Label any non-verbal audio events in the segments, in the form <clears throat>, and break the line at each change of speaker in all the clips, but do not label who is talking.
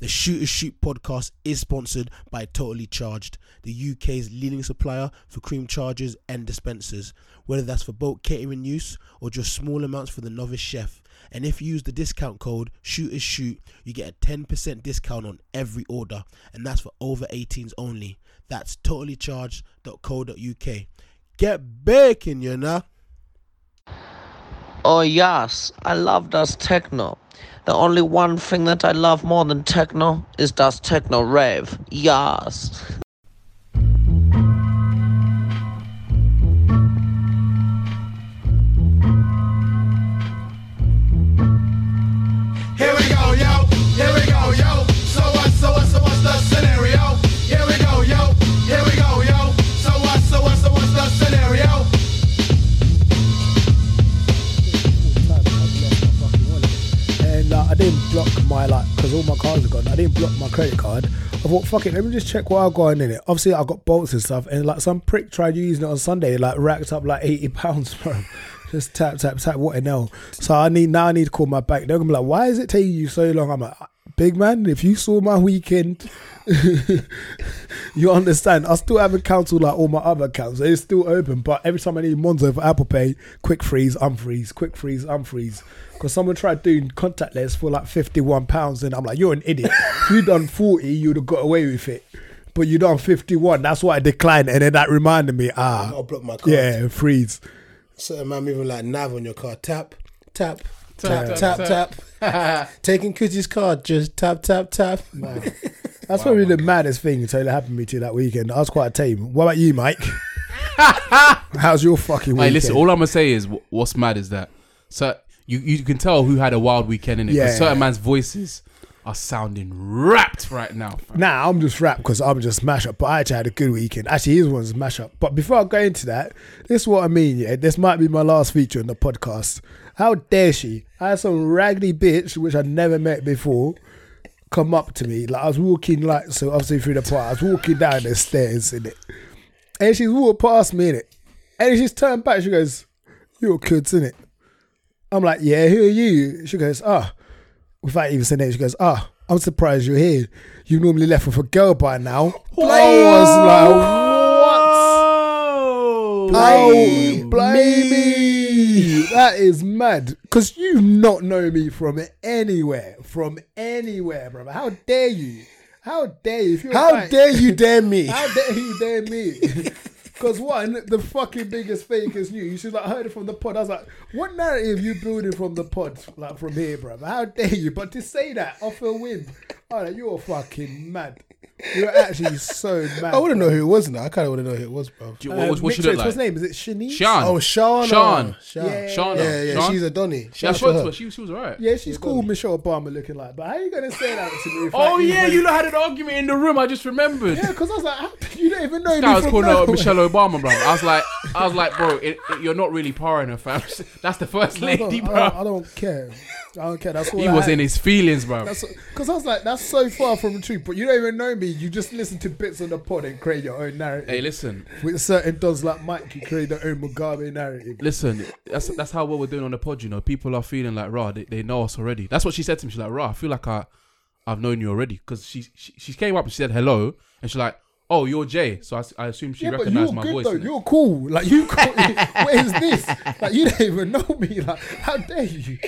The Shooters Shoot podcast is sponsored by Totally Charged, the UK's leading supplier for cream chargers and dispensers, whether that's for bulk catering use or just small amounts for the novice chef. And if you use the discount code Shooters Shoot, you get a 10% discount on every order, and that's for over 18s only. That's totallycharged.co.uk. Get baking, you know.
Oh yes, I love Das Techno. The only one thing that I love more than techno is Das Techno Rave. Yes.
Here we go, yo. Here we go, yo. So what? So what? So what's the scenario? Here we go, yo. Here we go, yo. So what? So what? So what's the scenario?
time and I've lost my fucking wallet. And like, I didn't block my like because all my cards are gone. I didn't block my credit card. I thought, fuck it, let me just check what I got in it. Obviously, I got bolts and stuff, and like some prick tried using it on Sunday, like racked up like eighty pounds, <laughs> bro. Just tap, tap, tap. What an L. So I need now. I need to call my bank. They're gonna be like, why is it taking you so long? I'm like, big man, if you saw my weekend, you understand. I still haven't cancelled like all my other accounts. It's still open, but every time I need Monzo for Apple Pay, quick freeze, unfreeze, quick freeze, unfreeze. Because someone tried doing contactless for like fifty-one pounds, and I'm like, you're an idiot. if you done forty, you'd have got away with it. But you done fifty-one. That's why I declined, and then that reminded me, ah,
I'll block my card.
yeah, freeze.
Certain man moving like nav on your car. Tap, tap, tap,
Tap,
tap,
tap,
tap. Taking Kuti's card, just tap, tap, tap.
That's probably the maddest thing totally happened to me to that weekend. I was quite tame. What about you, Mike? <laughs> How's your fucking weekend?
Hey, listen. All I'm gonna say is, wh- what's mad is that so you you can tell who had a wild weekend in it.
Yeah.
certain man's voices are sounding wrapped right now. fam.
Nah, I'm just rap because I'm just mash up. But I actually had a good weekend. Actually, his one's mash up. But before I go into that, this is what I mean. Yeah, this might be my last feature on the podcast. How dare she? I had some raggedy bitch which I'd never met before come up to me. Like I was walking, like so obviously through the park. I was walking down the stairs in it, and she's walked past me in it, and she's turned back. She goes, "You're kids in it." I'm like, "Yeah, who are you?" She goes, "Ah." without even saying it, she goes, "Ah, I'm surprised you're here. You normally left with a girl by now." I was like, "What? Oh, blame me. That is mad. Cause you not know me from anywhere, from anywhere, brother. How dare you? How dare you? If you're
How
right-
dare you dare me?
<laughs> how dare you dare me? <laughs> Because one, the fucking biggest fake is you. You should like heard it from the pod. I was like, what narrative you building from the pod, like from here, bruv? How dare you? But to say that off a whim, oh, like, you're fucking mad. You're actually so mad. Um,
I wouldn't know who it was now. I kind of want to know who it was, bro.
Do you- what, what, what she look like?
What's name? Is it Shanice?
Sean.
Oh, Shauna.
Sean.
Sha-
Yeah.
Shauna.
Yeah, yeah,
Sean?
she's a Donny. Shout
Yeah, I
out to
spoke to
her.
her. She, she was alright.
Yeah, she's called Michelle Obama looking like. But how you gonna say that to me? if
Oh
I even-
yeah, you lot had an argument in the room. I just remembered.
Yeah, because I was like, how, you don't even know me
Guy was
from
calling her
nowhere.
Michelle Obama, bro. I was like, I was like, bro, it, it- you're not really parring her, fam. <laughs> That's the first
<laughs> I
lady,
don't, I, don't,
bro.
I don't care. I don't care. That's all
He
I
was
had.
in his feelings, bro.
Because I was like, that's so far from the truth, but you don't even know me. You just listen to bits on the pod and create your own narrative.
Hey, listen,
With certain dons like Mike, you create your own Mugabe narrative.
listen. That's that's how what we're doing on the pod. You know, people are feeling like, rah, they, they know us already. That's what she said to me. She's like, rah, I feel like I, I've known you already because she, she she came up and she said hello, and she's like, oh, you're Jay. So I, s- I assume she
Yeah, but you're
recognized
good
my voice.
though.
innit?
You're cool. Like you, cool. <laughs> where is this? Like you don't even know me. Like how dare you?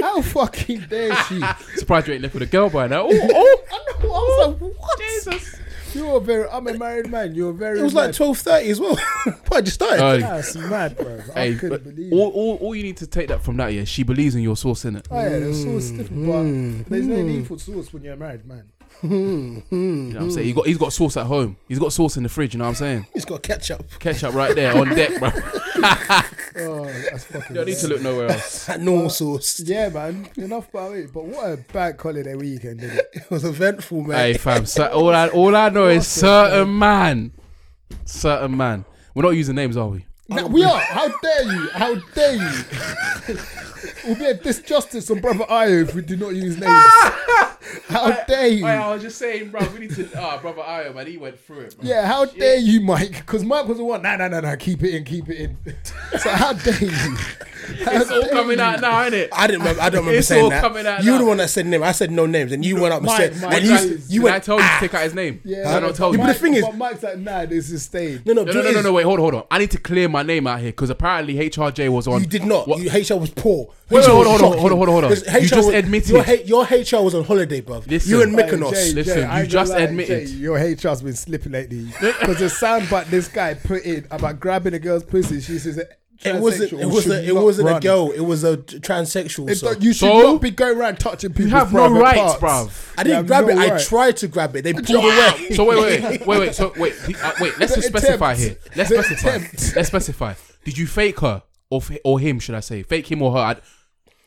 How fucking dare she? I
Surprised you ain't left with a girl
<laughs>
by now. Oh, <laughs> oh,
know. I was like, what?
Jesus.
You're a very. I'm a married man. You're a very.
It was like
mad.
twelve thirty as well. <laughs> Bro, I just started.
Early.
That's mad, bro.
Hey,
I couldn't
but
believe. it.
all, all, all you need to take that from that, yeah, she believes in your source, innit?
Oh, yeah, the
Mm,
sauce is different, but there's no need for sauce when you're a married man.
You know what I'm
Mm.
saying? He got, he's got sauce at home. He's got sauce in the fridge, you know what I'm saying?
He's got ketchup.
Ketchup right there on deck, bro. <laughs>
Oh, that's fucking.
You don't need to look nowhere else.
That normal <laughs> sauce.
Yeah, man. Enough about it. But what a bank holiday weekend, did it?
It was eventful, man.
hey, fam, so all, I, all I know is certain man. Certain man. We're not using names, are we?
Nah, we are. How dare you? How dare
<laughs> <laughs>
you? We'll be a disjustice on Brother Io if we do not use names. How dare you?
I, was just saying, bro, we need to. Ah, brother Ayo, man, he went through it, bro.
yeah, how dare you, Mike? Because Mike was the one. Nah, nah, nah, nah. Keep it in, keep it
<laughs>
in. so how dare you? How
It's all
dare
coming
you?
out now, isn't it?
I didn't. Remember, I don't remember
It's
saying
all
that.
coming out
you
now.
the one that said name. I said no names, and you went up and
Mike,
said.
Mike,
and
Did
you,
I-
s-
did
you
I
went. ah.
told you to take out his name.
Yeah,
Did I not told
Yeah,
you.
but the thing is-
but Mike's like, nah, this is stayed.
No, no,
No,
do
no,
it
no, no,
is-
no, wait, hold on, hold on. I need to clear my name out here because apparently HRJ was on.
You did not.
What-
You HR was poor.
Wait,
HR
wait,
was
hold on, hold on,
shocking.
hold on, hold on, hold on.
'Cause
You
HR
just
was-
admitted.
your, H- your HR was on holiday, bruv.
Listen.
you and
Hey,
Mykonos.
Jay,
I ain't
Listen, you
gonna
just admitted.
Jay, your HR's been slipping
<laughs>
lately because the soundbite this guy put in about grabbing a girl's pussy. She says that
it wasn't.
transsexual
It wasn't.
should
It
not
wasn't a
run.
girl. It was a t- transsexual.
It
so.
don't- you should
So?
not be going around touching people.
you have no rights,
parts.
bruv.
I didn't
You
grab
have
it.
no
I
right.
tried to grab it. They pulled away.
So Oh, wait, wait, wait, wait, wait. So wait, the- uh, wait. Let's
The
just specify
attempt.
here. Let's
The
specify.
attempt.
Let's specify. Did you fake her or f- or him? Should I say fake him or her? I'd,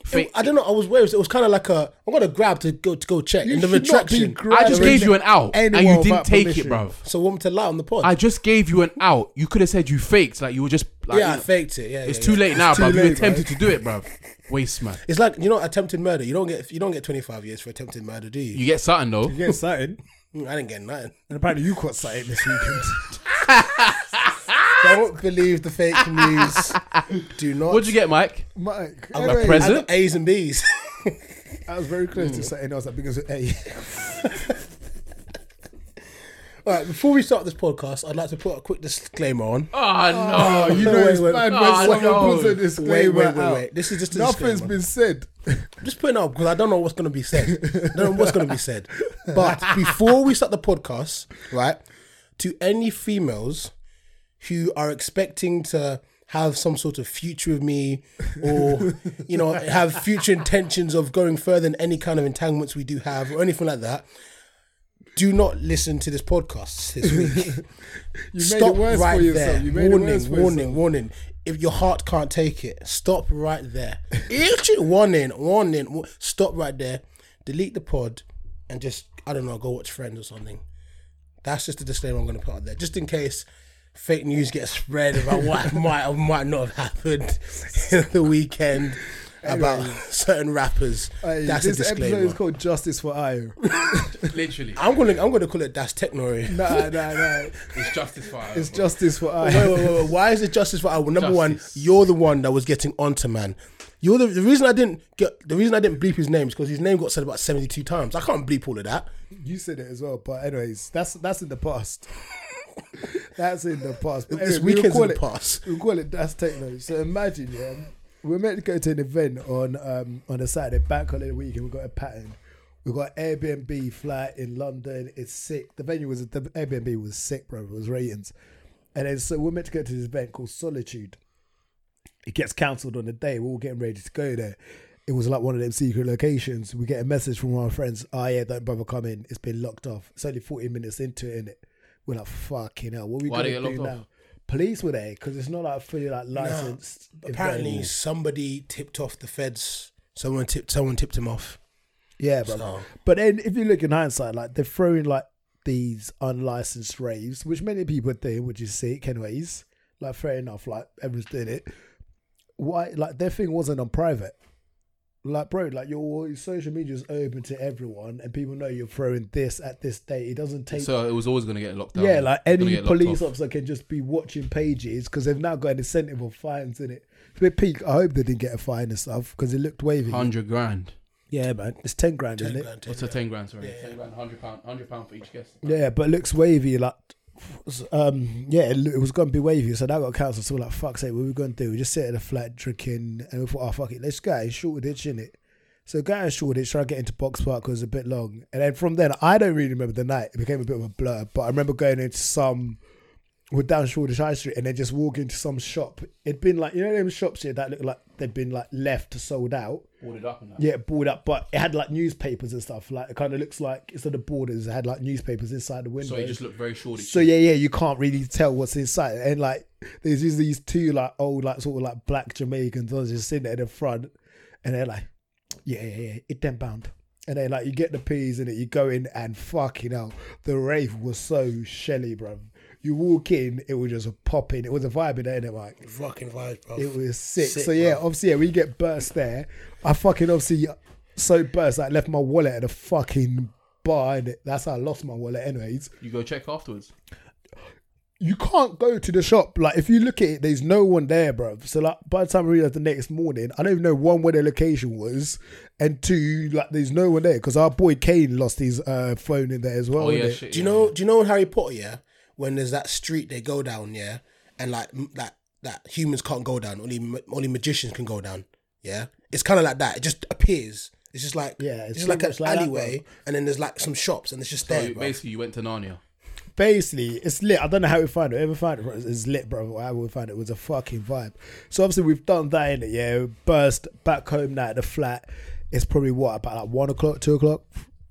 fake.
I don't know. I was worried. It was kind of like a. I'm gonna grab to go to go check.
You
and the
should not be
retraction.
grabbing
I just gave you an out and
anyone
you didn't
without
take it,
permission.
bruv.
so want me to lie on the pod?
I just gave you an out. You could have said you faked. Like you were just. Like,
yeah, I faked it. Yeah,
It's
yeah,
too
yeah.
late now,
too
bruv. You
late,
attempted
bruv.
to do it, bruv. Waste man.
It's like you know attempted murder. You don't get you don't get 25 years for attempted murder, do
You
you?
get something though.
You get something,
Mm, I didn't get nothing.
and apparently you caught something this <laughs> weekend.
Don't believe the fake news. Do not.
What'd you get, Mike?
Mike,
I
hey,
got-
mate,
present.
I got A's and B's. <laughs>
I was very
Hmm.
close to something else that begins with A.
All right. Before we start this podcast, I'd like to put a quick disclaimer on.
Oh no.
You <laughs>
No,
know
wait,
it's
wait.
bad
Oh,
when someone
no.
puts a
Wait,
disclaimer
wait, wait,
out.
wait. This is just a
Nothing's
disclaimer.
been said.
I'm just putting it up because I don't know what's going to be said. I don't know what's going to be said.
<laughs>
But before we start the podcast, right, to any females who are expecting to have some sort of future with me
<laughs>
or, you know, have future intentions of going further in any kind of entanglements we do have or anything like that, do not listen to this podcast this week.
<laughs> You made it
Stop
worse
right
for yourself.
there.
You made
warning,
it worse for
warning,
yourself.
warning. If your heart can't take it, stop right there. Each warning, warning. wa- Stop right there. Delete the pod and just I don't know, go watch Friends or something. That's just the disclaimer I'm going to put out there, just in case fake news gets spread about what <laughs> might or might not have happened <laughs> in the weekend about <laughs> certain rappers.
Hey,
That's a
this episode
disclaimer.
is called Justice for
<laughs>
Io.
Literally,
I'm gonna I'm gonna call it Das Techno.
nah, nah, nah.
it's justified.
It's Justice for Io.
wait, wait, wait, wait. Why is it justice for Iowa? Number one,
Justice.
you're the one that was getting onto man. You're the, the reason I didn't get the reason I didn't bleep his name is because his name got said about seventy two times. I can't bleep all of that.
You said it as well, but anyways, that's that's in the past. <laughs> that's in the past. But
This
anyway, we'll
weekend's
call
in the
it-
past.
We call it that's techno. So imagine, yeah, we're meant to go to an event on um on a Saturday, bank holiday weekend. We got a pattern. We got Airbnb flat in London. It's sick. The venue was the Airbnb was sick, bro. It was ratings, and then so we're meant to go to this event called Solitude. It gets cancelled on the day. We're all getting ready to go there. It was like one of them secret locations. We get a message from our friends. Oh yeah, don't bother coming. It's been locked off. It's only 40 minutes into it, innit? We're like, fucking hell. What are we
Why
going
they
to
get
do
locked
now?
off?
Police were there because it's not like fully like licensed. event.
Apparently, somebody tipped off the feds. Someone tipped. Someone tipped him off.
yeah, bro.
So-
But then if you look in hindsight, like they're throwing like these unlicensed raves, which many people do, which is sick, anyways. Like fair enough, like everyone's doing it. Why? Like their thing wasn't on private. Like bro, like your social media is open to everyone, and people know you're throwing this at this date. It doesn't take
So it was always gonna get locked down.
Yeah, like
Gonna
any
get locked
police
off.
officer can just be watching pages because they've now got an incentive of fines in it. It's a bit peak. I hope they didn't get a fine and stuff because it looked wavy.
Hundred grand.
Yeah, man, it's ten grand, isn't it?
What's a ten grand? Sorry, ten grand, hundred pound, hundred pound for each guest.
Yeah, but it looks wavy. Like, um, yeah, it, lo- it was going to be wavy. So that got cancelled. So we're like, fuck's sake, what we going to do? We just sit at the flat drinking, and we thought, oh fuck it, let's go in Shoreditch, innit? So go in Shoreditch, try to get into Box Park because it's a bit long. And then from then, I don't really remember the night. It became a bit of a blur. But I remember going into some. We're down Shoreditch High Street and then just walk into some shop. It'd been like you know them shops here that look like they've been like left sold out.
Boarded up and that.
Yeah, board up, but it had like newspapers and stuff. Like it kind of looks like instead of borders, it had like newspapers inside the window.
So it just looked very short.
So yeah, yeah, you can't really tell what's inside. And like, there's just these two like old, like sort of like black Jamaicans that was just sitting at the front, and they're like, yeah, yeah, yeah, it them bound. And then like you get the peas in it, you go in and fucking hell, the rave was so shelly, bro. You walk in, it was just popping. It was a vibe in there, innit, Mike?
Fucking vibes, bro.
It was sick.
Sick,
so yeah,
bro.
obviously yeah, we get burst there. I fucking obviously so burst. I left my wallet at a fucking bar. innit? That's how I lost my wallet, anyways.
You go check afterwards.
you can't go to the shop. Like if you look at it, there's no one there, bro. So like by the time I realized the next morning, I don't even know one where the location was, and two like there's no one there because our boy Kane lost his uh, phone in there as well.
Oh yeah,
innit?
shit.
Do you
yeah.
know? Do you know in Harry Potter? Yeah, when there's that street they go down, yeah, and like m- that that humans can't go down. Only ma- only magicians can go down. Yeah, it's kind of like that. It just appears. It's just like
Yeah, it's
it's, just like
pretty
an
much like that,
alleyway, and then there's like some shops, and it's just
So
there.
you-
bro.
basically, you went to Narnia.
Basically, it's lit. I don't know how we found it. Ever found it? bro, It's lit, bro. How we found it was a fucking vibe. So obviously we've done that in it. Yeah, burst back home now at the flat. It's probably what about like one o'clock, two o'clock.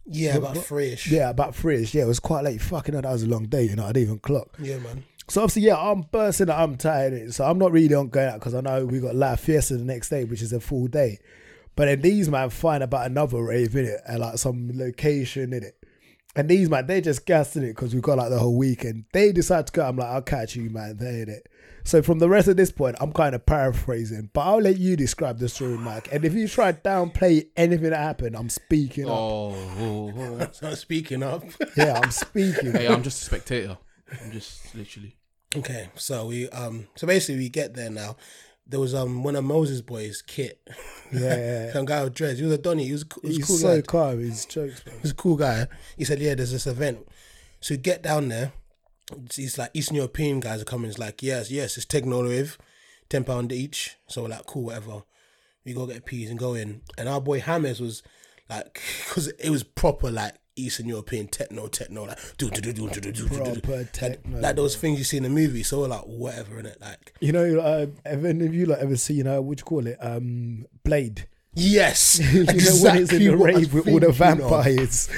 Yeah, about three ish.
Yeah, about three ish. Yeah, it was quite late. Fucking hell, that was a long day. You know, I didn't even clock.
yeah, man.
So obviously, yeah, I'm bursting. I'm tired. innit? So I'm not really on going out because I know we got live fiesta the next day, which is a full day. But then these man find about another rave in it at like some location in it. And these man, they just gassing it because we got like the whole weekend. They decide to go. I'm like, I'll catch you, man. There in it. So from the rest of this point, I'm kind of paraphrasing, but I'll let you describe the story, Mike. And if you try to downplay anything that happened, I'm speaking up.
Oh, oh, oh.
So <laughs> speaking up.
Yeah, I'm speaking.
hey, I'm just a spectator. I'm just literally.
okay, so we um so basically we get there now. There was um one of Moses boys, Kit.
Yeah.
<laughs> some guy with dreads. He was a Donny. He was, a co- he was a
He's
cool
so
lad.
calm. He's jokes, bro.
He's a cool guy. He said, "Yeah, there's this event." So you get down there. It's, it's like Eastern European guys are coming. It's like, yes, yes, it's techno rave, ten pound each. So we're like, cool, whatever. We go get peas and go in. And our boy Hammers was like, <laughs> because it was proper like Eastern European techno, techno, like do do do do do do do do, do
Proper
Like-
techno,
like those things you see in the movie. So we're like, whatever, in it, like,
You know, uh, have any of you like ever seen uh, what do you call it? Um, Blade. <laughs>
yes,
You know when it's in
exactly
the
what I
rave with all the
think, you
<laughs>
know.
vampires.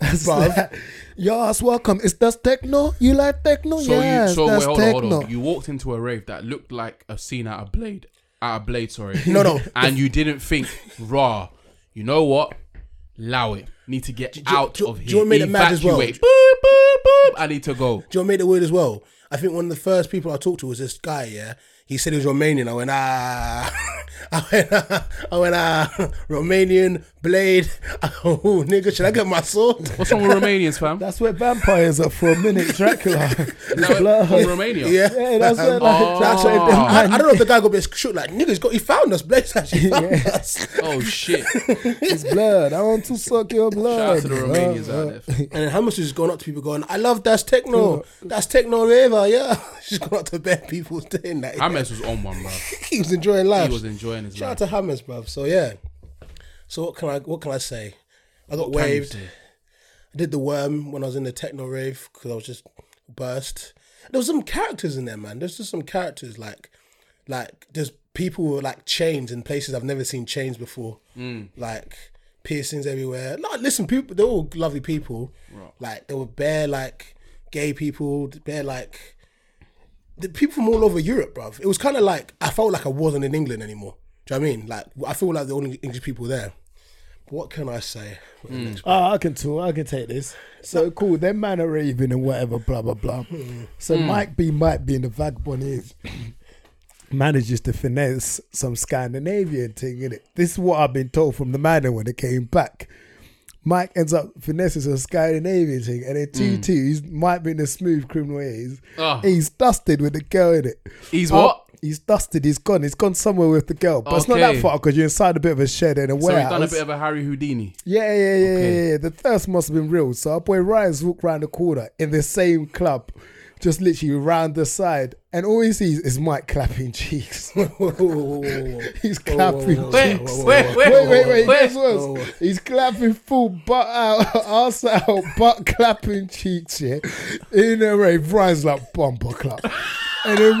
That's
Bruv.
like, yes, welcome. Is that techno? You like techno?
So
yes,
you, so wait,
that's
hold on,
techno.
hold on. You walked into a rave that looked like a scene out of Blade, out of Blade, sorry.
<laughs> No, no.
<laughs> And you didn't think, raw. You know what? Allow it. Need to get
do-
out
do-
of
do
here.
you want me to mad as well?
Evacuate. Boop, boop, boop. I need to go.
Do you know what made it weird as well? I think one of the first people I talked to was this guy, yeah. He said he was Romanian. I went, ah. <laughs> I went, ah. I went, ah. <laughs> Romanian, blade. <laughs> Oh, nigga, should I get my sword?
What's wrong with Romanians, fam?
That's where vampires are for a minute.
<laughs>
Dracula.
Is that
Blood.
from Romania.
<laughs> Yeah.
<laughs> Yeah, that's where like,
Oh.
that's where them
I, I
man- <laughs>
don't know if the guy got a bit shook, like, nigga, he's got, he found us. Blade's actually found us.
Oh shit!
It's blood. I want to suck your
Shout
blood.
<laughs>
out to the
bro.
Romanians out there.
And then how much is going up to people going, I love that's techno. That's techno river, yeah. <laughs> She's gone up to bed people saying that. <laughs>
Hamas was on one, bro.
he was enjoying life.
He was enjoying his
Shout out
life.
to Hammers, bruv. So yeah. So what can I what can I say? I got
Can you
waved.
say?
I did the worm when I was in the techno rave because I was just burst. There was some characters in there, man. There's just some characters like, like there's people with like chains in places I've never seen chains before.
Mm.
Like piercings everywhere. No, listen, people. They're all lovely people. Like there were bare like gay people, bare like the people from all over Europe, bruv. It was kind of like I felt like I wasn't in England anymore. Do you know what I mean? Like I feel like the only English people there. What can I say?
Hmm.
Ah, I can talk. I can take this. So cool. Them man are raving and whatever, blah blah blah. So
Hmm.
Mike B, Mike B, and the vagabond is manages to finesse some Scandinavian thing in it. This is what I've been told from the man when they came back. Mike ends up finessing some Scandinavian thing, and then two twos, Mike being the smooth criminal he is,
Hmm. Ah.
he's dusted with the girl in it.
He's
Oh,
what?
He's dusted. He's gone. He's gone somewhere with the girl, but it's not that
Okay.
far because you're inside a bit of a shed in a
So
warehouse.
he's done a bit of a Harry Houdini.
Yeah, yeah, yeah,
Okay.
yeah, yeah. The thirst must have been real. So our boy Ryan's walked round the corner in the same club, just literally round the side, and all he sees is Mike clapping cheeks. <laughs> He's clapping. cheeks. Wait,
Wait, wait,
wait, wait!
wait.
Guess what? He's clapping full butt out, <laughs> ass out, butt clapping cheeks. Yeah, in a rave, Ryan's like bumper clap, and then <laughs>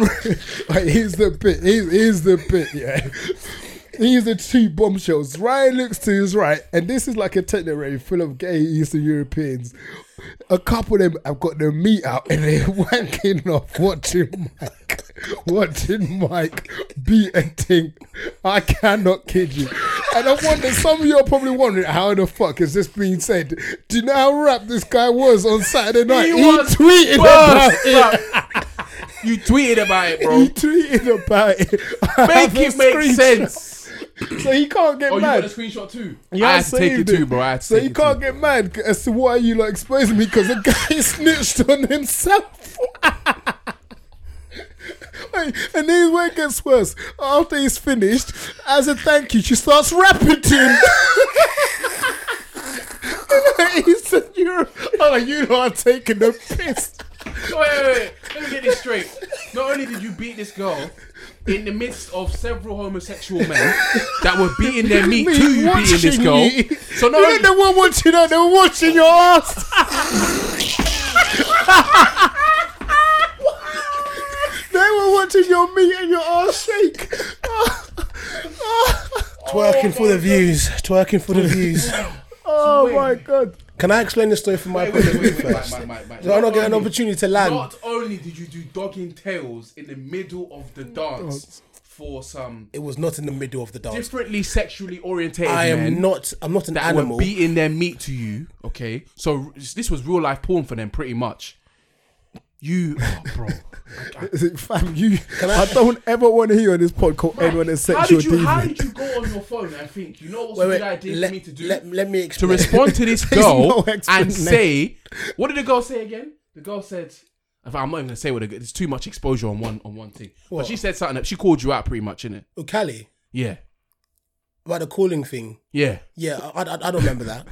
like, here's the bit. Here's, here's the bit. Yeah, here's the two bombshells. Ryan looks to his right, and this is like a techno rave full of gay Eastern Europeans. A couple of them have got their meat out and they're <laughs> wanking off watching Mike. <laughs> Watching Mike beat a thing. I cannot kid you. And I wonder, some of you are probably wondering how the fuck is this being said? Do you know how rap this guy was on Saturday night? He,
was
tweeted about
Buzz,
it.
bro. You tweeted about it, bro.
He tweeted about it. <laughs> I
Make
have a
it make
screenshot.
sense.
so he can't get
Oh, you got
mad.
the screenshot too.
Yeah,
I
I
had to take it
saved
too, bro. I had to
So
take
you
it
can't
too.
get mad as to why you like exposing me because the guy <laughs> snitched on himself. <laughs> Hey, and here's where it gets worse. After he's finished, as a thank you, she starts rapping to him. <laughs> he said, "You're, oh, you are taking the piss."
Wait, wait, wait. Let me get this straight. Not only did you beat this girl in the midst of several homosexual men that were beating their
<laughs>
meat to you beating this
watching
girl.
me.
So not
You ain't
only
the one watching her, they were watching
<laughs>
your ass. they were watching your meat and your ass shake.
Twerking for the views. Twerking for the
<laughs>
views.
oh my god.
Can I explain the story from my
Wait, wait,
point of
wait,
view
wait, wait,
first?
Mike, Mike, Mike,
So I
Mike.
don't get an opportunity to land.
Not only did you do dogging tails in the middle of the dance for some
It was not in the middle of the dance.
differently sexually orientated
I am
men
not. I'm not an
that
animal.
were beating their meat to you, okay? So this was real life porn for them, pretty much. You, oh, <laughs> bro.
Fam, you, I, don't ever want to hear on this podcast anyone that's
how
sexual
did you how
deviant.
did you go on your phone and think you know what's a
Wait, wait,
good idea
let,
for me to do
Let, let me
to
explain.
respond to this
<laughs> There's
girl
no
and
explanation.
say what did the girl say again? The girl said. I'm not even gonna say what. the girl- It's too much exposure on one on one thing. But
What?
she said something. That, she called you out pretty much, innit?
Oh, Cali,
Yeah,
about the calling thing.
yeah.
Yeah, I, I, I don't remember that.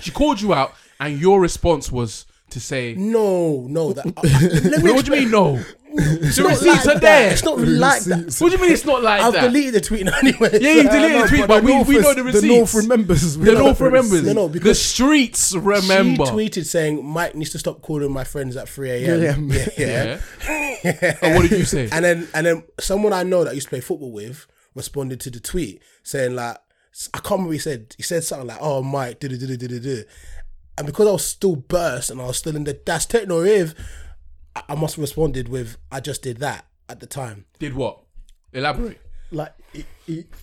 She called you out, and your response was to say,
No, no, that.
<laughs>
let
"What do you mean
<laughs>
no?
It's
The
not
receipts
like
are
that.
there.
It's not like that.
What do you mean it's not like
I've
that?
deleted the tweet <laughs> now anyway.
Yeah, you
so-
deleted the tweet, but, we, we know the receipts.
The North remembers.
The North remembers.
No, no,
the
because
streets remember.
She tweeted saying Mike needs to stop calling my friends at 3 a.m. Yeah, yeah.
<laughs> yeah. and what did you say?
<laughs> And then and then someone I know that I used to play football with responded to the tweet saying like I can't remember what he said. He said something like, "Oh, Mike, do do do do do do," and because I was still burst and I was still in the dash techno rave, I, I must have responded with, "I just did that." At the time,
Did what? Elaborate.
Like he,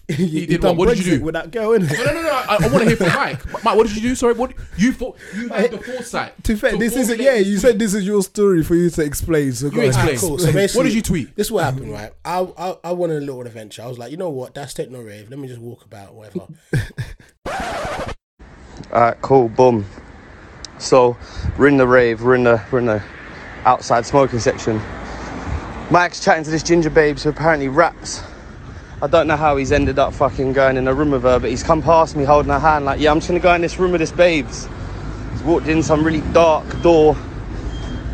he, he,
did
done
what? What did you
Brexit
do?
With that girl, innit?
<laughs>
No, no, no, no. I, I want to hear from Mike. Mike, what did you do? Sorry, what you thought? You had the foresight.
To be fair, this isn't.
formulate
Yeah,
this
you
tweet.
said this is your story for you to explain. So go
You
on.
explain.
Cool. So basically,
what did you tweet? Mm-hmm.
This is what happened, right? I, I I wanted a little adventure. I was like, you know what? That's techno rave. Let me just walk about, whatever.
Alright, cool, boom. So we're in the rave, we're in the we're in the outside smoking section. Mike's chatting to this ginger babe who apparently raps. I don't know how he's ended up fucking going in a room with her, but he's come past me holding her hand like, yeah, I'm just gonna go in this room with this babes. He's walked in some really dark door.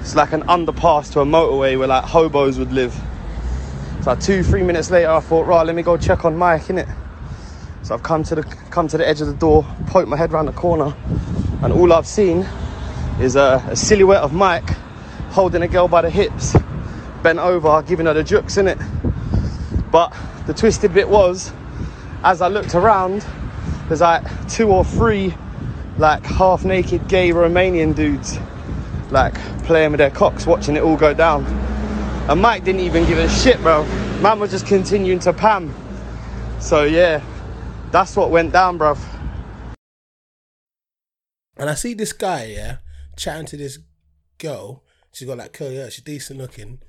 It's like an underpass to a motorway where like hobos would live. So like, two, three minutes later I thought, right, let me go check on Mike, innit? So I've come to the come to the edge of the door, poked my head round the corner, and all I've seen is a, a silhouette of Mike holding a girl by the hips, bent over, giving her the jukes in it. But the twisted bit was, as I looked around, there's like two or three like half-naked gay Romanian dudes like playing with their cocks, watching it all go down. And Mike didn't even give a shit, bro. Man was just continuing to pam. So yeah, that's what went down, bruv.
And I see this guy, yeah, chatting to this girl. She's got like curly hair. She's decent looking.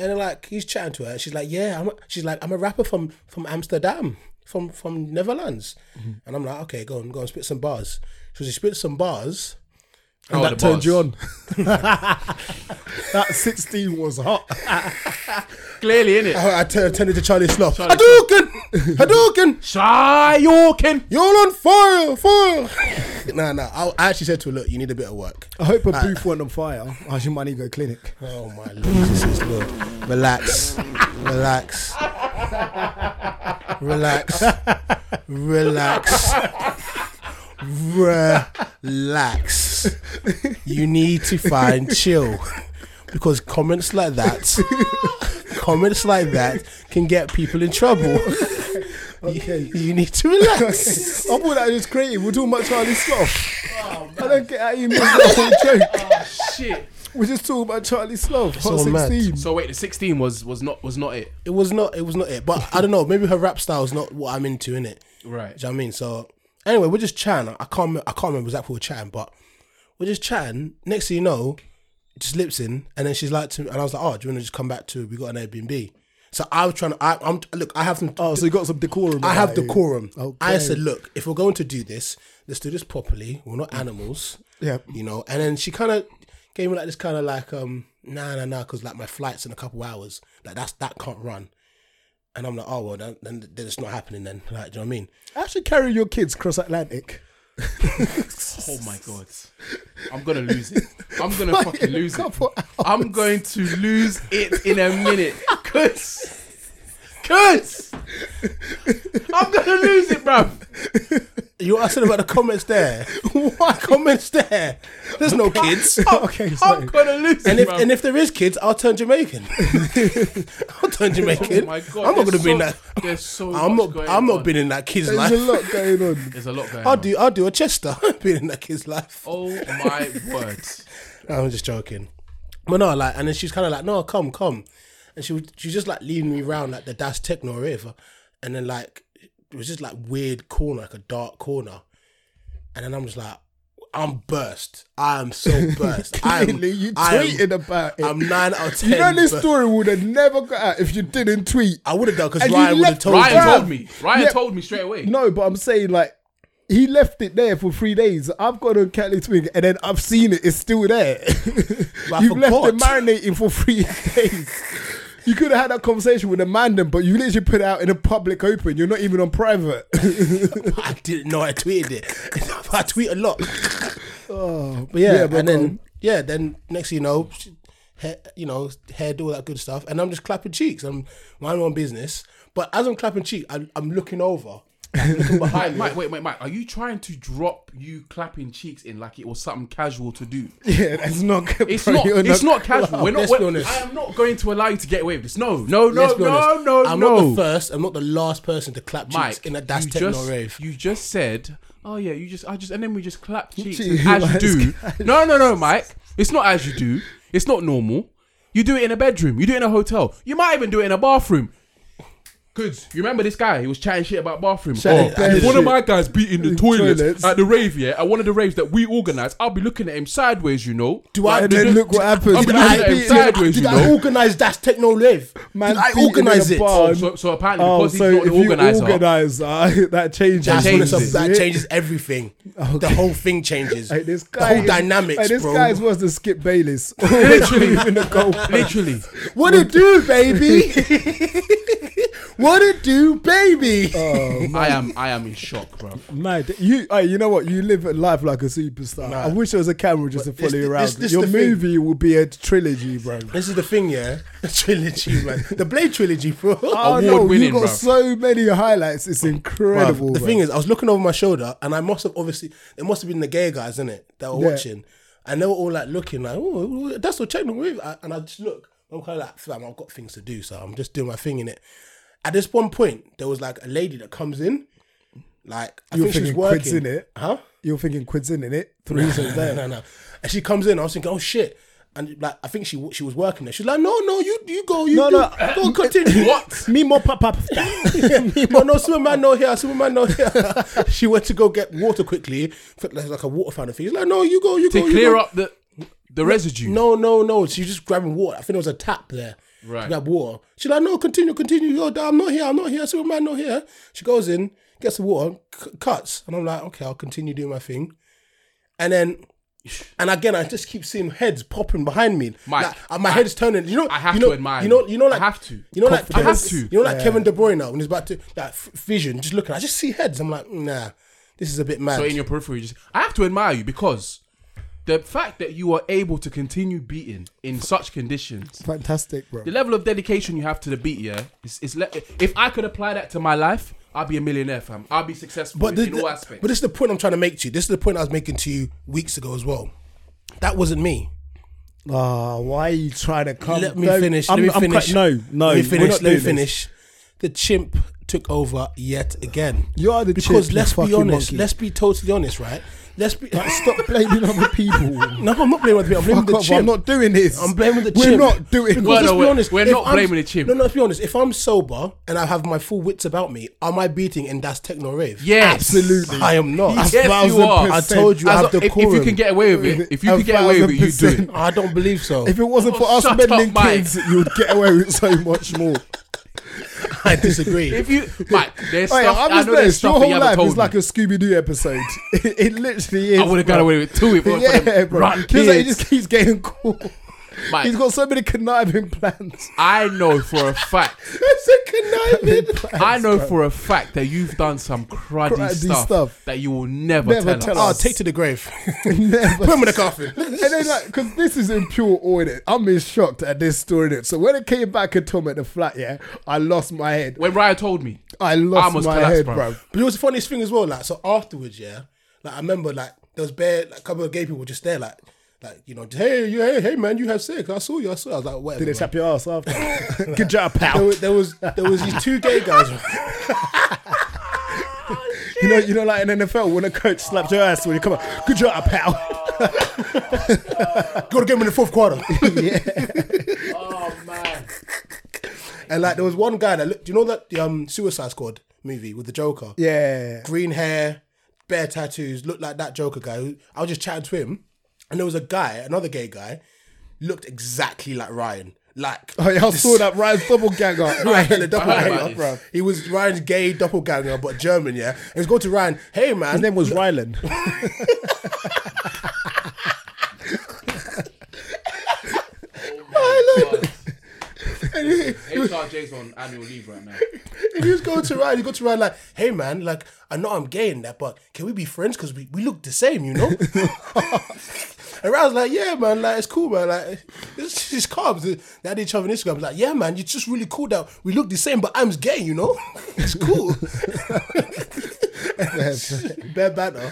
And then, like he's chatting to her. She's like, yeah, I'm. A, she's like, I'm a rapper from from Amsterdam, from from Netherlands. And I'm like, okay, go on, go on, spit some bars. So she spit some bars.
Oh,
that
the
turned
bars.
you
<laughs>
on. that 16 was hot.
Clearly, innit?
I, I turned turned into Charlie Sloth.
Charlie
Hadouken, Hadouken,
Shyorkin.
you're on fire, <laughs> fire. nah, nah. I, I actually said to her, look, you need a bit of work.
I hope her booth went on fire. I should money go clinic.
Oh my lord, Jesus Lord. Relax. Relax. Relax. Relax. Relax. You need to find chill. Because comments like that comments like that can get people in trouble. Okay. You, you need to relax.
I thought that was creative. We're talking about Charlie
<laughs>
Sloth. I don't get how you missed that whole joke.
Shit.
We're just talking about Charlie Sloth. Hot
So mad.
16.
So wait, the 16 was was not was not it.
It was not it was not it. But I don't know, maybe her rap style is not what I'm into, innit?
Right.
Do you know what I mean? So anyway, we're just chatting. I can't I can't remember exactly what we we're chatting, but we're just chatting. Next thing you know, just lips in, and then she's like to me, and I was like, "Oh, do you want to just come back to? We got an Airbnb." So I was trying to. I, I'm look. I have some.
Oh, so you got some decorum.
I have
about you.
decorum. I
Okay.
said, look, if we're going to do this, let's do this properly. We're not animals.
Yeah.
You know. And then she kind of gave me like this kind of like um nah nah nah because like my flight's in a couple hours like that's that can't run. And I'm like, oh well, then, then, then it's not happening then. Like, do you know what I mean?
Actually, carry your kids cross Atlantic.
Oh my god. I'm gonna lose it. I'm gonna
<laughs>
fucking lose it. I'm going to lose it in a minute. Cuz. Cuz. I'm gonna lose it, bruv.
You know what I said about the
<laughs>
comments there? What comments there? There's no <laughs> kids.
okay,
I'm
sorry.
gonna lose
And
it.
if
bruv.
and if there is kids, I'll turn Jamaican. <laughs> I'll turn Jamaican.
oh my god.
I'm not gonna
there's
be in
so-
that.
There's so
I'm
much
not.
going
I'm
on.
not being in that kid's
There's a
life.
lot going on.
There's a lot going
I'll
on.
do. I'll do a Chester. <laughs> being in that kid's life.
Oh my word.
I'm just joking. But no, like, and then she's kind of like, no, come, come, and she was she was just like leading me around like the dash techno or whatever, and then like it was just like weird corner, like a dark corner, and then I'm just like, I'm burst. I
<laughs>
am so burst. I am.
Clearly, you
I am-
tweeted about it.
I'm nine out of <laughs> ten.
you know this
but
story would have never got out if you didn't tweet.
I would have done because
And you
Ryan would have
left-
told
Ryan
me.
Bruv.
told me. Ryan
Yeah.
told me straight away.
No, but I'm saying like he left it there for three days. I've got a Catholic twig, and then I've seen it. It's still there.
I
<laughs> You've left
forgot.
it marinating for three <laughs> days. You could have had that conversation with a man then, but you literally put it out in a public open. You're not even on private. <laughs>
I didn't know I tweeted it. I tweet a <laughs> lot. Oh, but yeah,
but
and then
go on.
yeah, then next thing you know, she- hair, you know, hair, do all that good stuff, and I'm just clapping cheeks. I'm minding my own business, but as I'm clapping cheek, I'm, I'm looking over, I'm looking behind me.
Mike, wait, wait, Mike. Are you trying to drop you clapping cheeks in like it was something casual to
<laughs>
do?
yeah, that's not. good,
It's
bro.
not.
You're
It's not casual. We're not.
Let's
we
be honest.
I am not going to allow you to get away with this. No, no, no,
Let's be
no,
honest,
no,
I'm
no.
not the first. I'm not the last person to clap cheeks
Mike,
in a that's
you
techno
just,
rave.
You just said, "Oh yeah, you just, I just," and then we just clapped cheeks
<laughs>
Gee,
as
Mike's
you do. No, no, no, Mike. It's not as you do. It's not normal. You do it in a bedroom. You do it in a hotel. You might even do it in a bathroom. Cause you remember this guy? He was chatting shit about bathroom.
Chatting
oh,
bad
one of
shit.
my guys beat
<laughs>
in the toilets,
toilets.
at the rave. Yeah, at one of the raves that we organised. I'll be looking at him sideways. You know.
Do I?
And then
did-
look what happened.
I'm
Did
gonna
I,
do that
did,
sideways,
did
you
I
know.
organize that's techno rave?
Man
did I
beating in
organize
a
it?
bar.
So, so apparently,
Oh,
because
so
he's not
if
the organizer,
you <laughs> organizer, that changes.
That's when it's a-
changes
that
it.
changes everything. The whole thing changes.
Hey, this
the
guy,
whole dynamics,
hey, this
bro.
guy's was the Skip Bayless. <laughs>
Literally.
in the goal.
<laughs>
literally,
What it do, baby? <laughs> what it do, baby? Oh
I am, I am in shock, bro.
Oh, Mad, you, hey, you know what? You live a life like a superstar. I wish there was a camera just
But
to follow
this-
you around.
this- this
Your
the thing.
movie will be a trilogy, bro.
this is the thing, yeah. <laughs> The trilogy, man. The Blade trilogy, bro.
Oh no,
Award-winning,
you got
bro.
so many highlights. It's incredible.
Bruv, the
bro.
thing is, I was looking over my shoulder, and I must have obviously it must have been the gay guys, in it, that were
Yeah.
watching, and they were all like looking like, "Oh, that's what techno wave," I- and I just look. I'm kind of like, fam, I've got things to do, so I'm just doing my thing in it. At this one point, there was like a lady that comes in, like I
You're
think she was
thinking quids,
working,
innit?
huh?
you're thinking quids in it. Three's in
no,
there.
no, no. And she comes in. I was thinking, oh shit. And like, I think she she was working there. She's like, no, no, you you go, you
No,
do,
no. <coughs>
go continue. <laughs> what?
Me more pop up.
<laughs> oh no, Superman no here, Superman no here. <laughs> she went to go get water quickly, felt like, like a water fountain thing. She's like, no, you go, you
to
go, you
clear
go.
up the the residue.
No, no, no. She's just grabbing water. I think there was a tap there.
Right.
To grab water. She's like, no, continue, continue. Yo, I'm not here. I'm not here. Superman, not here. She goes in, gets the water, c- cuts, and I'm like, okay, I'll continue doing my thing. And then, and again, I just keep seeing heads popping behind me.
Mike,
Like, uh, my head's turning. You know,
I have
you know,
to admire
You know,
you.
you know,
I
like
have to.
You know, like
Confidence.
Kevin,
I have to.
You know, like Kevin De Bruyne when he's about to like f- vision, just looking. I just see heads. I'm like, nah, this is a bit mad.
So in your periphery, you just I have to admire you because the fact that you are able to continue beating in such conditions,
Fantastic, bro.
the level of dedication you have to the beat, yeah, is, is le- if I could apply that to my life, I'd be a millionaire, fam. I'd be successful
But,
in,
the,
in all aspects.
but this is the point I'm trying to make to you. This is the point I was making to you weeks ago as well. That wasn't me.
Ah, why are you trying to come?
let me
Don't-
finish.
I'm,
let me
I'm
finish.
cut- no, no.
Let me
we're
finish.
not
Let me
doing this.
finish. The chimp took over yet again.
You are the
because
chimp, you
let's be
fucking
honest.
monkey.
Let's be totally honest, right? Let's be. <laughs> stop
Blaming other people.
No, I'm not blaming the people. I'm blaming
Fuck
the
off,
chimp.
I'm not doing this.
I'm blaming the
We're
chimp.
not doing
Because
this.
Well,
let's
no,
be
we're-
honest.
we're
if
not
I'm-
blaming the chimp.
No, no. Let's be honest. If I'm sober and I have my full wits about me, am I beating in Das Techno Rave?
yes,
Absolutely.
I am not.
Yes, you
thousand
are.
I
As
percent.
told you I
long-
have
if, if you
decorum.
can get away with it, if you can get away with it, you do it.
thousand
I don't believe so.
If it wasn't
Oh,
for us
shut
meddling
up, Mike. <laughs>
kids, you'd get away with so much more.
I disagree.
If you, Mike, there's
Wait,
stuff.
I'm
I
just
know there's
blessed.
stuff
Your whole
that you haven't
life
told
is
me.
like a Scooby Doo episode. <laughs> it, it literally is.
I would have got
bro.
away with two if it weren't for
<laughs> Yeah,
them
bro.
rotten
This is like he
kids.
just keeps getting caught.
Mike,
He's got so many conniving
<laughs>
plans.
I know for a fact.
<laughs> It's a <laughs> conniving. plan.
<laughs> I know for a fact that you've done some cruddy,
Cruddy
stuff,
stuff.
that you will never,
Never
tell,
tell
us.
oh,
us.
take to the <laughs> grave.
Never.
Put him in the coffin.
<laughs> And then like, because this is in pure audit, I'm in shocked at this story. innit? So when it came back and told me at the flat, yeah, I lost my head.
When Ryan told me,
I lost
almost
my
collapsed,
head,
bruv.
bro.
But it was the funniest thing as well. Like so afterwards, yeah. Like I remember, like there was bare like, a couple of gay people just there, like, like you know, just, hey, you, hey, hey, man, you have sex. I saw you. I saw. You. I was like, whatever.
Did it
man.
tap your ass after? <laughs> Good job, pal.
There was, there was there was these two gay guys. <laughs>
You know, you know, like in NFL, when a coach slaps your ass when you come up, good job, pal.
Got to get him in the fourth quarter. <laughs>
"Oh man,
And like there was one guy that looked. Do you know that the um Suicide Squad movie with the Joker?
<laughs> Yeah.
green hair, bare tattoos, looked like that Joker guy. who- I was just chatting to him, and there was a guy, another gay guy, looked exactly like Ryan. Like
Oh, yeah, I saw that Ryan's double ganger. <laughs>
<laughs> Ryan, the
about
doppelganger,
this.
bro. He was Ryan's gay doppelganger, but German, yeah. And he's going to Ryan, hey man,
<laughs> His name was Ryland.
Oh, HRJ's on annual leave right now."
And he was going to Ryan. He got to Ryan like, hey man, like I know I'm gay in that, but can we be friends? Because we, we look the same, you know. and Ryan's like, yeah man, like it's cool man, like it's it's calm. They had each other on Instagram. Like yeah man, it's just really cool that we look the same, but I'm gay, you know. <laughs> It's cool. Bare banter.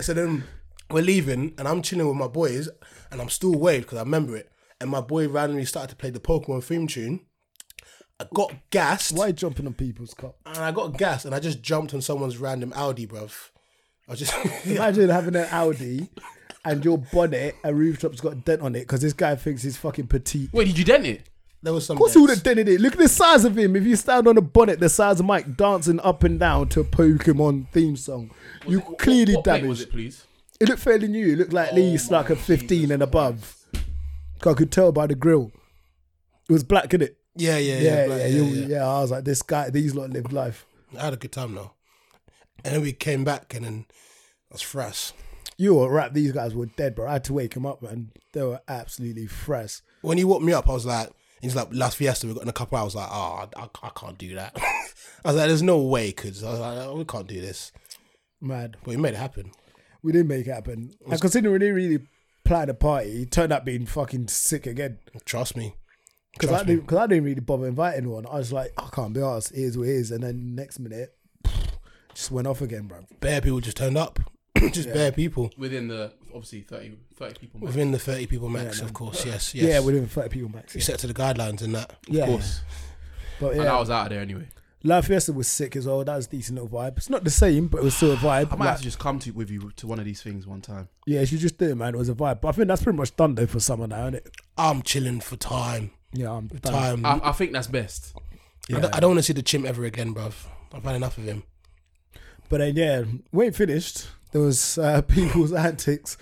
So then we're leaving, and I'm chilling with my boys, and I'm still waved because I remember it. And my boy randomly started to play the Pokemon theme tune. I got gassed.
Why you jumping on people's cup?
And I got gas and I just jumped on someone's random Audi, bruv. I was just <laughs>
Imagine having an Audi and your bonnet and rooftop's got a dent on it because this guy thinks he's fucking petite.
Wait, did you dent it?
there was some.
Of course he would have dented it. Look at the size of him. If you stand on a bonnet the size of Mike dancing up and down to a Pokemon theme song, you
What-
clearly
what plate Was
damaged.
it, please?
It looked fairly new. It looked like at
Oh
least like a 15 and above. 'Cause I could tell by the grill. It was black, could it?
Yeah, yeah, yeah,
Yeah, yeah,
black,
yeah,
yeah,
you-
yeah.
yeah, I was like, this guy, these lot lived life.
I had a good time though. And then we came back and then that's frass.
You were right. These guys were dead, bro. I had to wake them up, man. They were absolutely fresh.
When he woke me up, I was like, he's like, last fiesta we got in a couple hours. I was like, oh, I, I can't do that. <laughs> I was like, there's no way, cuz. I was like, oh, we can't do this.
Mad.
But we made it happen.
We didn't make it happen. And considering we didn't really plan a party, it turned out being fucking sick again.
Trust me.
Because I,
Trust me.
didn't- 'cause I didn't really bother inviting anyone. I was like, I can't be asked. It is what it is. And then next minute, <sniffs> just went off again, bro.
Bare people just turned up. <clears throat> just bare people.
Within the obviously 30, 30 people. max.
Within the 30 people max, of course. Yes, yes.
Yeah, within 30 people max.
you set to the guidelines and that.
Yeah,
Of course.
But yeah,
And I was out of there anyway.
La Fiesta was sick as well. That was a decent little vibe. It's not the same, but it was still a vibe.
<sighs> I might
Like,
have to just come to with you to one of these things one time.
yeah, she just did it, man. It was a vibe. But I think that's pretty much done though for summer now, isn't it?
I'm chilling for time.
Yeah, I'm done.
Time.
I, I think that's best.
I don't, want to see the chimp ever again, bruv. I've had enough of him.
But then yeah, we ain't finished. There was uh, <laughs> people's antics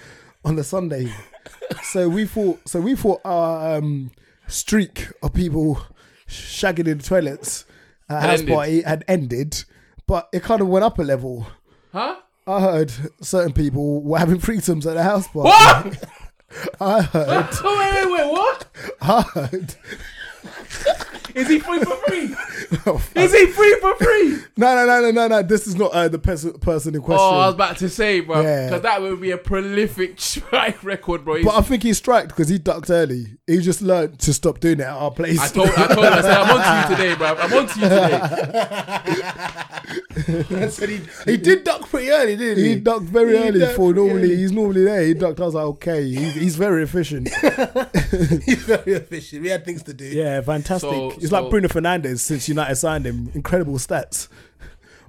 on the
<laughs>
Sunday, so we thought. So we thought our um, streak of people shagging in toilets at
Had
house
ended.
party had ended, but it kind of went up a level.
Huh? <laughs>
I heard certain people were having <laughs> threesomes at the house party.
What?
<laughs> I heard.
oh, wait, wait, wait, what?
I heard.
<laughs> Is he free for free?
<laughs> Oh,
Is he free for free?
No, no, no, no, no, no. This is not uh, the pers- person in question.
Oh, I was about to say, bro,
Yeah.
because that would be a prolific <laughs> strike record, bro. He's-
but I think he striked because he ducked early. He just learned to stop doing it at our place.
I told, I told him, I said, I'm on to you today, bro. I'm on to you today.
<laughs> he, he did duck pretty early, didn't
<laughs> he
<laughs>
ducked very
He
early
ducked
for normally.
early.
He's normally there. He ducked. I was like, okay, he's, he's very efficient.
He's very efficient. We had things to do.
yeah, fantastic.
So-
he's
so-
like Bruno Fernandez since United signed him. Incredible stats. <laughs>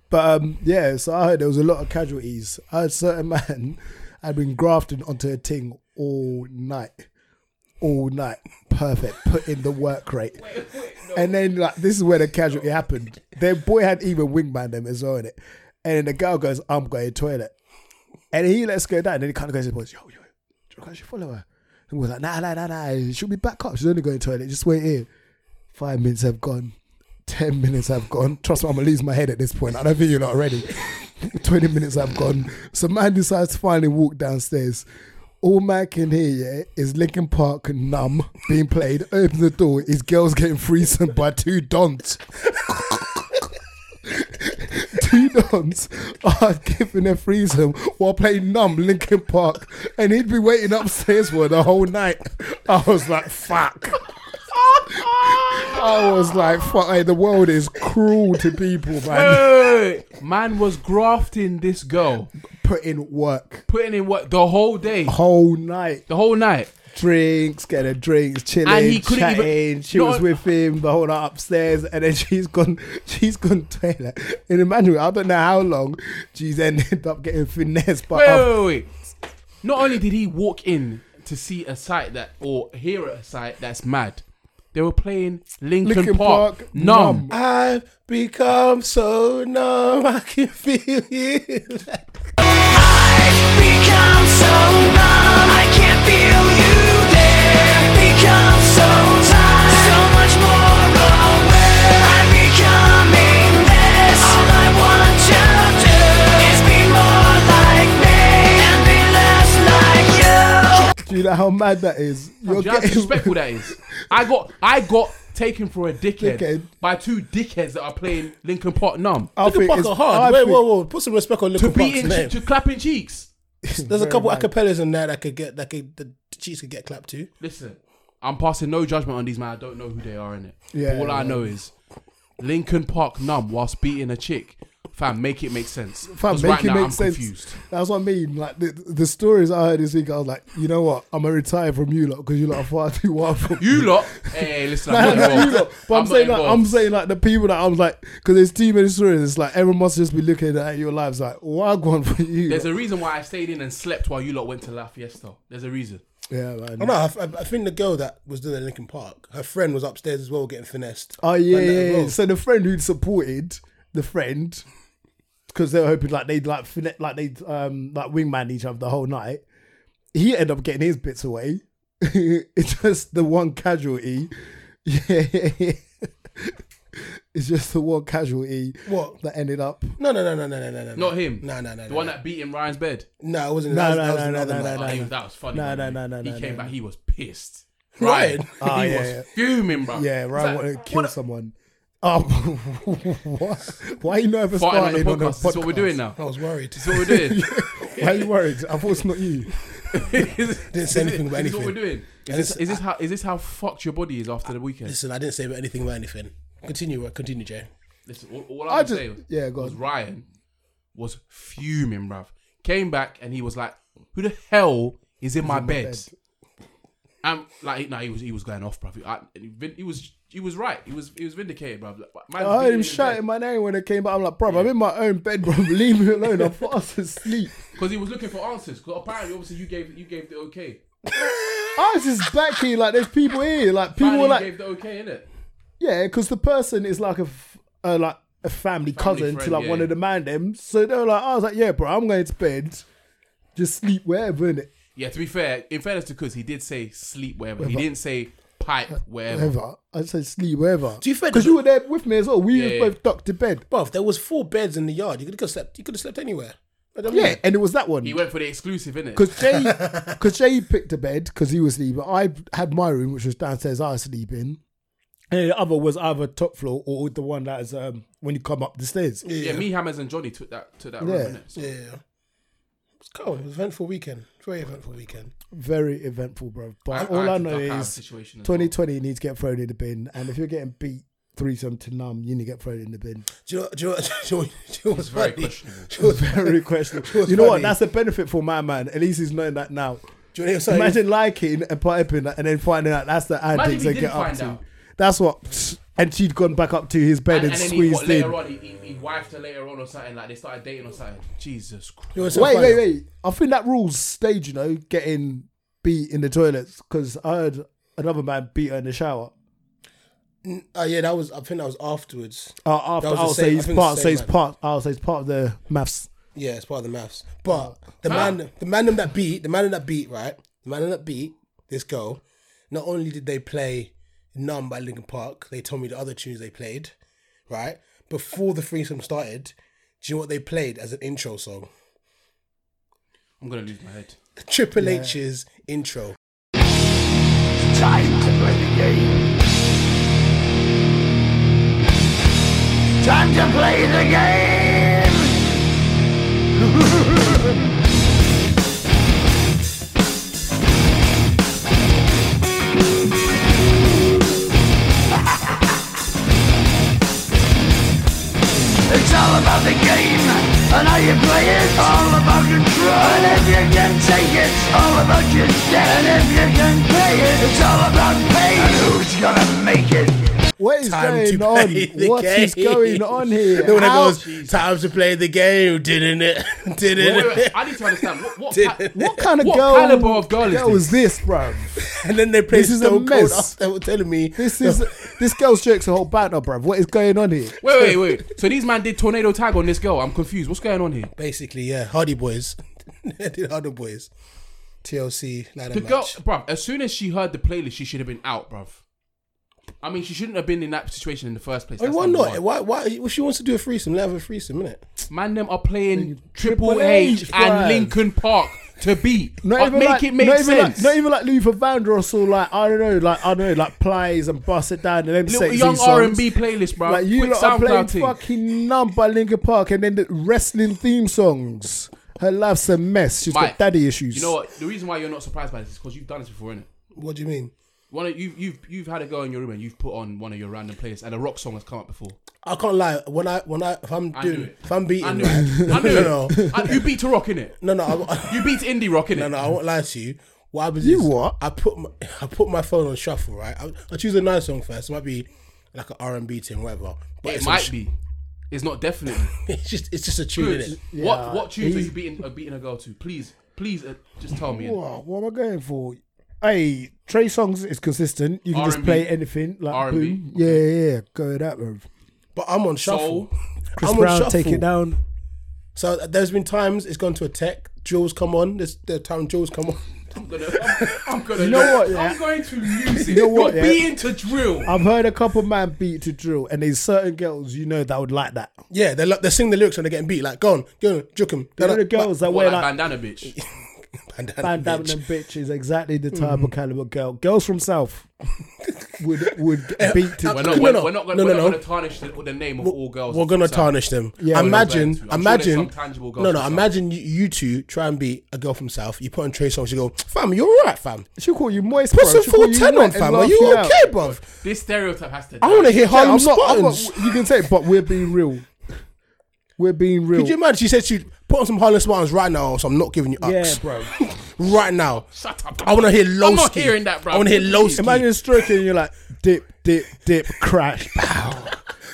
But um, yeah, so I heard there was a lot of casualties. I heard certain <laughs> man had been grafting onto a ting all night, all night. Perfect. Put in the work rate. And then like this is where the casualty happened. Their boy had even wingman them as well in it. And then the girl goes, I'm going to the toilet. And he lets go down. And then he kind of goes to the boys, yo, yo, do you reckon I should follow her? And we're like, nah, nah, nah, nah. She'll be back up. She's only going to the toilet. Just wait here. Five minutes have gone. 10 minutes have gone. Trust me, I'm going to lose my head at this point. I don't think you're not ready. 20 minutes have gone. So man decides to finally walk downstairs. All man can hear yeah, is Linkin Park numb being played. Opens the door. His girl's getting threesome by two dons. <laughs> two dons are giving a threesome while playing numb Linkin Park, and he'd be waiting upstairs for the whole night. I was like, fuck. I was like, fuck, hey, the world is cruel to people, man.
Hey, man was grafting this girl,
Put in work
putting in what the whole day,
whole night.
the whole night.
Drinks, getting drinks, chilling,
And he couldn't even-
chatting. she
No,
was
I-
with him the whole night upstairs, and then <laughs> she's gone, she's gone toilet. And imagine, I don't know how long she's ended up getting finessed, but
Wait,
I've-
wait, wait, wait. Not only did he walk in to see a site that or hear a site that's mad, they were playing Lincoln,
Linkin
Park.
Park,
numb.
I've become so numb, I can feel <laughs> you.
do you know how mad that is? You're
Do you know how disrespectful that
<laughs>
is? I got I got taken for a dickhead,
Dickhead.
by two dickheads that are playing Lincoln Park numb.
I
Linkin
think
Park
it's-
are hard.
I
Wait,
think-
whoa, whoa. Put some respect on
To
Linkin
be
Park's
in,
name.
to clapping cheeks.
There's a couple acapellas in there that could get that could the cheeks could get clapped to.
Listen, I'm passing no judgment on these man. I don't know who they are in it.
Yeah,
All I
yeah.
know is Lincoln Park numb whilst beating a chick. Fam, make it make sense.
Fam,
'Cause
make
right
it
now
make
I'm
sense.
confused.
That's what I mean. Like the, the stories I heard this week, I was like, you know what? I'm gonna retire from you lot because you lot are far too <laughs> wild for
You lot, hey,
<laughs>
listen,
Nah,
I'm <laughs> not
not you
involved.
lot. But I'm,
not
saying like I'm
involved.
saying like the people that I'm like because there's too many stories. It's like everyone must just be looking at your lives like, why going for you?
There's a reason why I stayed in and slept while you lot went to La Fiesta. There's a reason.
yeah,
Oh,
man.
no, I, I think the girl that was doing it in Lincoln Park, her friend was upstairs as well getting finessed.
Oh yeah,
Like that
yeah,
as
yeah.
well.
So the friend who supported the friend because they were hoping like they'd like fin- like they'd um like wingman each other the whole night. He ended up getting his bits away. <laughs> it's just the one casualty. <laughs> Yeah. It's just the one casualty
What?
that ended up.
No, no, no, no, no, no, no, no.
Not him.
No, no, no.
The
no,
one
no.
that beat in Ryan's bed.
No, it wasn't.
No,
that was,
no,
that was
no, no,
another
no,
night.
no,
Oh,
no.
he- that was funny.
No,
by the
no, no,
way.
no,
He
no,
came
no.
back. He was pissed. <laughs>
Ryan.
Ryan.
Ah,
he
yeah,
was
yeah.
fuming, bro.
Yeah,
It's
Ryan
like,
wanted to kill
what a-
someone. <laughs> Oh, what? Why are you nervous
Farting on the
starting
podcast.
on the podcast?
This is what we're doing now.
I was worried.
This is what we're
<laughs>
doing. <laughs>
Why are you worried? I thought it's not you.
Didn't
say anything about
This is what we're
anything.
doing. Is this,
this-
is this how is this how fucked your body is after the weekend?
Listen, I didn't say about anything about anything. Continue, uh, continue, Jay.
Listen, all, all
I
I'm
just-
saying
yeah, go
was
on.
Ryan was fuming, bruv. Came back and he was like, "Who the hell is in my bed?"
bed.
And like, no, he was he was going off, bruv. I- He, was he was right. He was he was vindicated, bruv. Like, man's
I
beating
heard him
his bed.
shouting my name when it came back. I'm like, bro, I'm in my own bed, bro. <laughs> Leave me alone. I'm fast asleep. <laughs>
Because he was looking for answers. Because apparently, obviously, you gave you gave the okay.
I was just back here. Like, there's people here. Like, people
Apparently,
were
you
like,
gave the okay, innit?
yeah, because the person is like a, f- uh, like a family, cousin to
friend,
like
yeah,
one
yeah.
of the man them. So they were like, I was like, yeah, bro, I'm going to bed. Just sleep wherever, innit?
Yeah. To be fair, in fairness to Cuz, he did say sleep wherever. He didn't say pipe wherever.
Wherever. I just said sleep wherever.
To be fair,
Because
there's
you
a-
were there with me as well. We
Yeah, yeah.
was both ducked to bed.
Bruv, there was four beds in the yard. You could have slept. You could have slept anywhere. I don't
Yeah,
know.
and it was that one.
He went for the exclusive, innit?
Because Jay,
<laughs>
because Jay picked a bed because he was sleeping. I had my room, which was downstairs. I was sleeping, and the other was either top floor or the one that is um, when you come up the stairs.
Yeah, me, Hammers, and Johnny took that to that
Yeah.
room. Innit? So,
Yeah. It was cool. It was eventful weekend. Very eventful weekend.
Very eventful, bro.
I-
But
I
all I,
had to
know
duck out of the
is
situation as
2020 needs to get thrown in the bin, and if you're getting beat threesome to numb, you need to get thrown in the
<laughs>
bin.
Do you know? Do you know? <laughs> Do you know, do you know what's
very
funny?
<laughs>
questionable.
Do you know what's
Very
funny?
questionable. You know what?
funny.
That's the benefit for my man. At least he's knowing that now.
Do you know what's funny?
Imagine liking and piping that, and then finding out that's the
if
antics
he
they
didn't
get up
find
to.
out.
That's what. And she'd gone back up to his bed and,
And, and then he,
squeezed
what,
in.
later on, he, he, he wifed her later on or something. Like they started dating or something. Jesus
You know
Christ.
what's so
wait,
funny?
wait, wait. I think that rules stage, you know, getting beat in the toilets because I heard another man beat her in the shower.
Uh, yeah, that was. I think that was afterwards.
Uh, after
That was the
I'll
same-
say
I
he's
think it's the
part,
same
say he's
man.
part, I'll say he's part of the maths.
Yeah, it's part of the maths. But the man, the man that beat, the man that beat, right? The man that beat this girl. Not only did they play "Numb" by Linkin Park, they told me the other tunes they played, right? Before the threesome started, do you know what they played as an intro song? <laughs>
I'm gonna lose my <laughs> head.
Triple H's intro.
Time to play the game. Time to play the game. It's all about the game and how you play it. All about control. And if you can take it, it's all about your debt. And if you can pay it, it's all about pain. And who's gonna make it?
What is
Time to
going on?
play the
What is
game.
going on <laughs> here?
The one that
How-
goes, time to play the game, didn't it? <laughs>
Wait, wait,
didn't
wait,
it?
I need to understand what what, ki-
what kind of
what
girl?
caliber of girl is
girl
this?
is this, bro?
And then they played
This is a
Stone Cold.
mess.
They were telling me
This is this girl's joke's a whole banter, bro. What is going on here?
Wait, wait, wait. So these man did tornado tag on this girl. I'm confused. What's going on here?
basically, yeah, Hardy Boys. <laughs> they did Hardy Boys. TLC, not
The
a
girl,
match.
bruv, as soon as she heard the playlist, she should have been out, bruv. I mean, she shouldn't have been in that situation in the first place.
I mean,
That's
why
number
not?
one.
Why? Why? If she wants to do a threesome, let her have a threesome, innit?
Man, them are playing Triple
Triple
H,
H,
and
bruv.
Lincoln Park to beat.
Not
Uh,
even
make
like,
it make
not Even like,
sense.
not even like Luther Vandross or like I don't know, like I don't know, like Plies and Bust It Down and them
Little
sexy
young
songs.
R and B playlist, bruv.
Like you
Quick
lot are playing
SoundCloud thing.
fucking number Linkin Park and then the wrestling theme songs. Her life's a mess. She's
Mate,
got daddy issues.
You know what? The reason why you're not surprised by this is because you've done this before, innit?
What do you mean?
One of, you've you've you've had a girl in your room and you've put on one of your random playlists and a rock song has come up before.
I can't lie. When I when I if I'm
I knew
doing
it.
if I'm beating,
I knew
right?
<laughs>
it. I knew
no,
it. I- you beat to rock in it.
no, no, no, I, <laughs>
You beat indie rock in
no,
it.
no. I won't lie to you. What happens
You
is
what?
I put my, <laughs> I put my phone on shuffle. Right, I, I choose a nice song first. It might be like an R and B thing, whatever.
It
But it's
might
a,
be. It's not definitely.
<laughs>
<laughs> It's just it's just a tune,
Good.
innit?
What what tunes are you beating are beating a girl to? Please, please, uh, just tell me.
Wow, Oh, what am I going for? Hey, Trey Songs is consistent. You can just
R&B.
play anything. Like
R&B.
boom. Yeah, yeah, yeah. Go with that, bro.
But I'm on shuffle.
Soul.
Chris
I'm
Brown, take it down.
So there's been times it's gone to a tech. Jules come on. There's the time Jules come on. <laughs>
I'm gonna. I'm, I'm gonna.
You know what, yeah?
I'm going to music.
You know what,
You're
yeah?
beating to drill.
I've heard a couple man beat to drill, and there's certain girls you know that would like that.
Yeah, they like, they sing the lyrics when they're getting beat. Like, go on, go on, juke 'em.
You know the girls that
What,
wear
like,
like
bandana, bitch.
Bandana,
bandana
bitch. Mm-hmm.
and bitch is exactly the type of caliber girl. Girls from South <laughs> would would beat to drill.
We're
<laughs>
not.
No,
we're,
no,
we're not going
no, no, no.
to tarnish the, the name of all girls.
We're gonna
So-
tarnish them.
Yeah, we're not
imagine,
going to. I'm sure there's
imagine.
some tangible girls
no, no.
from South.
Imagine you, you two try and beat a girl from South. You put on Trey songs. You go, fam, you're all right, fam.
She'll call you moist.
Put
bro.
some
She'll call
full
you
ten
wet
on,
and
fam. Are
laugh
you
out.
okay, bruv?
This stereotype has to.
I want to hear
Yeah,
Harlem
I'm not, I'm
Spartans.
not- You can say, it, but we're being real. We're being real.
Could you imagine? She said she put on some Harlem Spartans right now, so I'm not giving you
yeah,
ups.
bro.
right now.
Shut up.
I want to hear low.
I'm not hearing that, bro.
I want to hear low.
Imagine stroking, and you're like dip, dip, dip, crash.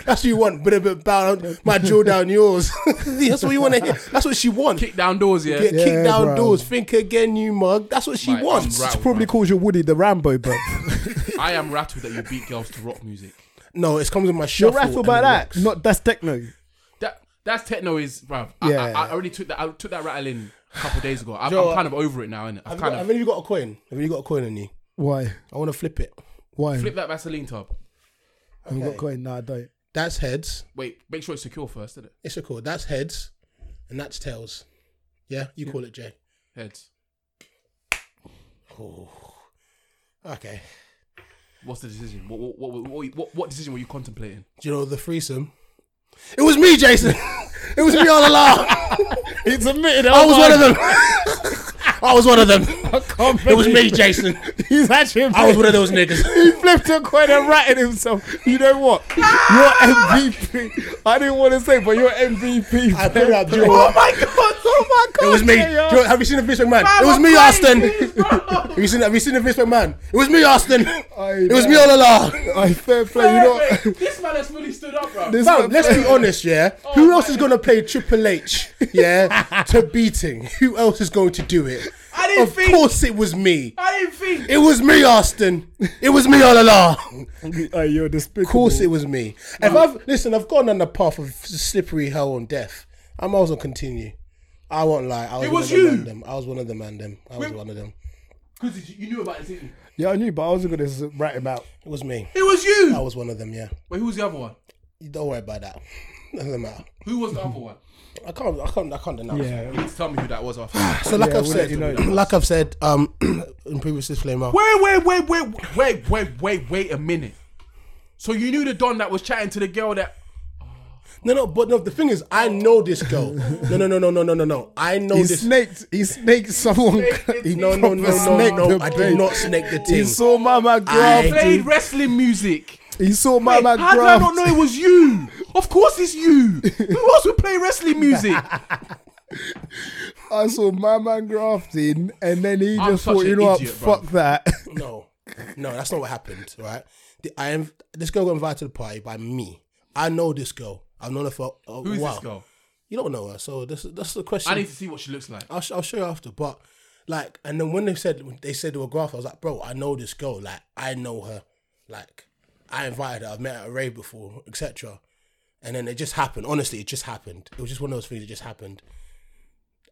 That's what you want. Bit of bit down. My jaw down yours. <laughs> That's what you want to hear. That's what she wants.
Kick down doors, yeah.
Get
Yeah,
kicked down
bro.
doors. Think again, you mug. That's what she
Mate, I'm
wants.
rattled,
Probably
man.
calls you Woody the Rambo,
<laughs>
bro.
I am rattled that you beat girls to rock music.
No, it comes with my
You're
shuffle.
raffled
and
about
then-
that. Not that's techno.
That that's techno is, bruv. I,
Yeah.
I, I already took that. I took that rattle in a couple days ago. I,
Do you know
I'm
what?
kind of over it now, innit? I've
uh, Have you, got,
kind
have
of
you got a coin? Have you got a coin on you?
Why?
I want to flip it.
Why?
flip that Vaseline tub.
Have you got coin? No, I don't.
That's heads.
Wait, make sure it's secure first, isn't it?
It's a call. That's heads, and that's tails. Yeah, you call it Jay.
Heads.
Okay.
What's the decision? What what what what, what, what decision were you contemplating?
Do you know the threesome? It was me, Jason. <laughs> it was me all along.
It's admitted.
I was one of them. I was one of them. It was <laughs> me, Jason.
Oh He's actually.
I was one of those <laughs> niggas.
He flipped a coin and ratted himself. You know what? You're MVP. I didn't want to say, but you're MVP.
I put it up. Do you know
Oh
what?
my god! Oh my god!
It was me. Do you
Jay,
know- have you seen the Vince McMahon? it was
I'm
me,
crazy,
Austin. <laughs> have you seen? Have you seen the Vince McMahon? It was me, Austin. it was
know.
me all along.
I fair play. You know. what?
this man has really stood up, bro.
This
Fam,
man-
let's be honest, yeah.
Oh
Who else is gonna play Triple H,
<laughs>
yeah, to beating? Who else is going to do it?
I didn't
of
think-
course, it was me.
I didn't think.
It was me, Austin. It was me all along.
Hey, you're despicable.
Of course, it was me. If I've listen, I've gone on the path of slippery hell and death. I might as well continue. I won't lie. I was
It
one
was
of the man
you.
Them. I was one of the man them. I was
Wait.
one of them.
Because you knew about this, didn't you?
Yeah, I knew, but I wasn't gonna s- rat him out.
It was me.
It was
I
you.
was one of them. Yeah.
Wait, who was the other one?
You don't worry about that. Doesn't matter.
Who was the other one?
I can't. I can't. I can't deny.
You need to tell me who that was after.
<sighs> So like
Yeah,
I've
we'll
said,
let you know.
like I've said,
<clears throat>
um, in previous disclaimer,
Wait, wait, wait, wait, wait, wait, wait, wait a minute. So you knew the Don that was chatting to the girl that.
No, no, but no. The thing is, I know this girl. No, no, no, no, no, no, no, no. I know
He
this.
snaked. He snaked someone. He
no, no, no,
proper
no,
snaked
no.
the
I did
place.
not snake the
He
thing.
saw Mama
I
graft.
played wrestling music.
He saw
Wait,
Mama
how did I
graft.
not know it was you? Of course it's
<laughs>
you. Who else would play wrestling <laughs> music?
I saw my man grafting, and then he
I'm
just
such
thought,
an
you know what,
idiot, bro.
fuck that. <laughs>
No, no, that's not what happened. Right? The, I am. This girl got invited to the party by me. I know this girl. I've known her for a
oh,
Who is
while.
this girl?
You don't know her, so this that's the question.
I need to see what she looks like.
I'll, sh- I'll show you after. But like, and then when they said when they said they were graph, I was like, bro, I know this girl. Like, I know her. Like, I invited her. I've met her at a rave before, etc. And then it just happened. Honestly, it just happened. It was just one of those things that just happened.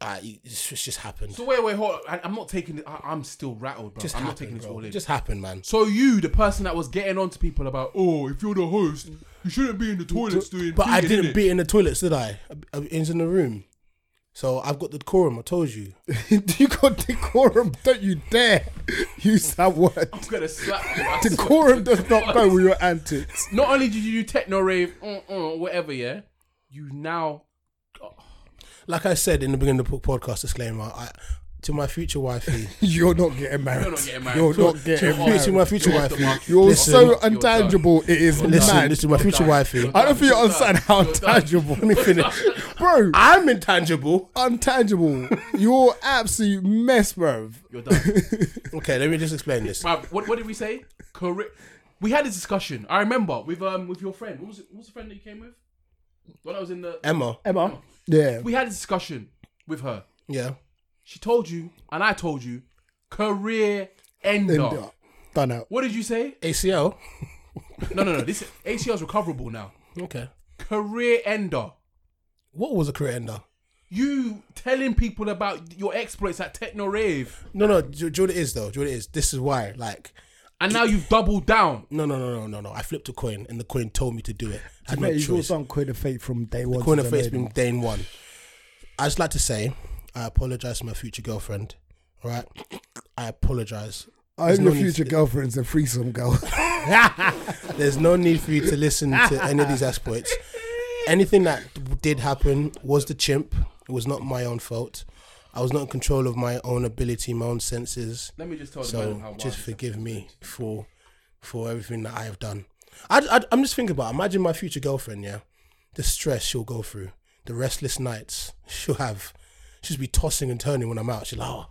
Uh, it just, it just happened.
So wait, wait, hold. On. I, am not taking. it- I, I'm still rattled, bro.
just
I'm
happened,
not taking this
bro.
all in.
It just happened, man.
so you, the person that was getting on to people about, oh, if you're the host, you shouldn't be in the toilets doing.
But I
peeing,
didn't
innit?"
beat in the toilets, did I? I- I- It's in the room. So I've got the decorum. I told you.
you got decorum, don't you dare use that word.
I'm gonna slap you. I swear
Decorum
to
does not
God. <laughs>
go with your antics.
Not only did you do techno rave, uh, uh, whatever, yeah, you now
Like I said in the beginning of the po- podcast disclaimer, I, to my future wifey.
You're not getting married.
you're not getting married.
You're not
To-
getting
to-
married.
to my future
You're off
wife.
the market.
You're
Listen.
so
done.
untangible. It is
Listen,
mad.
listen, my future
done.
wifey.
You're
I don't think you
You're
understand
done.
how
You're done.
intangible.
Let me finish.
<laughs> Bro,
I'm intangible.
untangible. You're absolute mess, bro.
You're done.
Okay, let me just explain this.
Bruv, what, what did we say? Corre- we had this discussion. I remember with um with your friend. What was it? What was the friend that you came with? When I was in the,
Emma.
Emma. Yeah.
we had a discussion with her.
Yeah.
She told you, and I told you, career ender.
End up. Done out.
What did you say?
ACL.
No, no, no. This ACL is recoverable now.
Okay.
Career ender.
What was a career ender?
You telling people about your exploits at techno rave,
No, no. Do, do you know what it is though? Do you know what it is? This is why. Like,
and now you've doubled down.
no, no, no, no, no, no. I flipped a coin, and the coin told me to do it. I had
Mate,
no
he's all
choice.
done Queen of Fate from day one.
Coin
to
of
the
face
end.
being Dane one. I just like to say, I apologize to my future girlfriend. All right. I apologize.
I hope
There's no
your
need
future
to-
girlfriend's a threesome girl. <laughs>
There's no need for you to listen to any of these exploits. Anything that did happen was the chimp. It was not my own fault. I was not in control of my own ability, my own senses.
Let me just tell the
So
them how. wild
just
this
forgive me for for everything that I have done. I, I, I'm just thinking about. Imagine my future girlfriend. Yeah, the stress she'll go through, the restless nights she'll have. She'll be tossing and turning when I'm out. She's like, oh,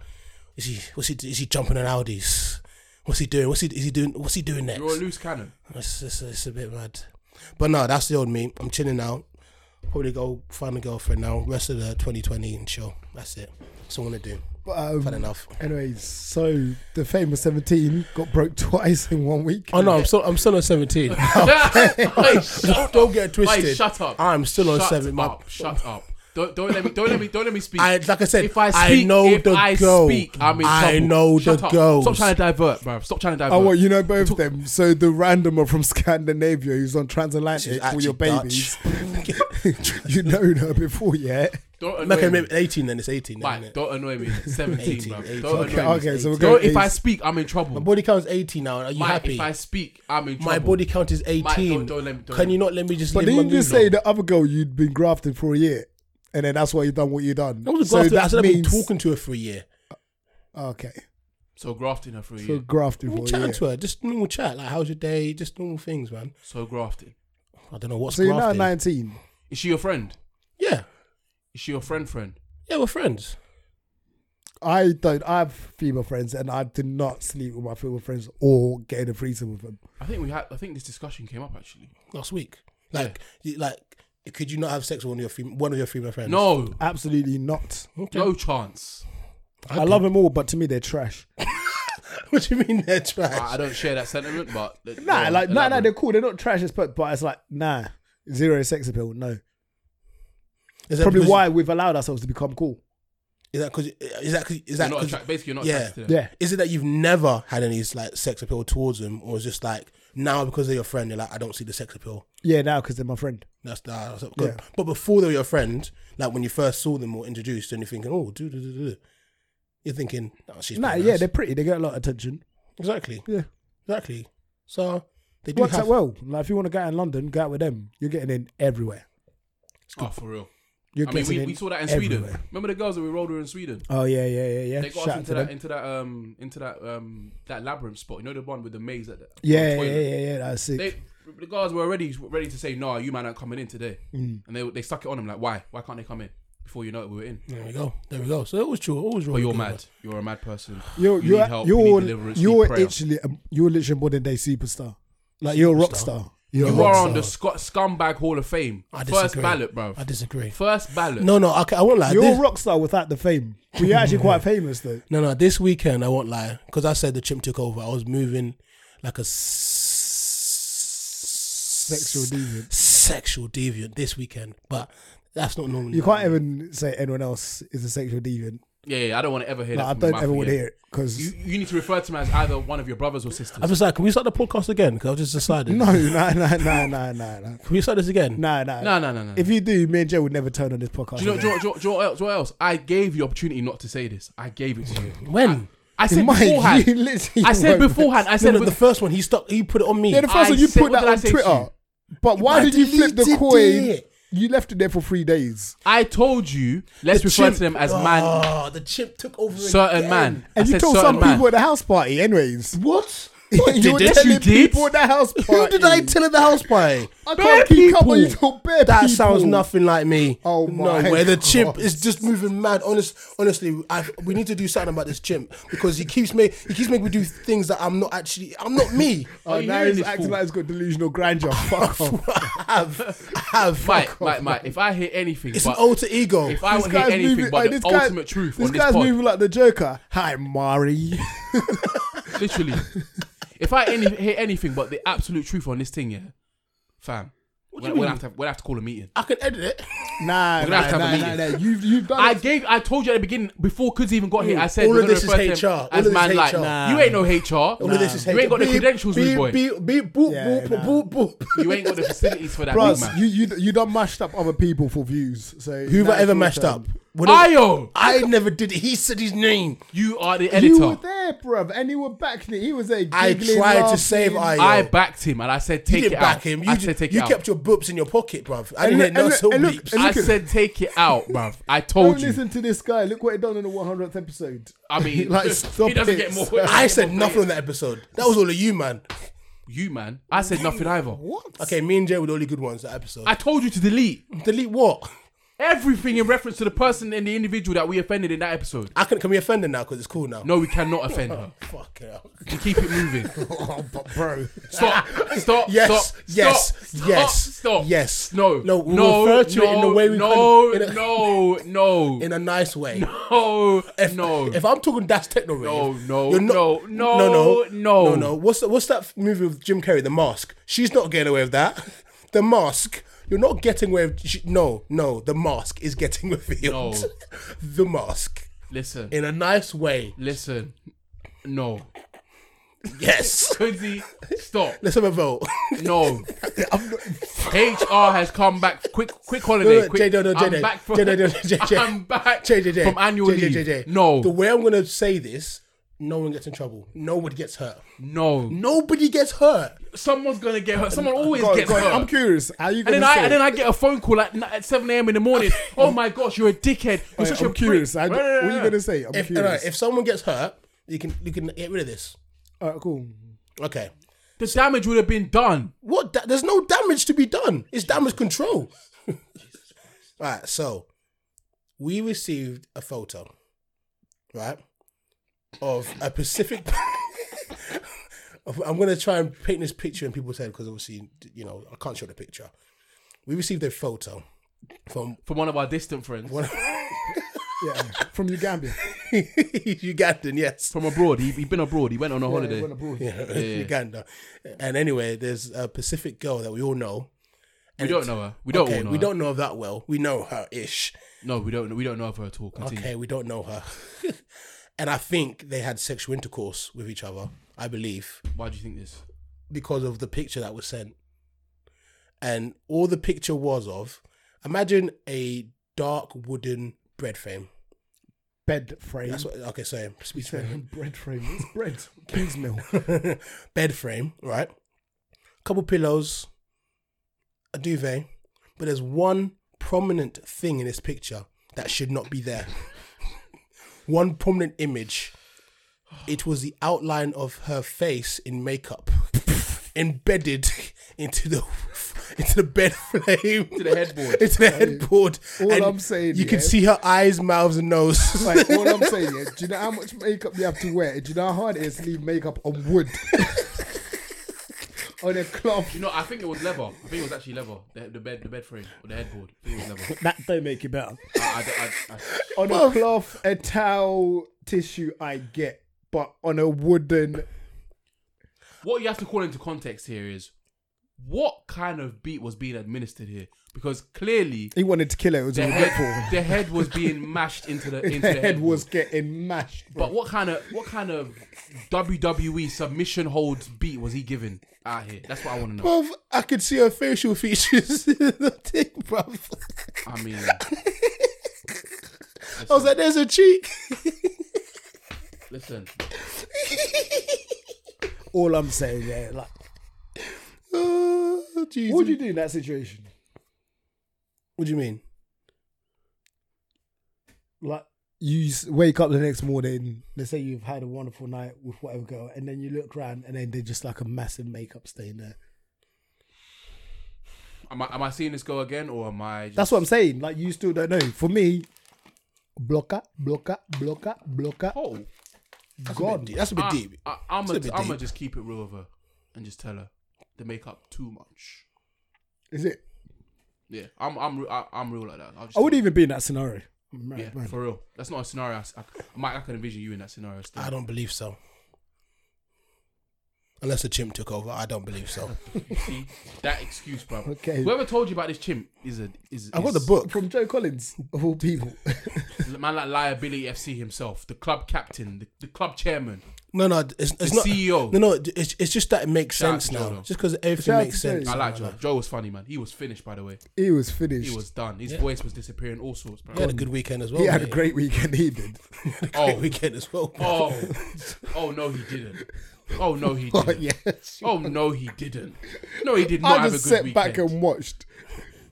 is he? What's he? Is he jumping on Audis? What's he doing? What's he? Is he doing? What's he doing next?
You're a loose cannon.
It's, it's, it's a bit mad. But no, that's the old me. I'm chilling now. Probably go find a girlfriend now. Rest of the 2020 and chill. That's it. That's all I want to do.
But, um,
Had enough.
Anyways, so the famous 17 got broke <laughs> twice in one week.
Oh no, I'm still I'm still on <laughs> 17.
<laughs> Hey, shut
Don't get it
Wait,
twisted.
shut up.
I'm still on
shut
seven. My-
Up, shut up. Don't, don't let me. Don't let me. Don't let me speak.
I like I said.
if I
I
speak,
know
if
the
I
girl.
speak, I'm in
I
trouble.
know
Shut
the
up.
girls.
Stop trying to divert, bro. Stop trying to divert.
Oh, well, you know both of them. So the randomer from Scandinavia who's on transatlantic all your babies.
<laughs>
<laughs> you know her before, yeah?
don't annoy
Okay,
me.
maybe 18 then it's 18. Then,
Right,
innit?
don't
<laughs>
annoy me. Seventeen,
18,
bro.
18.
Don't
Okay,
annoy me.
okay, so we're
Don't-
going.
if I
is-
speak, I'm in trouble.
My body count's 18 now. Are you
Mike,
happy?
if I speak, I'm in trouble.
My body count is 18.
Mike, don't- don't let me- don't let
Can
me-
you not let me just
but
live my
didn't you just
mood
say
now?
the other girl you'd been grafted for a year? And then that's why you done what you done.
I was
So
grafted. I
that
said I've been
means-
talking to her for a year.
Okay.
So grafting her for a
So
year.
grafted
We'll
for a
chat
year.
to her. Just normal chat. Like, how's your day? Just normal things, man.
So grafting.
I don't know what's
So you're now
grafting.
19.
Is she your friend?
Yeah.
Is she your friend? Friend?
Yeah, we're friends.
I don't. I have female friends, and I do not sleep with my female friends or get in a threesome with them.
I think we had. I think this discussion came up actually.
Last week. Like, you- like, could you not have sex with one of your fem- one of your female friends? <laughs>
No,
Absolutely not.
no chance.
I love them all, but to me they're trash.
what do you mean they're trash?
I I don't share that sentiment, but
Nah,
no,
like nah, nah,
elaborate.
they're cool. They're not trash as but but it's like nah, zero sex appeal. No,
Is that
probably
because-
why we've allowed ourselves to become cool.
Is that because? Is that because? Is
You're
that
not
'cause-
attract- basically you're not
Yeah.
attracted to them.
Yeah,
Is it that you've never had any like sex appeal towards them, or is just like
Now because they're your friend, you're like, I don't see the sex appeal.
Yeah, now because they're my friend.
That's nah, that's good. But before they were your friend, like when you first saw them or introduced, and you're thinking, oh, do do do do, do," you're thinking, oh, she's
Nah,
pretty
yeah,
nice."
they're pretty. They get a lot of attention.
exactly,
Yeah.
exactly. So they
It
do
works
have
out well. Like if you want to go out in London, go out with them. You're getting in everywhere.
Oh, for real.
You're
I mean,
getting
we,
in
we saw that in
everywhere.
Sweden. Remember the girls that we rolled with in Sweden?
Oh yeah, yeah, yeah, yeah.
They got
Shout
us
out to
into
them.
that, into that, um, into that, um, that labyrinth spot. You know the one with the maze at the
yeah, yeah,
toilet?
yeah, yeah, yeah. That's it.
They, the guards were already ready to say, "No, you man aren't coming in today,"
Mm.
and they they stuck it on them like, "Why? Why can't they come in?" Before you know it, we were in.
There we go. There we go. So it was true. Always
But
wrong.
you're mad. You're a mad person.
You're
you
you're
need help.
you're
you need deliverance. you need
you're
prayer.
literally you're literally a modern day superstar. Like you're a rock star. You're a
You
rock
are
star.
on the Scott Scumbag Hall of Fame.
I disagree.
First ballot, bro.
I disagree.
First ballot.
No, no. Okay, I won't lie.
You're
This,
a rock star without the fame. But you're actually quite famous though.
no, no. Uh, This weekend, I won't lie, because I said the chimp took over. I was moving like a s- sexual
Sexual deviant.
sexual deviant this weekend, but that's not normally.
You can't even say anyone else is a sexual deviant.
Yeah, yeah, I don't want to ever hear
Like, I
that. from your
don't
mouth
ever want to
again.
hear it because
You, you need to refer to me as either one of your brothers or sisters.
I was like, can we start the podcast again? Because I just decided.
<laughs> no, no, no, no, no, no, no.
Can we start this again?
Nah, nah.
No, no, no, no.
If you do, me and Joe would never turn on this podcast.
do you know, do,
again.
you know- do, you know- do you know what else- do you know what else? I gave you opportunity not to say this. I gave it to you.
When?
I said
Mike,
<laughs>
beforehand.
you literally
I said
won't-
beforehand. I
I
said
said no,
with-
the first one. He stuck. He put it on me.
Yeah, the first
I
one you
said-
put
what
that
did I
on
say to
Twitter.
you?
But why
I
did you flip the
deleted
coin?
it.
You left it there for three days.
I told you. Let's refer
chimp.
to them as man,
Oh, the chimp took over.
certain
again.
man.
Ah, And
I
you
said
told
certain
some
man.
people at the house party, anyways.
What?
<laughs> you were
did.
telling
You did?
people at the house party.
Who did I tell at the house party?
I can't keep up on you
people.
told bare
That
people.
sounds nothing like me.
Oh my
No way. The
God.
chimp is just moving mad. Honest, honestly, I, we need to do something about this chimp because he keeps me. He keeps making me do things that I'm not actually. I'm not <laughs> me.
Oh,
you
now
hearing
he's
this
acting
fool?
like he's got delusional
<laughs>
grandeur. Fuck off.
I have. I have.
Mike, Mike, Mike. If I hear anything,
It's an
but
alter ego.
if I would hear anything but
like,
the
this guy-
ultimate truth
This
on this
guy's
pod,
moving like the Joker. Hi,
<laughs>
Mari.
literally, if I any, hear anything but the absolute truth on this thing, yeah, fam, we'll, we'll have to we'll have to call a meeting.
I can edit it.
Nah,
gonna have
nah, nah,
to have a
nah, nah.
meeting.
You've, you've done
I
it.
gave, I told you at the beginning before kids even got here. I said
Mm. All
we're
of
gonna
this is
refer to
HR.
them
All
as
of this
man
is
like
HR.
you ain't no HR.
All of this is
you ain't got the
Beep,
credentials,
beep,
rude boy.
Beep, beep, boop,
Yeah,
boop,
nah.
boop, boop, boop.
You ain't got the facilities for that, big
Plus,
man.
you, you, you done mashed up other people for views. So
Who've
now
I ever
it's your
mashed
turn.
up? Whatever-
Ayo,
I never did it. He said his name.
you are the
You were
editor.
there, bruv, and you were backing it. He was there.
I
giggling,
tried to
laughing.
save Ayo.
I backed him and I said
you
take
didn't
it
back
out.
him.
I
You,
said
did,
take
you
it out.
kept your boops in your pocket, bruv. I
And look-
didn't hear no
and look-
soul
and look-
bleeps.
and
I
look at-
said take it out, bruv. I
Don't
told you.
listen to this guy. Look what he done on the 100th episode.
I mean,
<laughs> Like,
<laughs> he
stop
doesn't
it.
get more.
I said
more
nothing
players.
on that episode. That was all of you, man.
You man, I said nothing either.
Okay, me and Jay were the only good ones that episode.
I told you to delete
Delete what?
everything in reference to the person and the individual that we offended in that episode.
I can can we offend her now because it's cool now.
No, we cannot offend her.
Fuck
<laughs>
hell.
Keep it moving.
oh, but bro.
Stop. Stop.
<laughs> Yes,
Stop.
yes,
Stop. Stop.
yes,
Stop.
yes.
No.
No, we'll
no.
refer to
no,
it in the way we
No.
could- in a-
no. No.
In a nice way.
<laughs> no.
If,
no.
if I'm talking that's techno rave,
No, no,
you're
no, no,
no,
no.
no, no. What's the, what's that movie with Jim Carrey, The Mask? She's not getting away with that. <laughs> The Mask, you're not getting away. With, she, no, no, The Mask is getting <laughs> revealed.
No.
the Mask
listen.
in a nice way.
listen. No.
Yes.
Quincy,
<laughs>
stop.
Let's have a vote. <laughs>
No. HR has come back. Quick, quick
No,
holiday.
no,
quick.
Jay, no, no, Jay,
I'm
no.
back from. <laughs>
Jay, no, no, Jay, Jay.
I'm back
Jay, Jay, Jay.
from annual
Jay, Jay,
leave.
Jay, Jay.
No,
The way I'm gonna say this, no one gets in trouble. Nobody gets hurt.
no.
Nobody gets hurt.
Someone's gonna get hurt. Someone always
Go on,
gets
go on.
hurt.
I'm curious. How you
and
gonna
then I
say
and then I get a phone call at, n- at 7 a.m. in
<laughs>
the morning. oh my gosh, you're a dickhead. You're
Wait,
such a
I'm curious. I,
Prick.
what
No, no, no,
are you
no.
gonna say? I'm
If, all right,
curious.
if someone gets hurt, you can you can get rid of this.
All right, cool.
Okay.
The damage would have been done.
What? Da- There's no damage to be done. It's
<laughs>
damage control. All right. So we received a photo, right, of a Pacific. <laughs> of- I'm gonna try and paint this picture in people's head because obviously, you know, I can't show the picture. We received a photo <laughs> from
From one of our distant friends.
one
<laughs>
Yeah, from
<laughs>
Uganda.
Ugandan, yes,
From abroad. He had been abroad. He went on a holiday.
Went abroad.
Yeah,
<laughs>
Uganda. And anyway, there's a Pacific girl that we all know.
we don't know her. We don't all
okay,
know
we
her.
don't know her that well. We know her ish.
No, we don't we don't know of her at all. Continue.
Okay, we don't know her. and I think they had sexual intercourse with each other, I believe.
Why do you think this?
because of the picture that was sent. And all the picture was of imagine a dark wooden bread frame.
Bed frame.
That's what, okay, sorry,
You
speech
said
frame.
bread frame. It's bread. Kingsmill.
bed frame, right? Couple pillows, a duvet, but there's one prominent thing in this picture that should not be there. <laughs> one prominent image. It was the outline of her face in makeup, <laughs> embedded <laughs> into the into the bed <laughs> frame, into
the headboard.
<laughs> into the headboard.
all I'm saying,
you can
yeah.
see her eyes, mouths, and nose.
<laughs> Like, all I'm saying is, do you know how much makeup you have to wear? Do you know how hard it is to leave makeup on
<laughs>
wood? on a cloth.
You know, I think it was leather. I think it was actually leather. The, the bed, the bed frame, or the headboard. I think it was leather.
<laughs>
That don't make it better.
I, I- I- I-
On a cloth, a towel, tissue, I get. But on a wooden.
what you have to call into context here is what kind of beat was being administered here? Because clearly
He wanted to kill it. It was
the
on a
head,
Deadpool.
the head was being mashed
<laughs>
into the into
The head
headboard.
was getting mashed.
But what kind of what kind of WWE submission holds beat was he given out here? That's what I want to know.
Bruv, I could see her facial
<laughs>
features in the thing, bruv.
I mean,
<laughs> I was like, there's a cheek.
listen,
All I'm saying, yeah, like
Oh, Jesus.
What would you do in that situation?
What do you mean?
like
You s- wake up the next morning.
let's say you've had a wonderful night with whatever girl, and then you look around and then there's just like a massive makeup stain there.
am I am I seeing this go again or am I? Just,
That's what I'm saying. Like you still don't know. For me, blocker, blocker, blocker, blocker.
oh,
God,
That's a bit deep.
I, am
It's a bit
gonna
deep.
just keep it real with her and just tell her the makeup too much.
Is it?
Yeah, I'm I'm re- I, I'm real like that. I'll just
I wouldn't even be in that scenario. Right,
yeah,
right.
for real. That's not a scenario. I, s- I c- Mike, I can envision you in that scenario. Still.
I don't believe so. Unless a chimp took over, I don't believe
<laughs>
so.
See that excuse, bro.
Okay.
Whoever told you about this chimp is a is.
I got the
is-
book.
From Joe Collins, of all people. <laughs>
man like liability FC himself, the club captain, the, the club chairman.
No, no, it's, it's
The
not
CEO.
No, no, it's, it's just that it makes
Shout out
sense
to Joe,
now.
though.
Just because everything
Shout out
makes
to Joe.
sense.
I like
now,
Joe. Joe was funny, man. He was finished, by the way.
he was finished.
He was done. His voice was disappearing, all sorts,
He had a
man.
good weekend as well.
He had a
mate.
great weekend. He
<laughs>
did.
Oh,
weekend as well. bro.
oh, oh no, he didn't. Oh no, he
<laughs> Oh
didn't.
yes.
Oh no, he didn't. No, he did not
I
have a
just
good
sat back
weekend.
and watched.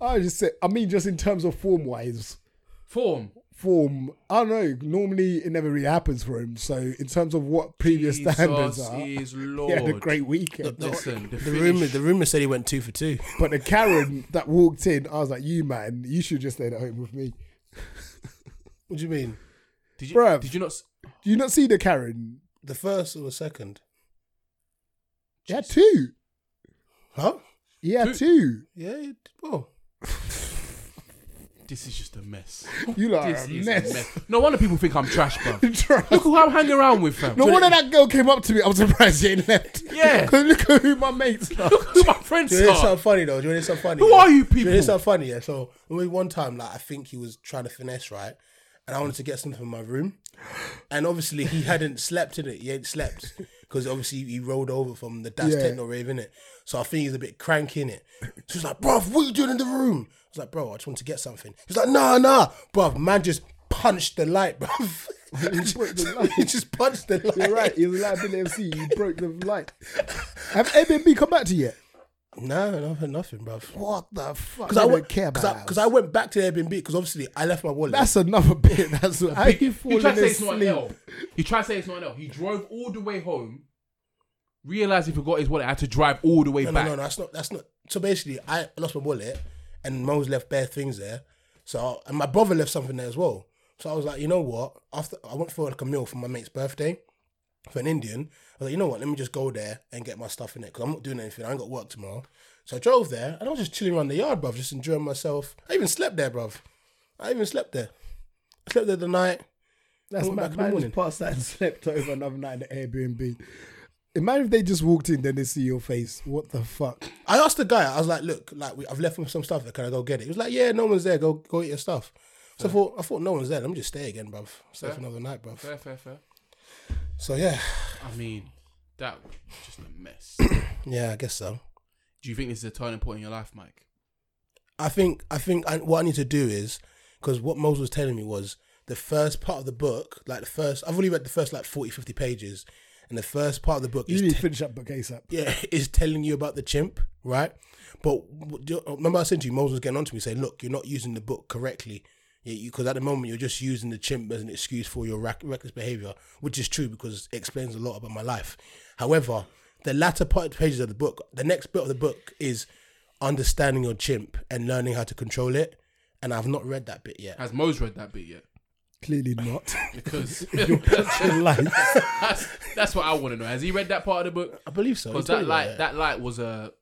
I just said. I mean, just in terms of form wise,
Form.
form. I don't know. Normally, it never really happens for him. So, in terms of what previous
Jesus
standards are,
is
he had a
Lord.
great weekend.
Listen, the,
The
finish-
rumor, the rumor said he went two for two.
But the Karen that walked in, I was like, "You man, you should just stay at home with me."
What do you mean?
Did you,
Bruv.
did you not? s-
Do you not see the Karen?
The first or the second?
He had two.
Huh?
He had two.
Two.
Yeah. It, well,
This is just a mess.
You lot
This
are a
is
mess. <laughs>
a mess. No wonder people think I'm trash, bro.
Trust.
<laughs> Look who I'm hanging around with, fam.
No wonder that girl came up to me. I'm surprised she ain't left.
Yeah.
<laughs> 'Cause look at who my mates are. <laughs>
Look who my friends
Do you know
are.
something funny though? Do you know something funny?
Who
yeah?
are you
Do you
people?
know something funny? Yeah. So there was one time, like I think he was trying to finesse, right? And I wanted to get something from my room, and obviously he hadn't slept in it. He ain't slept because obviously he rolled over from the Dash
Yeah.
Techno rave in it. So I think he's a bit cranky in it. So he's like, "Bruv, what are you doing in the room?" I was like, "Bro, I just want to get something." He's like, "Nah, nah, bruv, man, just punched the light, bruv." <laughs>
the light.
he just punched the light.
You're right. He was live in the FC. You broke the light. Have Airbnb come back to you yet?
No, no, nothing, bruv.
What the fuck?
Because I
They
went,
don't care
cause
about
I,
that.
'cause I went back to the Airbnb because obviously I left my wallet.
That's another bit. That's how you
You
falling
try to say it's not an
asleep.
L. You try to say it's not an L. He drove all the way home, realized he forgot his wallet, had to drive all the way
no, no,
back.
no, no, that's not. That's not. So basically, I lost my wallet, and Mo's left bare things there. So and my brother left something there as well. So I was like, you know what? After I went for like a meal for my mate's birthday, for an Indian. I was like, you know what? Let me just go there and get my stuff in it because I'm not doing anything. I ain't got work tomorrow. So I drove there and I was just chilling around the yard, bruv, just enjoying myself. I even slept there, bruv. I even slept there. I slept there the night.
That's
I went
mad.
back in the
Man was
morning.
past that and slept over another night at the Airbnb. Imagine if they just walked in, then they see your face. What the fuck?
I asked the guy, I was like, look, like we, I've left him some stuff. Can I go get it? He was like, yeah, no one's there. Go go eat your stuff. So I thought, I thought no one's there. Let me just stay again, bruv. Stay for
Fair.
another night, bruv.
Fair, fair, fair.
So yeah,
I mean, That was just a
<coughs>
mess.
Yeah, I guess so.
Do you think this is a turning point in your life, Mike?
I think I think I, what I need to do is because what Mose was telling me was the first part of the book, like the first, I've only read the first like 40, 50 pages, and the first part of the book
You
is
need
te-
to finish up book ASAP.
yeah, <laughs> is telling you about the chimp, right? But w- do you- remember, I said to you, Moses was getting on to me saying, "Look, you're not using the book correctly, because at the moment you're just using the chimp as an excuse for your rac- reckless behavior, which is true because it explains a lot about my life. However, the latter part pages of the book, the next bit of the book is understanding your chimp and learning how to control it, and I've not read that bit yet.
Has Mose read that bit yet?
Clearly not. <laughs>
Because <laughs>
Life.
that's, that's what I want to know. Has he read that part of the book?
I believe so.
Because
He
that
told me about
light, that light was a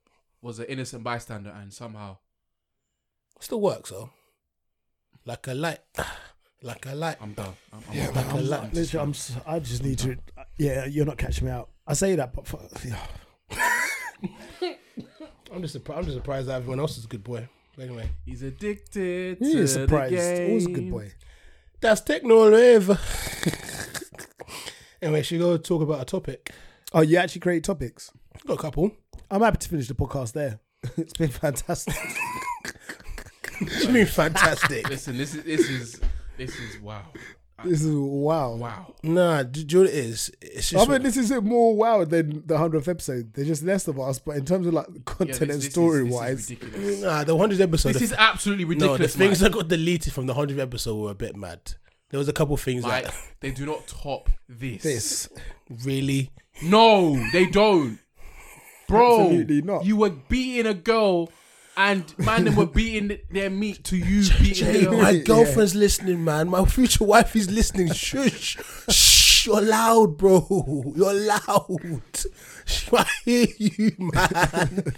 was an innocent bystander, and somehow
still works though, like a light, <sighs> like a light.
I'm done. I'm, I'm
Yeah,
done.
man,
Like a
I'm,
lamp.
literally, I'm, s- I just need to. Yeah, you're not catching me out. I say that, but fuck, yeah.
I'm just surprised. I'm just surprised that everyone else is a good boy. But anyway,
He's addicted.
he
to
is surprised.
The game.
Always a good boy.
that's techno rave. <laughs> anyway, should we go talk about a topic?
Oh, you actually create topics.
Got a <coughs> couple.
I'm happy to finish the podcast there. <laughs> it's been fantastic.
It's been fantastic.
Listen, this is this is this is wow,
this is wow.
wow.
<laughs> nah, do, do you know what it is? It's
I
just
mean, this is more wow than the hundredth episode. There's just less of us, but in terms of like
Yeah,
content
this-
and
this is-
story
this is
wise,
ridiculous.
nah, the hundredth episode.
this
the-
is absolutely
<laughs> no, the
ridiculous.
things
Mike.
that got deleted from the hundredth episode were a bit mad. There was a couple things
Mike,
like
they do not top this.
this
really.
No, they don't, bro.
Absolutely not.
You were beating a girl, and man, they were beating their meat to you
<laughs>
beating the
Jay,
girl.
my girlfriend's listening, man. My future wife is listening. Shush. Shh. You're loud, bro. You're loud. She might hear you, man.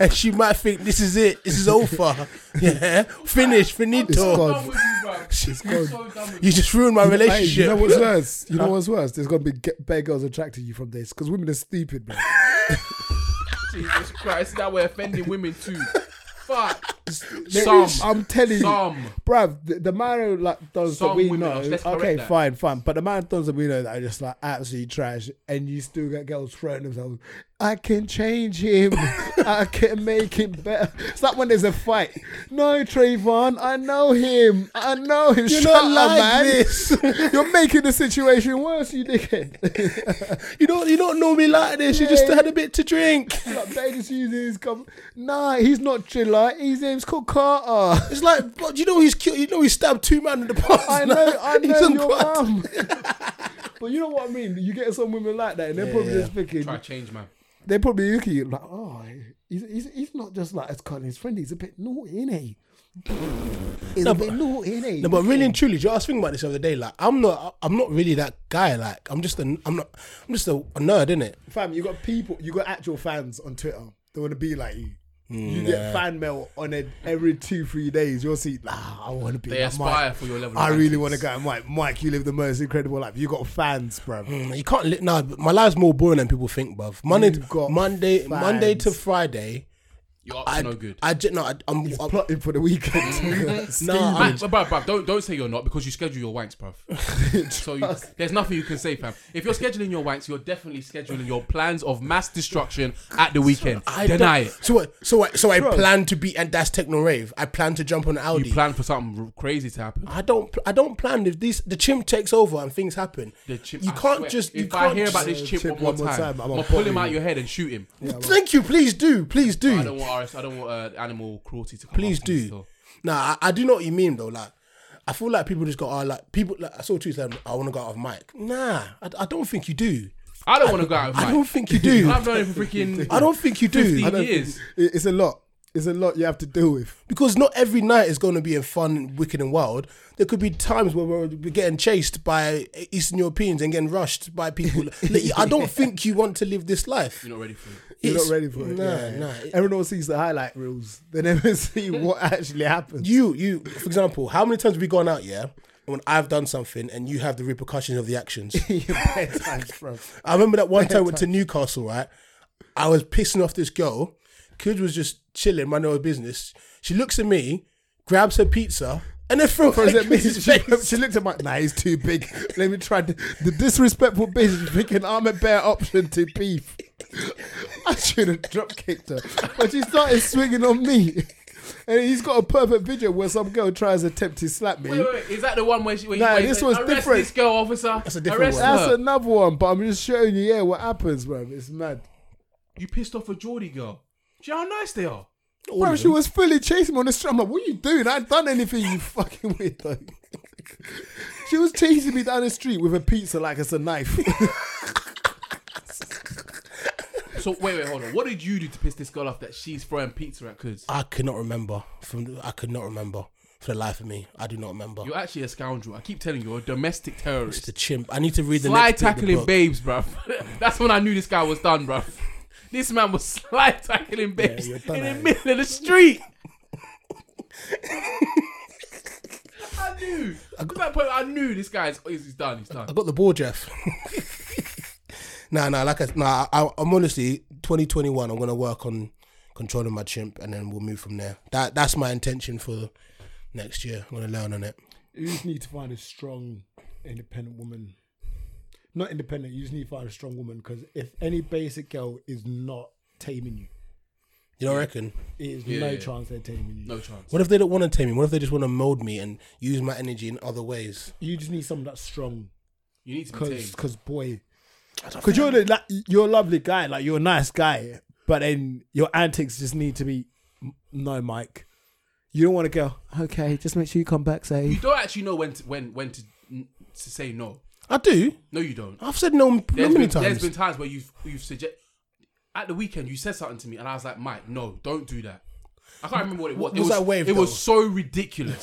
and she might think this is it. This is over. Yeah. Finish. Finito.
gone.
I'm done with you, bro. I'm so done with you.
You just ruined my
Hey,
relationship.
you know what's worse?
<laughs>
You know what's worse? There's gonna be get better girls attracted to you from this because women are stupid, man.
Jesus Christ, now we're offending women too. Fuck.
There
Some.
is- I'm telling
Some.
you, bruv, the, the marathons that
Some
we
women,
know,
let's correct
okay,
that.
fine, fine, but the marathons that we know that are just like absolutely trash, and you still get girls throwing themselves. I can change him. <laughs> I can make him better. It's like when there's a fight. No, Trayvon, I know him. I know him. <laughs>
You're
Shut
not
up,
like
man.
this. <laughs>
You're making the situation worse, you dickhead. <laughs>
you don't. You don't know me like this. You just
Yeah.
had a bit to drink.
like, they just using his com- Nah, he's not July. His name's called Carter. <laughs>
It's like, but you know he's killed. You know he stabbed two men in the past.
I
<laughs>
man.
know, <laughs> I
He's
know
on
your <laughs>
quad.
mum. but you know what I mean. You get some women like that, and they're probably just
Try
thinking,
to change, man.
they're probably looking at you like, oh, he's, he's, he's not just like as kind as friend. He's a bit naughty, innit? he? He's a bit naughty, innit? he?
No, but really and truly, do you know, I was thinking about this the other day. Like, I'm not, I'm not really that guy. Like, I'm just a, I'm not, I'm just a, a nerd, innit?
fam, you got people, you got actual fans on Twitter. They want to be like you. You get fan mail on it every two, three days. You'll see, nah, I want to be
They
like
aspire
Mike.
for your level of
I really
rankings.
want to go. at Mike, Mike, you live the most incredible life. You got fans, bruv.
Mm, <laughs> You can't. Li- nah, but my life's more boring than people think, bruv. Monday,
You've got
Monday,
fans.
Monday to Friday.
Your ups
I,
are no good.
I just no. I, I'm, I'm
Plotting for the <laughs> weekend.
nah.
Man,
I'm,
bruv, bruv, bruv, don't don't say you're not because you schedule your wanks, bruv. so you, there's nothing you can say, fam. If you're scheduling your wanks, you're definitely scheduling your plans of mass destruction at the weekend.
I
Deny
don't-
it.
So what? So I, so I plan to be and that's techno rave. I plan to jump on an Audi.
You plan for something r- crazy to happen.
I don't. pl- I don't plan. If these the chimp takes over and things happen,
The chimp,
you
I
can't
swear,
just. You
if
can't
I hear
just-
about this chimp,
Uh, chimp
one more time,
I'm
I'm
gonna
gonna pull him
pop
out
you.
your head and shoot him.
Thank you. Please do. Please do.
I don't want RS, I don't want uh, animal cruelty to come.
Please
after me
do.
still.
Nah, I, I do know what you mean though. Like, I feel like people just got are like people. Like, I saw tweets like, "I want to go out of mic." Nah, I, I don't think you do.
I don't want to go out. With
I don't
Mike.
think you
<laughs>
do.
I've known him for freaking.
<laughs> I don't think you do.
15
I don't-
years.
It- It's a lot. It's a lot you have to deal with.
because not every night is going to be a fun, wicked, and wild. There could be times where we're we're getting chased by Eastern Europeans and getting rushed
<laughs>
by people. Like, I don't think you want to live this life.
<laughs> You're not ready for it.
You're
It's-
not ready for it.
Nah,
yeah.
nah.
Everyone always sees the highlight reels. They never <laughs> see what actually <laughs> happens.
You, you, for example, how many times have we gone out, yeah, when I've done something and you have the repercussions of the actions?
<laughs>
I remember that one time I went to Newcastle, right? I was pissing off this girl. Kid was just chilling, minding her business. She looks at me, grabs her pizza, <laughs>
And then threw
For
it in
<laughs>
example,
his
she,
face.
she looked at my. Nah, he's too big. Let me try the, the disrespectful bitch thinking I'm a better option to beef. I should have drop kicked her, but she started swinging on me. And he's got a perfect video where some girl tries to attempt to slap me.
Wait, wait, wait, is that the one where she? Where he-
Nah,
where he
this
said,
was
Arrest
different.
This girl, officer.
That's a different
Arrest
one.
her."
That's another one, but I'm just showing you, yeah, what happens, bro. It's mad.
You pissed off a Geordie girl. Do you know how nice they are?
Bro, she was fully chasing me on the street. I'm like, what you doing? I ain't done anything, you fucking weirdo. <laughs> she was chasing me down the street with a pizza like it's a knife.
So wait, wait, hold on. What did you do to piss this girl off that she's throwing pizza at kids?
I could not remember. From I could not remember for the life of me. I do not remember.
You're actually a scoundrel. I keep telling you, you're a domestic
It's
terrorist.
the chimp. I need to read the
Sly
next bit of the
tackling
book.
babes, bruv. <laughs> That's when I knew this guy was done, bruv. This man was sly tackling babes
you're done,
in the
eh?
middle of the street. I
<laughs>
knew. At that point, I knew this guy is he's done. He's
I
done.
got the ball, Jeff. <laughs> nah, nah, like I, nah, I, I'm honestly 2021. I'm gonna work on controlling my chimp, and then we'll move from there. That that's my intention for next year. I'm gonna learn on it.
you just need to find a strong, independent woman. Not independent, you just need to find a strong woman because if any basic girl is not taming you,
You don't reckon?
it is
Yeah,
no
yeah.
chance they're taming you.
No chance.
What if they don't want to tame me? What if they just want to mold me and use my energy in other ways?
You just need someone that's strong
You need to be tamed.
because, boy, because you're, the, like, you're a lovely guy, like you're a nice guy, but then your antics just need to be no, Mike. You don't want to go, okay, just make sure you come back
You
safe.
don't actually know when to, when when to to say no.
I do.
No, you don't.
I've said no,
There's
many
been,
times.
there's been times where you've you've suggest at the weekend you said something to me and I was like, Mike, no, don't do that. I can't remember what it was.
What
it
was
was
that wave,
It
though?
was so ridiculous.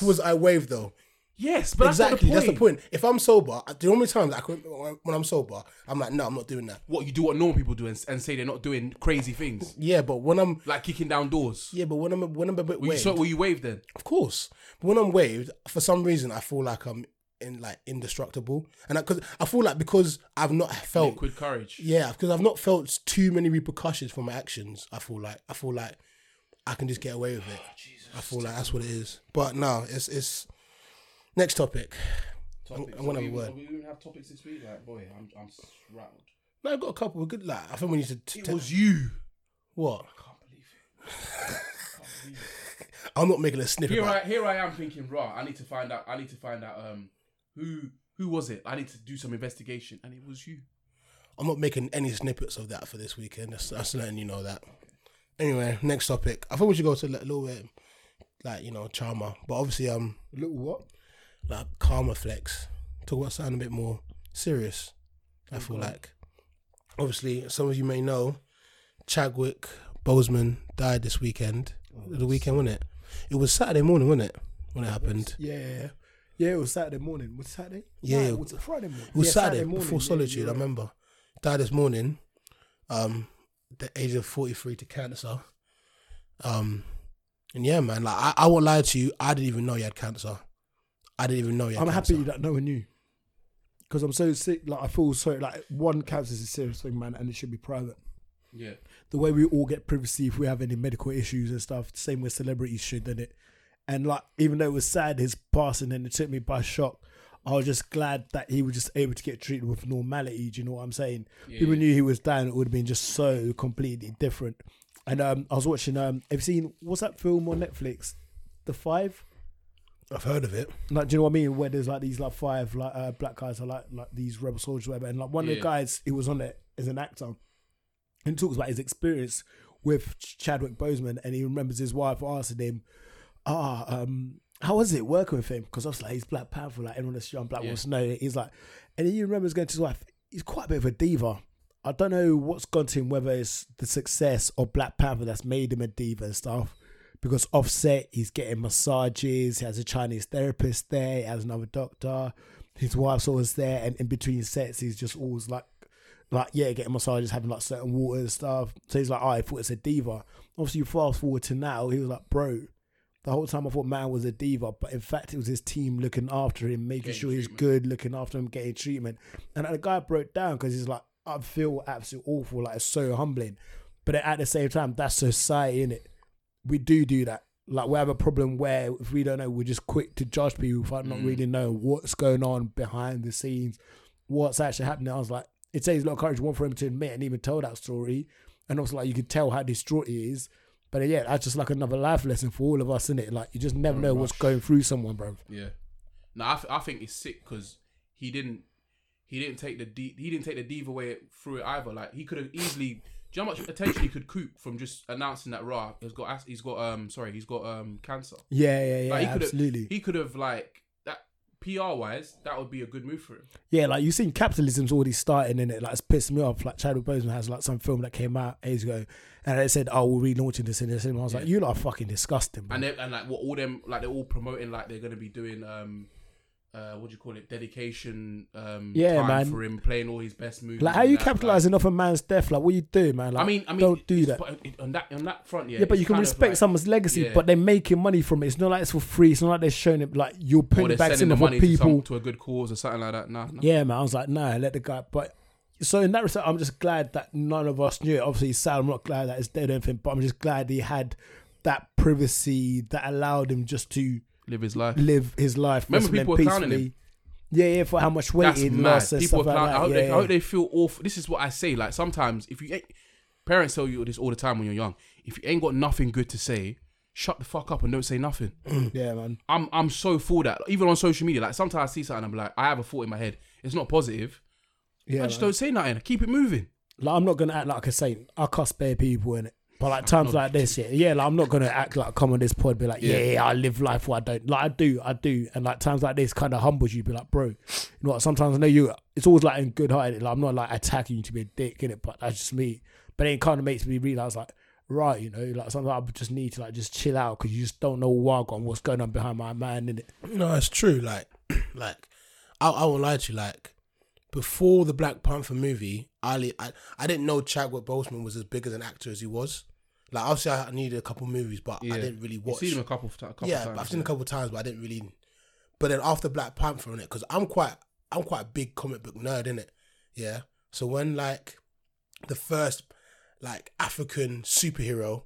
<laughs> was I wave though?
yes, but
exactly.
That's,
That's the point. If I'm sober, I- the only times I can, when I'm sober, I'm like, no, I'm not doing that.
What you do, what normal people do, and, and say they're not doing crazy things
Yeah, but when I'm
like kicking down doors.
yeah, but when I'm when I'm a bit
Were you,
waved,
so, were you waved then?
of course. But when I'm waved, for some reason, I feel like I'm in like indestructible, and because I, feel like because I've not felt
Liquid courage.
yeah, because I've not felt too many repercussions for my actions. I feel like I feel like I can just get away with
Oh,
it. I feel like that's what it is. But no, it's it's next topic. I'm gonna have a word.
We have topics this week. Like, boy, I'm I'm rattled.
No, I've got a couple. We're good. Like I think we need to. T-
It
t-
was you.
what? <laughs> I'm not making a snippet.
Here I here I am thinking, rah, I need to find out I need to find out um who who was it? I need to do some investigation and it was you.
I'm not making any snippets of that for this weekend. That's, that's letting you know that. Anyway, next topic. I think we should go to like, a little bit, like you know, charmer, but obviously, um,
Little what?
like karma flex. Talk about something a bit more serious. I feel like, obviously, some of you may know, Chadwick Boseman died this weekend.
Oh,
the weekend, wasn't it? It was Saturday morning, wasn't it? When it happened,
Yeah, yeah, yeah. Yeah, it was Saturday morning. Was it Saturday?
Yeah,
Nah,
it
it was Friday morning.
it was
Yeah,
Saturday,
morning,
before
yeah,
Solitude.
you're
I
right.
remember, died this morning, um, the age of forty three to cancer. Um, and yeah, man, like I, I won't lie to you, I didn't even know you had cancer. I didn't even know you. Had
I'm
cancer.
happy that no one knew. Because I'm so sick, like I feel so like one cancer is a serious thing, man, and it should be private.
Yeah.
The way we all get privacy if we have any medical issues and stuff, same way celebrities should, then it. And like, even though it was sad his passing and it took me by shock, I was just glad that he was just able to get treated with normality. Do you know what I'm saying? People knew he was dying; it would have been just so completely different. And um, I was watching. Um, have you seen what's that film on Netflix? The Five.
I've heard of it.
Like, do you know what I mean? Where there's like these like five like uh, black guys are like like these rebel soldiers, whatever. And like one of
Yeah.
the guys who was on it is an actor, and talks about his experience with Ch- Chadwick Boseman, and he remembers his wife asking him, "Ah, um, how was it working with him?" Because I was like, he's Black Panther, like everyone that's young black wants to know. He's like, and he remembers going to his wife. He's quite a bit of a diva. I don't know what's gone to him, whether it's the success of Black Panther that's made him a diva and stuff because offset he's getting massages he has a chinese therapist there he has another doctor his wife's always there and in between sets he's just always like like yeah getting massages having like certain water and stuff so he's like oh, i thought it's a diva obviously you fast forward to now he was like bro the whole time i thought man was a diva but in fact it was his team looking after him making sure he's good looking after him getting treatment and the guy broke down because he's like i feel absolutely awful like it's so humbling but at the same time that's society in it we do do that. Like we have a problem where if we don't know, we're just quick to judge people without not really knowing what's going on behind the scenes, what's actually happening. I was like, it takes a lot of courage one for him to admit and even tell that story, and also like you could tell how distraught he is. But uh, yeah, that's just like another life lesson for all of us, isn't it? Like you just never know what's going through someone, bro.
Yeah. No, I, th- I think it's sick because he didn't he didn't take the D, he didn't take the diva way through it either. Like he could have easily. Do you know how much attention he could coop from just announcing that Ra has got as- he's got um sorry he's got um cancer.
Yeah, yeah, yeah,
Like, he could
absolutely.
Have, he could have like that PR wise that would be a good move for him.
Yeah, like you've seen capitalism's already starting in it. Like it's pissed me off. Like Chadwick Boseman has like some film that came out ages ago, and they said, "Oh, we're relaunching this in the cinema." I was like, "You lot are fucking disgusting." bro."
And they and like what all them like they're all promoting like they're gonna be doing um. Uh, what do you call it? Dedication. Um,
Yeah,
time
man.
for him playing all his best moves.
like, how
and
you
that, like-
capitalizing off a man's death? Like, what you do, man? Like,
I mean, I mean,
don't do that.
it's- But it- on that on that front, yeah.
yeah, but
it's
you can
kind of
respect
like-
someone's legacy,
yeah.
but they're making money from it. It's not like it's for free. It's not like they're showing it. Like you're
or
putting
they're
it back
sending
in
the
for
money to, some,
people.
to a good cause or something like that. Nah, nah.
Yeah, man. I was like, nah, let the guy. But so in that respect, I'm just glad that none of us knew it. Obviously, Sal, I'm not glad that it's dead or anything, but I'm just glad he had that privacy that allowed him just to
live his life.
live his life.
Remember,
peacefully
people
and
were clowning
peacefully. Yeah, yeah, for how much weight
That's
he
mad.
lost and
People are
stuff like
clown.
that.
I, hope
yeah,
they, I
yeah.
hope they feel awful. This is what I say. Like sometimes, if you ain't, parents tell you this all the time when you're young, if you ain't got nothing good to say, shut the fuck up and don't say nothing.
yeah, man.
I'm I'm so for that. Even on social media, like sometimes I see something, I'm like, I have a thought in my head. It's not positive.
Yeah,
I just
man.
don't say nothing. Keep it moving.
like I'm not gonna act like a saint. I cuss bare people in it.
<laughs>
But
Oh,
like times like this, yeah, yeah, like I'm not gonna act like come on this pod and be like, yeah, yeah, I live life where I don't. Like I do, I do, and like times like this kind of humbles you. Be like, bro, you know what? Sometimes I know you. It's always like in good hearted. Like I'm not like attacking you to be a dick in it, but that's just me. But then it kind of makes me realize like, right, you know, like sometimes I just need to like just chill out because you just don't know why and what's going on behind my mind in it.
No, it's true. Like, <clears throat> like, I, I won't lie to you. Like, before the Black Panther movie, I, li- I, I didn't know Chadwick Boseman was as big as an actor as he was. Like, obviously, I needed a couple movies, but I didn't really watch.
You've seen him a couple, of ti- a couple
yeah,
times.
but I've seen a couple times, but I didn't really. But then after Black Panther in it, because I'm quite, I'm quite a big comic book nerd in it. Yeah. So when like, the first, like African superhero,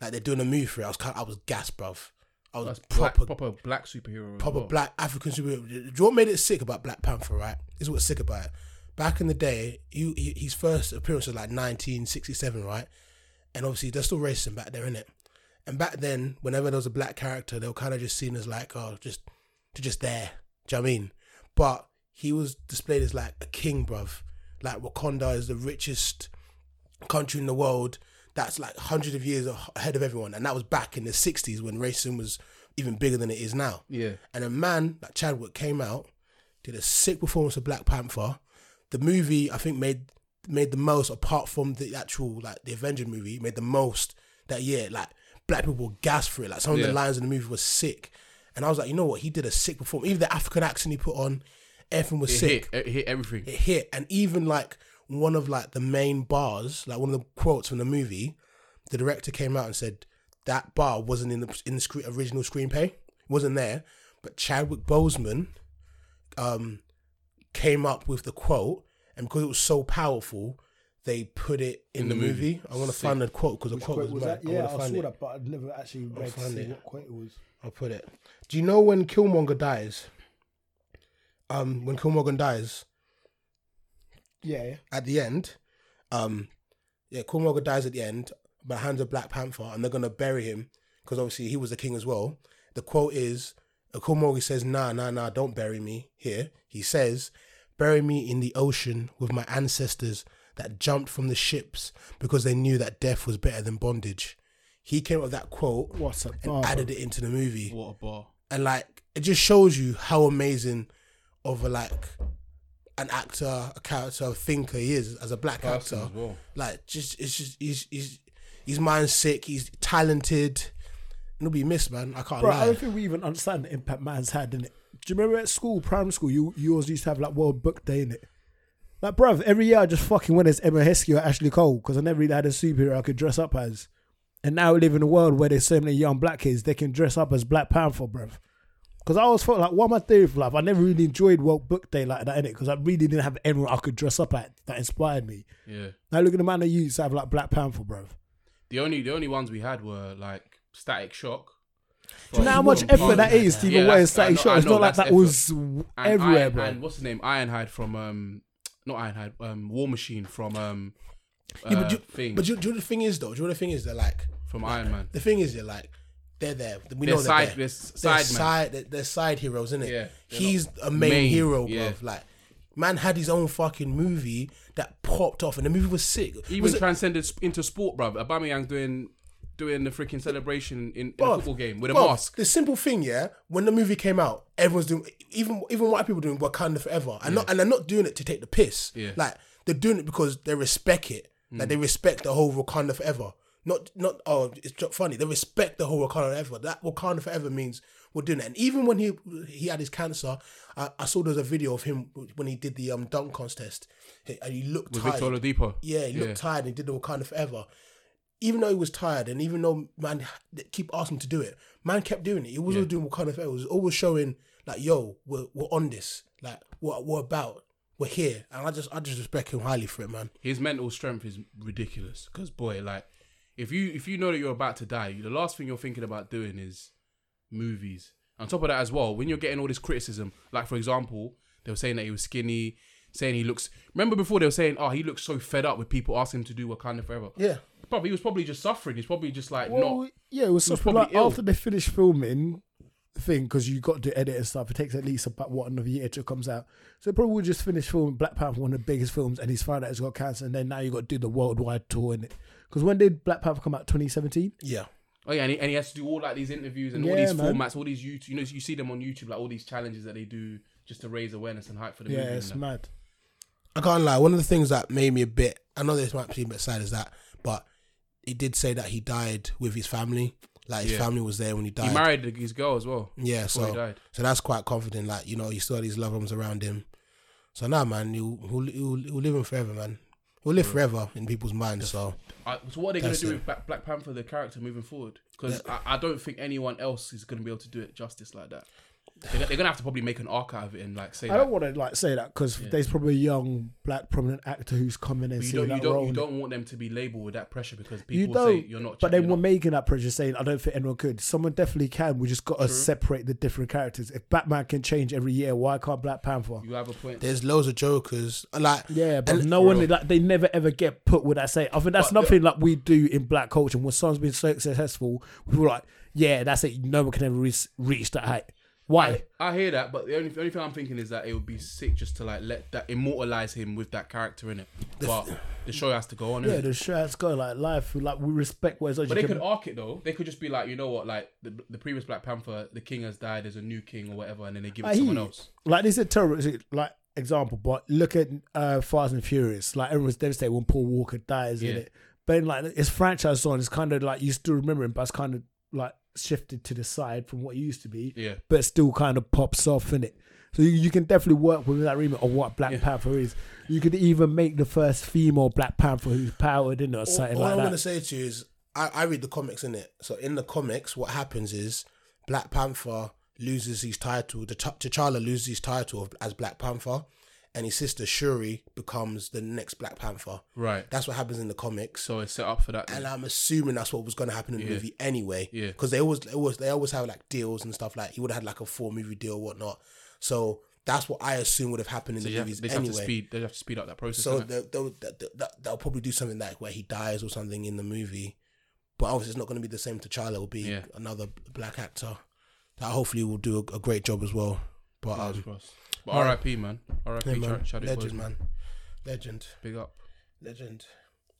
like they're doing a movie for it, I was kind, I was gassed, bruv. I was
That's black-
proper,
proper, black superhero. as
proper
well.
black African superhero. Do you know what made it sick about Black Panther? Right, this is what's sick about it. Back in the day, he, he, his first appearance was like 1967, right? And obviously, they're still racing back there, innit? And back then, whenever there was a black character, they were kind of just seen as like, oh, just they're just there. Do you know what I mean? But he was displayed as like a king, bruv. Like Wakanda is the richest country in the world that's like hundreds of years ahead of everyone, and that was back in the 60s when racism was even bigger than it is now.
Yeah.
And a man like Chadwick came out, did a sick performance of Black Panther. The movie I think made made the most apart from the actual like the Avenger movie made the most that year. Like black people were gassed for it. Like some of
Yeah.
the lines in the movie were sick, and I was like, you know what? He did a sick performance. Even the African accent he put on, everything was
It
sick
hit, it hit everything.
it hit and even like one of like the main bars like one of the quotes from the movie the director came out and said that bar wasn't in the in the scre- original screenplay It wasn't there but Chadwick Boseman um came up with the quote and because it was so powerful they put it in, the, movie. I want to find the quote because the quote, was, mad. I wanna find it.
but I never actually
to
read
find see it. what
quote it was.
I'll put it. Do you know when Killmonger dies? Um, when Killmonger dies,
Yeah, yeah.
at the end, um, yeah, Killmonger dies at the end by the hands of Black Panther, and they're gonna bury him because obviously he was the king as well. The quote is, uh, Killmonger says, "Nah, nah, nah, don't bury me here." He says, "Bury me in the ocean with my ancestors that jumped from the ships because they knew that death was better than bondage." He came up with that quote
What a
and
bar,
added it into the movie
What a bar.
and like it just shows you how amazing of a like an actor, a character, a thinker he is as a black
Person
actor.
as well.
Like just it's just he's he's his mind's sick. He's talented. And he'll be missed, man. I can't
Bro, I
lie.
don't think we even understand the impact man's had in it. Do you remember at school, primary school, you you always used to have like World Book Day in it. Like, bruv, every year I just fucking went as Emma Heskey or Ashley Cole because I never really had a superhero I could dress up as. And now we live in a world where there's so many young black kids they can dress up as Black Panther, bruv. Because I always felt like, what am I doing for life? I never really enjoyed World Book Day like that in it because I really didn't have anyone I could dress up at that inspired me.
Yeah.
Now look at the man that used to have like Black Panther, bruv.
The only the only ones we had were like Static Shock
Do you know how much
Well,
effort that
yeah,
is, Stephen
yeah,
Way, and
that's- I
static
know-
shot?
I
It's
know
not like
that's
that was w-
And
everywhere,
Iron,
bro.
And what's his name? Ironhide from um, not Ironhide, um, War Machine from um,
Yeah, but
uh,
do,
thing
but do, do you know the thing is though? Do you know the thing is they're like
from Iron Man.
the thing is they're like they're there. We
They're
know
side-
they're there.
they're s- side men.
side they're, they're side heroes, isn't it?
Yeah, they're
He's
not
a main,
main,
hero, bruv.
yeah.
Like man had his own fucking movie that popped off, and the movie was sick.
Even
was it-
transcended sp- into sport, bruv. Aubameyang's doing doing the freaking celebration in, in a
Bruv,
football game with a
bruv,
mask.
The simple thing, yeah. When the movie came out, everyone's doing even even white people doing Wakanda forever, and not and they're not doing it to take the piss.
Yeah. Mm.
Like they're doing it because they respect it. Like they respect the whole Wakanda forever. Not not oh it's just funny. They respect the whole Wakanda forever. That Wakanda forever means we're doing it. And even when he he had his cancer, I, I saw there was a video of him when he did the um dunk contest, and he looked
With
tired.
Victor Oladipo.
Yeah, he looked tired and he did the Wakanda forever. Even though he was tired, and even though man they keep asking him to do it, man kept doing it. He was always doing Wakanda forever. He was always showing like, yo, we're, we're on this. Like, what we're, about. We're here, and I just I just respect him highly for it, man.
his mental strength is ridiculous. Because boy, like if you if you know that you're about to die, the last thing you're thinking about doing is movies. On top of that, as well, when you're getting all this criticism, like for example, they were saying that he was skinny, saying he looks. Remember before they were saying, "Oh, he looks so fed up with people asking him to do Wakanda forever."
Yeah,
probably he was probably just suffering. He's probably just like
Well,
not.
yeah, it was,
He was
something
probably
like
ill.
after they finished filming the thing because you got to edit and stuff. It takes at least about what another year till it comes out. So they probably just finished filming Black Panther, one of the biggest films, and he's found out he's got cancer, and then now you got to do the worldwide tour in it. Because when did Black Panther come out? 2017.
yeah,
Oh yeah, and he, and he has to do all like these interviews and all
Yeah,
these
man.
formats, all these YouTube. You know, you see them on YouTube, like all these challenges that they do just to raise awareness and hype for the
Yeah,
movie. and
it's
that.
mad.
I can't lie. One of the things that made me a bit, I know this might seem a bit sad, is that, but he did say that he died with his family. Like his
Yeah.
family was there when he died.
He married his girl as well.
Yeah,
before he
so
died.
so that's quite confident. Like you know, he still had his loved ones around him. So now, man, he'll he'll, he'll, he'll live him forever, man. He'll live forever in people's minds. So
I, so what are they going to
That's
do
it.
with Black, Black Panther, the character, moving forward? Because I, I don't think anyone else is going to be able to do it justice like that. They're, they're going to have to probably make an arc out of it and like say
I
that.
don't want to like say that because there's probably a young black prominent actor who's coming and
But you
seeing
don't,
that
you don't,
role.
you
in it.
don't want them to be labeled with that pressure because people
You
will
don't,
say you're not.
but then
you're
we're
not-
making that pressure saying, I don't think anyone could. Someone definitely can. We just got to separate the different characters. If Batman can change every year, why can't Black Panther?
you have a point.
there's loads of jokers. Like
Yeah, but
and-
no one like they never ever get put with that say. I think that's
But the-
nothing like we do in black culture. When someone's been so successful, we were like, yeah, that's it. No one can ever reach, reach that height. Why?
I hear that, but the only, the only thing I'm thinking is that it would be sick just to like let that immortalize him with that character in it. But the show has to go on.
Yeah,
innit?
the shirts go like life. Like we respect what it's like.
But
you
they
can-
could arc it though. They could just be like, you know what, like the, the previous Black Panther, the king has died, there's a new king or whatever, and then they give it
I
to
hear
someone
you.
else.
Like this is a terrible like example, but look at uh Fast and Furious. Like everyone's devastated when Paul Walker dies in
Yeah.
it. But in, like it's franchise on, it's kind of like you still remember him, but it's kind of like shifted to the side from what it used to be.
Yeah.
But it still kind of pops off in it. So you, you can definitely work with that remit of what Black
Yeah.
Panther is. You could even make the first female Black Panther who's powered in it or something
all, all
like
I'm
that.
gonna say to you is, I, I read the comics in it. So in the comics, what happens is Black Panther loses his title. The T'Ch- T'Challa loses his title of, as Black Panther, and his sister Shuri becomes the next Black Panther.
Right.
That's what happens in the comics.
So it's set up for that. then.
and I'm assuming that's what was going to happen in the
Yeah.
movie anyway.
Yeah.
because they always, they always, they always have like deals and stuff. Like he would have had like a four movie deal, or whatnot. So that's what I assume would have happened in
So
the
you have,
movies
they have to
anyway.
speed. They have to speed up that process.
So
innit?
they'll, they'll, they'll, they'll probably do something like where he dies or something in the movie, but obviously it's not going to be the same. T'Challa will be
Yeah.
another black actor that hopefully will do a, a great job as well. But
Fingers
um,
crossed. But R.I.P. man. R.I.P.
yeah,
Char-
man,
Chadwick
legend,
Boseman.
man, legend.
Big up.
Legend.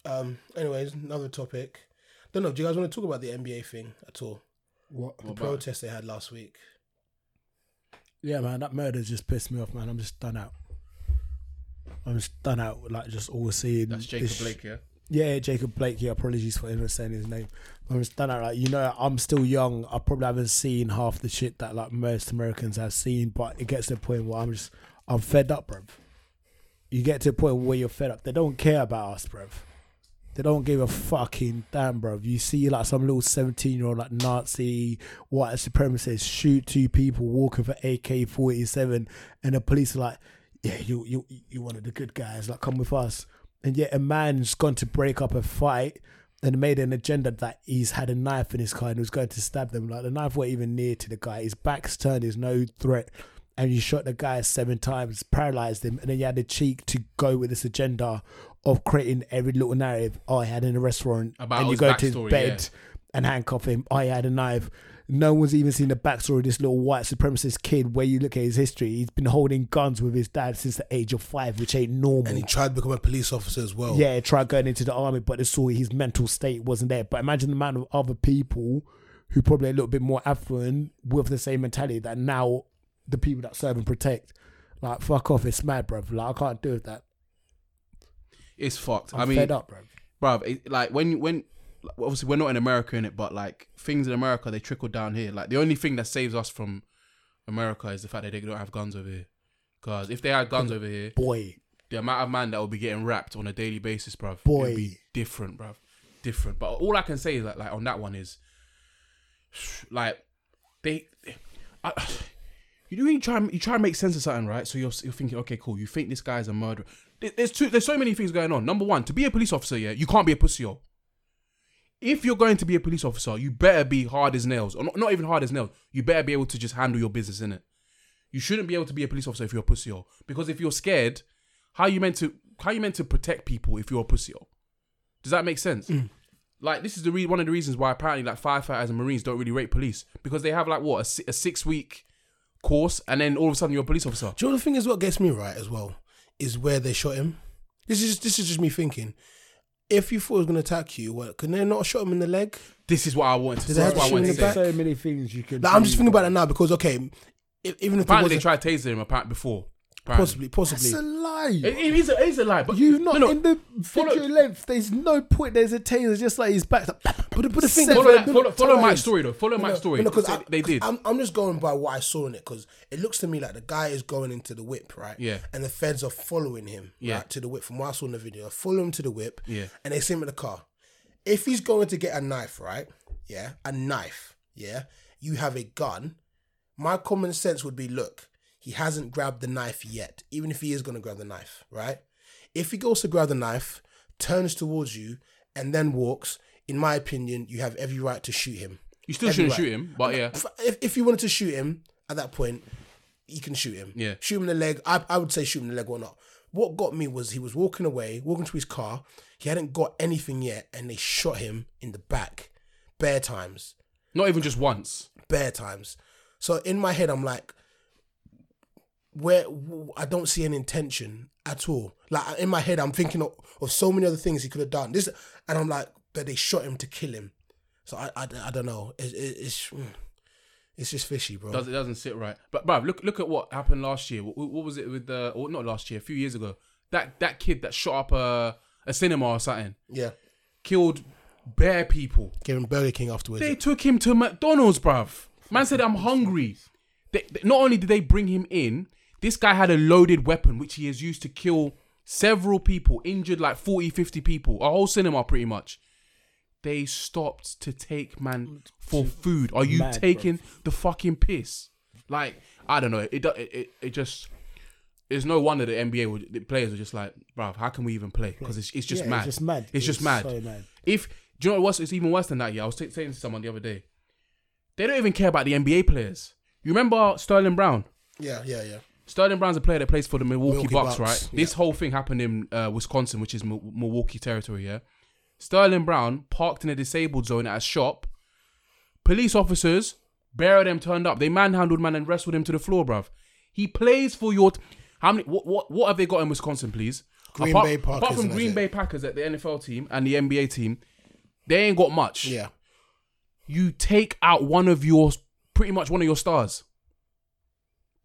Um. Anyways, another topic. Don't know. Do you guys want to talk about the NBA thing at all?
What?
The protest they had last week.
Yeah, man, that murder's just pissed me off, man. I'm just done out. I'm just done out, like just all seeing.
That's Jacob
this-
Blake. Yeah.
Yeah, Jacob Blake. Yeah, apologies for even saying his name. I'm just done out. Like, you know, I'm still young. I probably haven't seen half the shit that like most Americans have seen, but it gets to the point where I'm just, I'm fed up, bruv. You get to the point where you're fed up. They don't care about us, bruv. They don't give a fucking damn, bruv. You see, like some little seventeen-year-old, like Nazi white supremacist, shoot two people walking for AK forty-seven, and the police are like, "Yeah, you, you, you one of the good guys. Like, come with us." And yet, a man's gone to break up a fight and made an agenda that he's had a knife in his car and was going to stab them. Like the knife weren't even near to the guy. His back's turned. There's no threat. And you shot the guy seven times, paralyzed him, and then you had the cheek to go with this agenda of creating every little narrative. Oh, I had in a restaurant,
About
and you
his
go to his
backstory,
bed
yeah.
and handcuff him. I had a knife. No one's even seen the backstory of this little white supremacist kid. Where you look at his history, he's been holding guns with his dad since the age of five, which ain't normal.
And he tried to become a police officer as well.
Yeah, tried going into the army, but they saw his mental state wasn't there. But imagine the amount of other people who probably a little bit more affluent with the same mentality that now the people that serve and protect. Like, fuck off, it's mad, bruv. Like, I can't do with that.
It's fucked.
I'm
I mean,
fed up, bruv.
bruv, it, like when when like, obviously we're not in America in it, but like things in America they trickle down here. Like the only thing that saves us from America is the fact that they don't have guns over here. Because if they had guns over here,
Boy,
the amount of man that will be getting rapped on a daily basis, bruv, it'd
Boy.
be different, bruv, different. But all I can say is that, like, on that one is, <sighs> like, they, I, <sighs> you really try and you try and make sense of something, right? So you're you're thinking, okay, cool. You think this guy's a murderer. There- There's two. There's so many things going on. Number one, to be a police officer, yeah, you can't be a pussy. Yo. If you're going to be a police officer, you better be hard as nails, or not, not even hard as nails. You better be able to just handle your business in it. You shouldn't be able to be a police officer if you're a pussy. Yo. Because if you're scared, how you meant to how you meant to protect people if you're a pussy? hole? Does that make sense?
Mm.
Like this is the re- one of the reasons why apparently like firefighters and marines don't really rate police because they have like what a, si- a six week course and then all of a sudden you're a police officer.
Do you know the thing is what gets me right as well is where they shot him. This is this is just me thinking. If you thought it was gonna attack you, what could they not shot him in the leg?
This is what I wanted to.
Did
This
they
is
have
what I
to shoot
wanted
in
to
the
say.
back?
so many things you can
Like, I'm just
do,
thinking about
bruv.
that now because okay, if, even if
Apparently
it
they
was
tried tasing him apparently before. Apparently.
possibly, possibly,
That's a lie.
It, it is a, it is a lie, but
You've not
no, no,
in the
follow-
video length. There's no point. There's a taser just like his back. Like,
But, but the thing,
Seven
follow, that, follow, follow Mike's story though. Follow
No,
Mike's story.
no, 'cause
So
I-
they did.
I'm, I'm just going by what I saw in it because it looks to me like the guy is going into the whip, right?
Yeah.
And the feds are following him
Yeah.
right, to the whip from what I saw in the video. Follow him to the whip.
Yeah.
And they see him in the car. If he's going to get a knife, right? Yeah. A knife. Yeah. You have a gun. My common sense would be look, he hasn't grabbed the knife yet, even if he is going to grab the knife, right? If he goes to grab the knife, turns towards you, and then walks, in my opinion, you have every right to shoot him.
You still shouldn't
everywhere.
shoot him, but yeah.
If, if if you wanted to shoot him at that point, you can shoot him.
Yeah.
Shoot him in the leg. I, I would say shoot him in the leg or not. What got me was he was walking away, walking to his car. He hadn't got anything yet, and they shot him in the back, bare times,
Not even just once.
bare times. So in my head, I'm like, where w- I don't see an intention at all. Like in my head, I'm thinking of, of so many other things he could have done. This, and I'm like, but they shot him to kill him. So I, I, I don't know. It, it, it's mm, it's just fishy, bro.
Does it doesn't sit right? But bruv, look look at what happened last year. What, what was it with the? Or not last year, a few years ago. That that kid that shot up a a cinema or something
Yeah,
killed bare people.
gave him Burger King afterwards.
They took him to McDonald's, bruv. Man said, "I'm hungry." They, they- not only did they bring him in, this guy had a loaded weapon which he has used to kill several people, injured like 40, 50 people, a whole cinema pretty much. They stopped to take man for food. Are you
Mm, Mad, bruv.
taking the fucking piss? Like I don't know. It do- it it, it just. It's no wonder the NBA would, the players were just like, bruv, how can we even play? Because it's, it's
Yeah,
just
it's
mad.
just mad.
It's just
It's
mad.
so mad.
If do you know what's it's even worse than that? Yeah, I was t- saying to someone the other day, they don't even care about the NBA players. You remember Sterling Brown?
yeah, yeah, yeah.
Sterling Brown's a player that plays for the Milwaukee,
Milwaukee
Bucks,
Bucks,
right?
yeah.
This whole thing happened in uh, Wisconsin, which is M- Milwaukee territory. Yeah, Sterling Brown parked in a disabled zone at a shop. Police officers, barrel them turned up. They manhandled man and wrestled him to the floor, bruv. He plays for your. T- how many? What, what what have they got in Wisconsin, please?
Green
apart,
Bay
Apart
Packers,
from
and
Green
that's
Bay
it.
Packers at the NFL team and the NBA team, they ain't got much.
Yeah.
You take out one of your pretty much one of your stars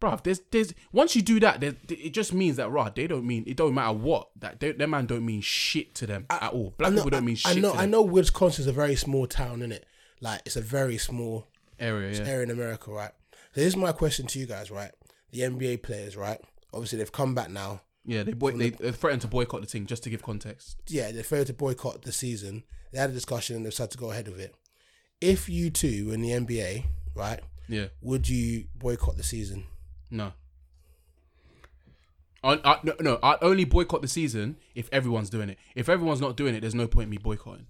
bruv, there's there's once you do that, there, it just means that rah, they don't mean it don't matter what that they, that man don't mean shit to them at all. Black
I know,
people don't mean
I,
shit.
I know,
to
I
them.
know. Wisconsin's a very small town, innit? Like it's a very small
area. Yeah.
area in America, right? So here's my question to you guys, right? The NBA players, right? Obviously they've come back now.
Yeah, they boy, they, they threatened to boycott the team just to give context.
Yeah, they failed to boycott the season. They had a discussion and they decided to go ahead with it. If you two were in the NBA, right,
Yeah,
would you boycott the season?
no. I, I, no, no, I only boycott the season if everyone's doing it. If everyone's not doing it, there's no point in me boycotting.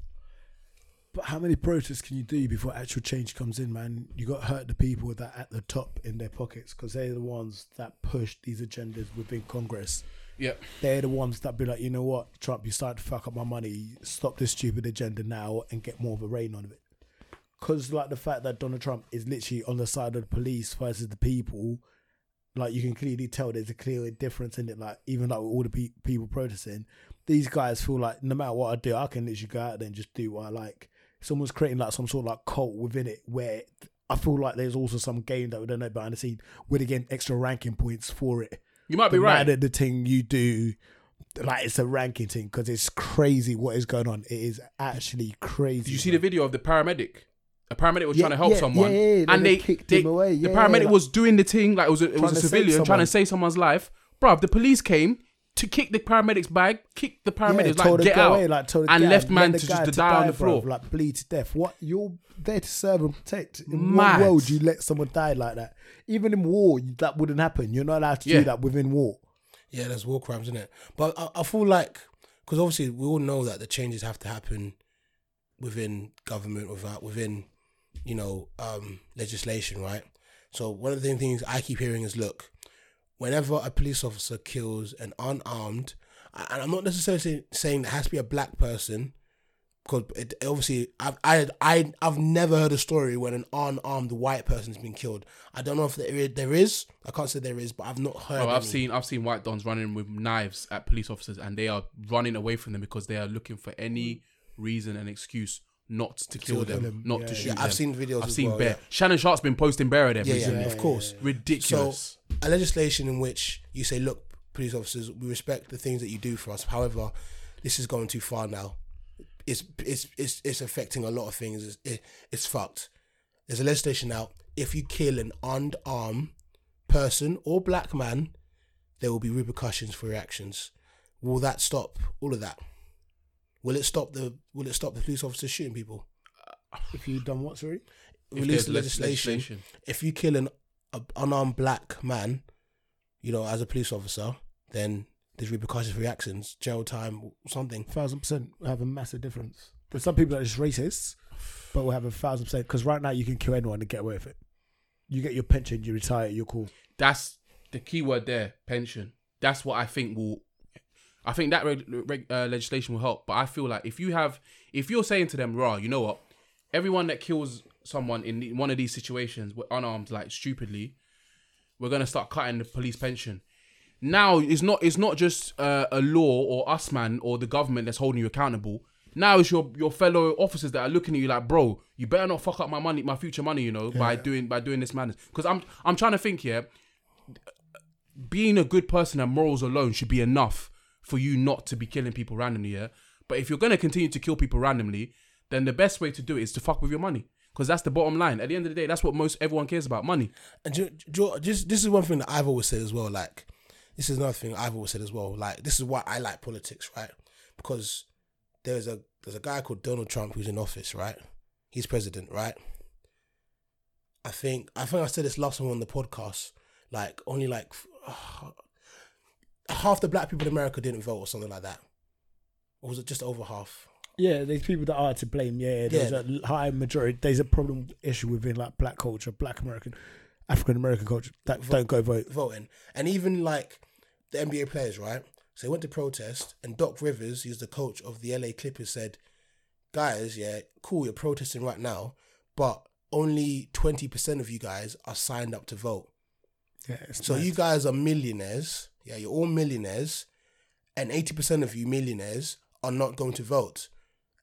But how many protests can you do before actual change comes in, man? You got to hurt the people that are at the top in their pockets because they're the ones that push these agendas within Congress.
Yeah.
They're the ones that be like, you know what, Trump, you started to fuck up my money. Stop this stupid agenda now and get more of a reign on it. Because like the fact that Donald Trump is literally on the side of the police versus the people, like you can clearly tell there's a clear difference in it. Like even like with all the pe- people protesting, these guys feel like no matter what I do, I can literally go out there and just do what I like. Someone's creating like some sort of like cult within it where I feel like there's also some game that we don't know behind the scene. We're getting extra ranking points for it
You might be
the
right.
matter the thing you do, like it's a ranking thing because it's crazy what is going on. It is actually crazy.
Did you see the video of the paramedic? A paramedic was
Yeah,
trying to help
yeah,
someone,
yeah, yeah, yeah,
and
they
they,
kicked
they-
him away,
the
yeah,
paramedic
yeah.
was doing the thing like it was a, it
Trying
was a
to save
civilian trying
someone.
to save someone's life. Bruv, the police came to kick the paramedic's bag, kick the
told
paramedics like
her
get
to go
out,
away, like, told her to
and
get
left
out,
man
let
to
the guy
just to die on the
bruv,
floor.
like bleed to death. What you're there to serve and protect. In
Mad.
what world you let someone die like that? Even in war, you- that wouldn't happen. You're not allowed to
Yeah.
do that within war.
Yeah, there's war crimes, isn't it? But I, I feel like because obviously we all know that the changes have to happen within government, without within you know um, legislation, right? So one of the things I keep hearing is, look, whenever a police officer kills an unarmed, and I'm not necessarily saying- saying it has to be a black person, because it, obviously I've I, I I've never heard a story when an unarmed white person's been killed. I don't know if there is, there is. I can't say there is, but I've not heard.
Bro, I've
any.
seen I've seen white dons running with knives at police officers, and they are running away from them because they are looking for any reason and excuse not to kill them, not to shoot
Yeah,
them.
I've seen videos
I've
as
seen
well,
bear.
yeah.
Shannon Sharp's been posting bear of them
yeah, yeah,
recently.
of course.
Ridiculous.
So a legislation in which you say, look, police officers, we respect the things that you do for us. However, this is going too far now. It's it's it's, it's affecting a lot of things. It's, it, it's fucked. There's a legislation out. If you kill an unarmed person or black man, there will be repercussions for your actions. Will that stop all of that? Will it stop the Will it stop the police officers shooting people?
If you done what, sorry?
Uh, If
release
there's leg-
legislation,
legislation.
If you kill an a, unarmed black man, you know, as a police officer, then there's repercussions for your actions, jail time, something.
thousand percent have a massive difference. There's some people that are just racists, but will have a thousand percent because right now you can kill anyone and get away with it. You get your pension, you retire, you're cool.
That's the key word there. Pension. That's what I think will. I think that reg, reg, uh, legislation will help. But I feel like if you have, if you're saying to them, "Raw, you know what? Everyone that kills someone in the- one of these situations, were unarmed, like stupidly, we're gonna start cutting the police pension." Now it's not it's not just uh, a law or us man or the government that's holding you accountable. Now it's your your fellow officers that are looking at you like, bro, you better not fuck up my money, my future money, you know, by doing by doing this madness. Because I'm I'm trying to think here. Being a good person and morals alone should be enough for you not to be killing people randomly, yeah. But if you're gonna continue to kill people randomly, then the best way to do it is to fuck with your money. Because that's the bottom line. At the end of the day, that's what most everyone cares about money.
And do, do, just, this is one thing that I've always said as well. Like, this is another thing I've always said as well. Like, this is why I like politics, right? Because there's a there's a guy called Donald Trump who's in office, right? He's president, right? I think I think I said this last time on the podcast. Like, only like <sighs> half the black people in America didn't vote or something like that, or was it just over half?
Yeah, there's people that are to blame. Yeah, there's
Yeah.
a high majority. There's a problem issue within like black culture, black American, African American culture that don't go vote.
voting. And even like the NBA players, right? So they went to protest, and Doc Rivers, who's the coach of the LA Clippers, said, Guys, yeah, cool, you're protesting right now, but only 20% of you guys are signed up to vote.
Yeah, it's
So
mad.
you guys are millionaires. Yeah, you're all millionaires, and eighty percent of you millionaires are not going to vote,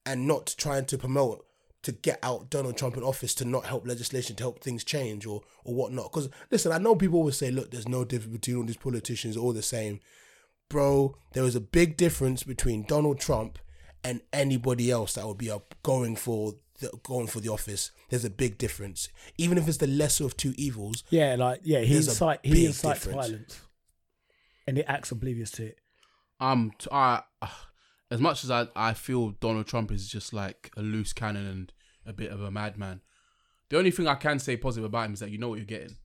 and not trying to promote to get out Donald Trump in office to not help legislation to help things change or or whatnot. Because listen, I know people always say, look, there's no difference between all these politicians, they're all the same, bro. There is a big difference between Donald Trump and anybody else that would be up going for. The, going for the office, there's a big difference. Even if it's the lesser of two evils,
yeah, like yeah, he
There's a
incite,
big
he incites
difference.
violence, and he acts oblivious to it.
I'm Um, t- I, uh, as much as I, I feel Donald Trump is just like a loose cannon and a bit of a madman. The only thing I can say positive about him is that you know what you're getting.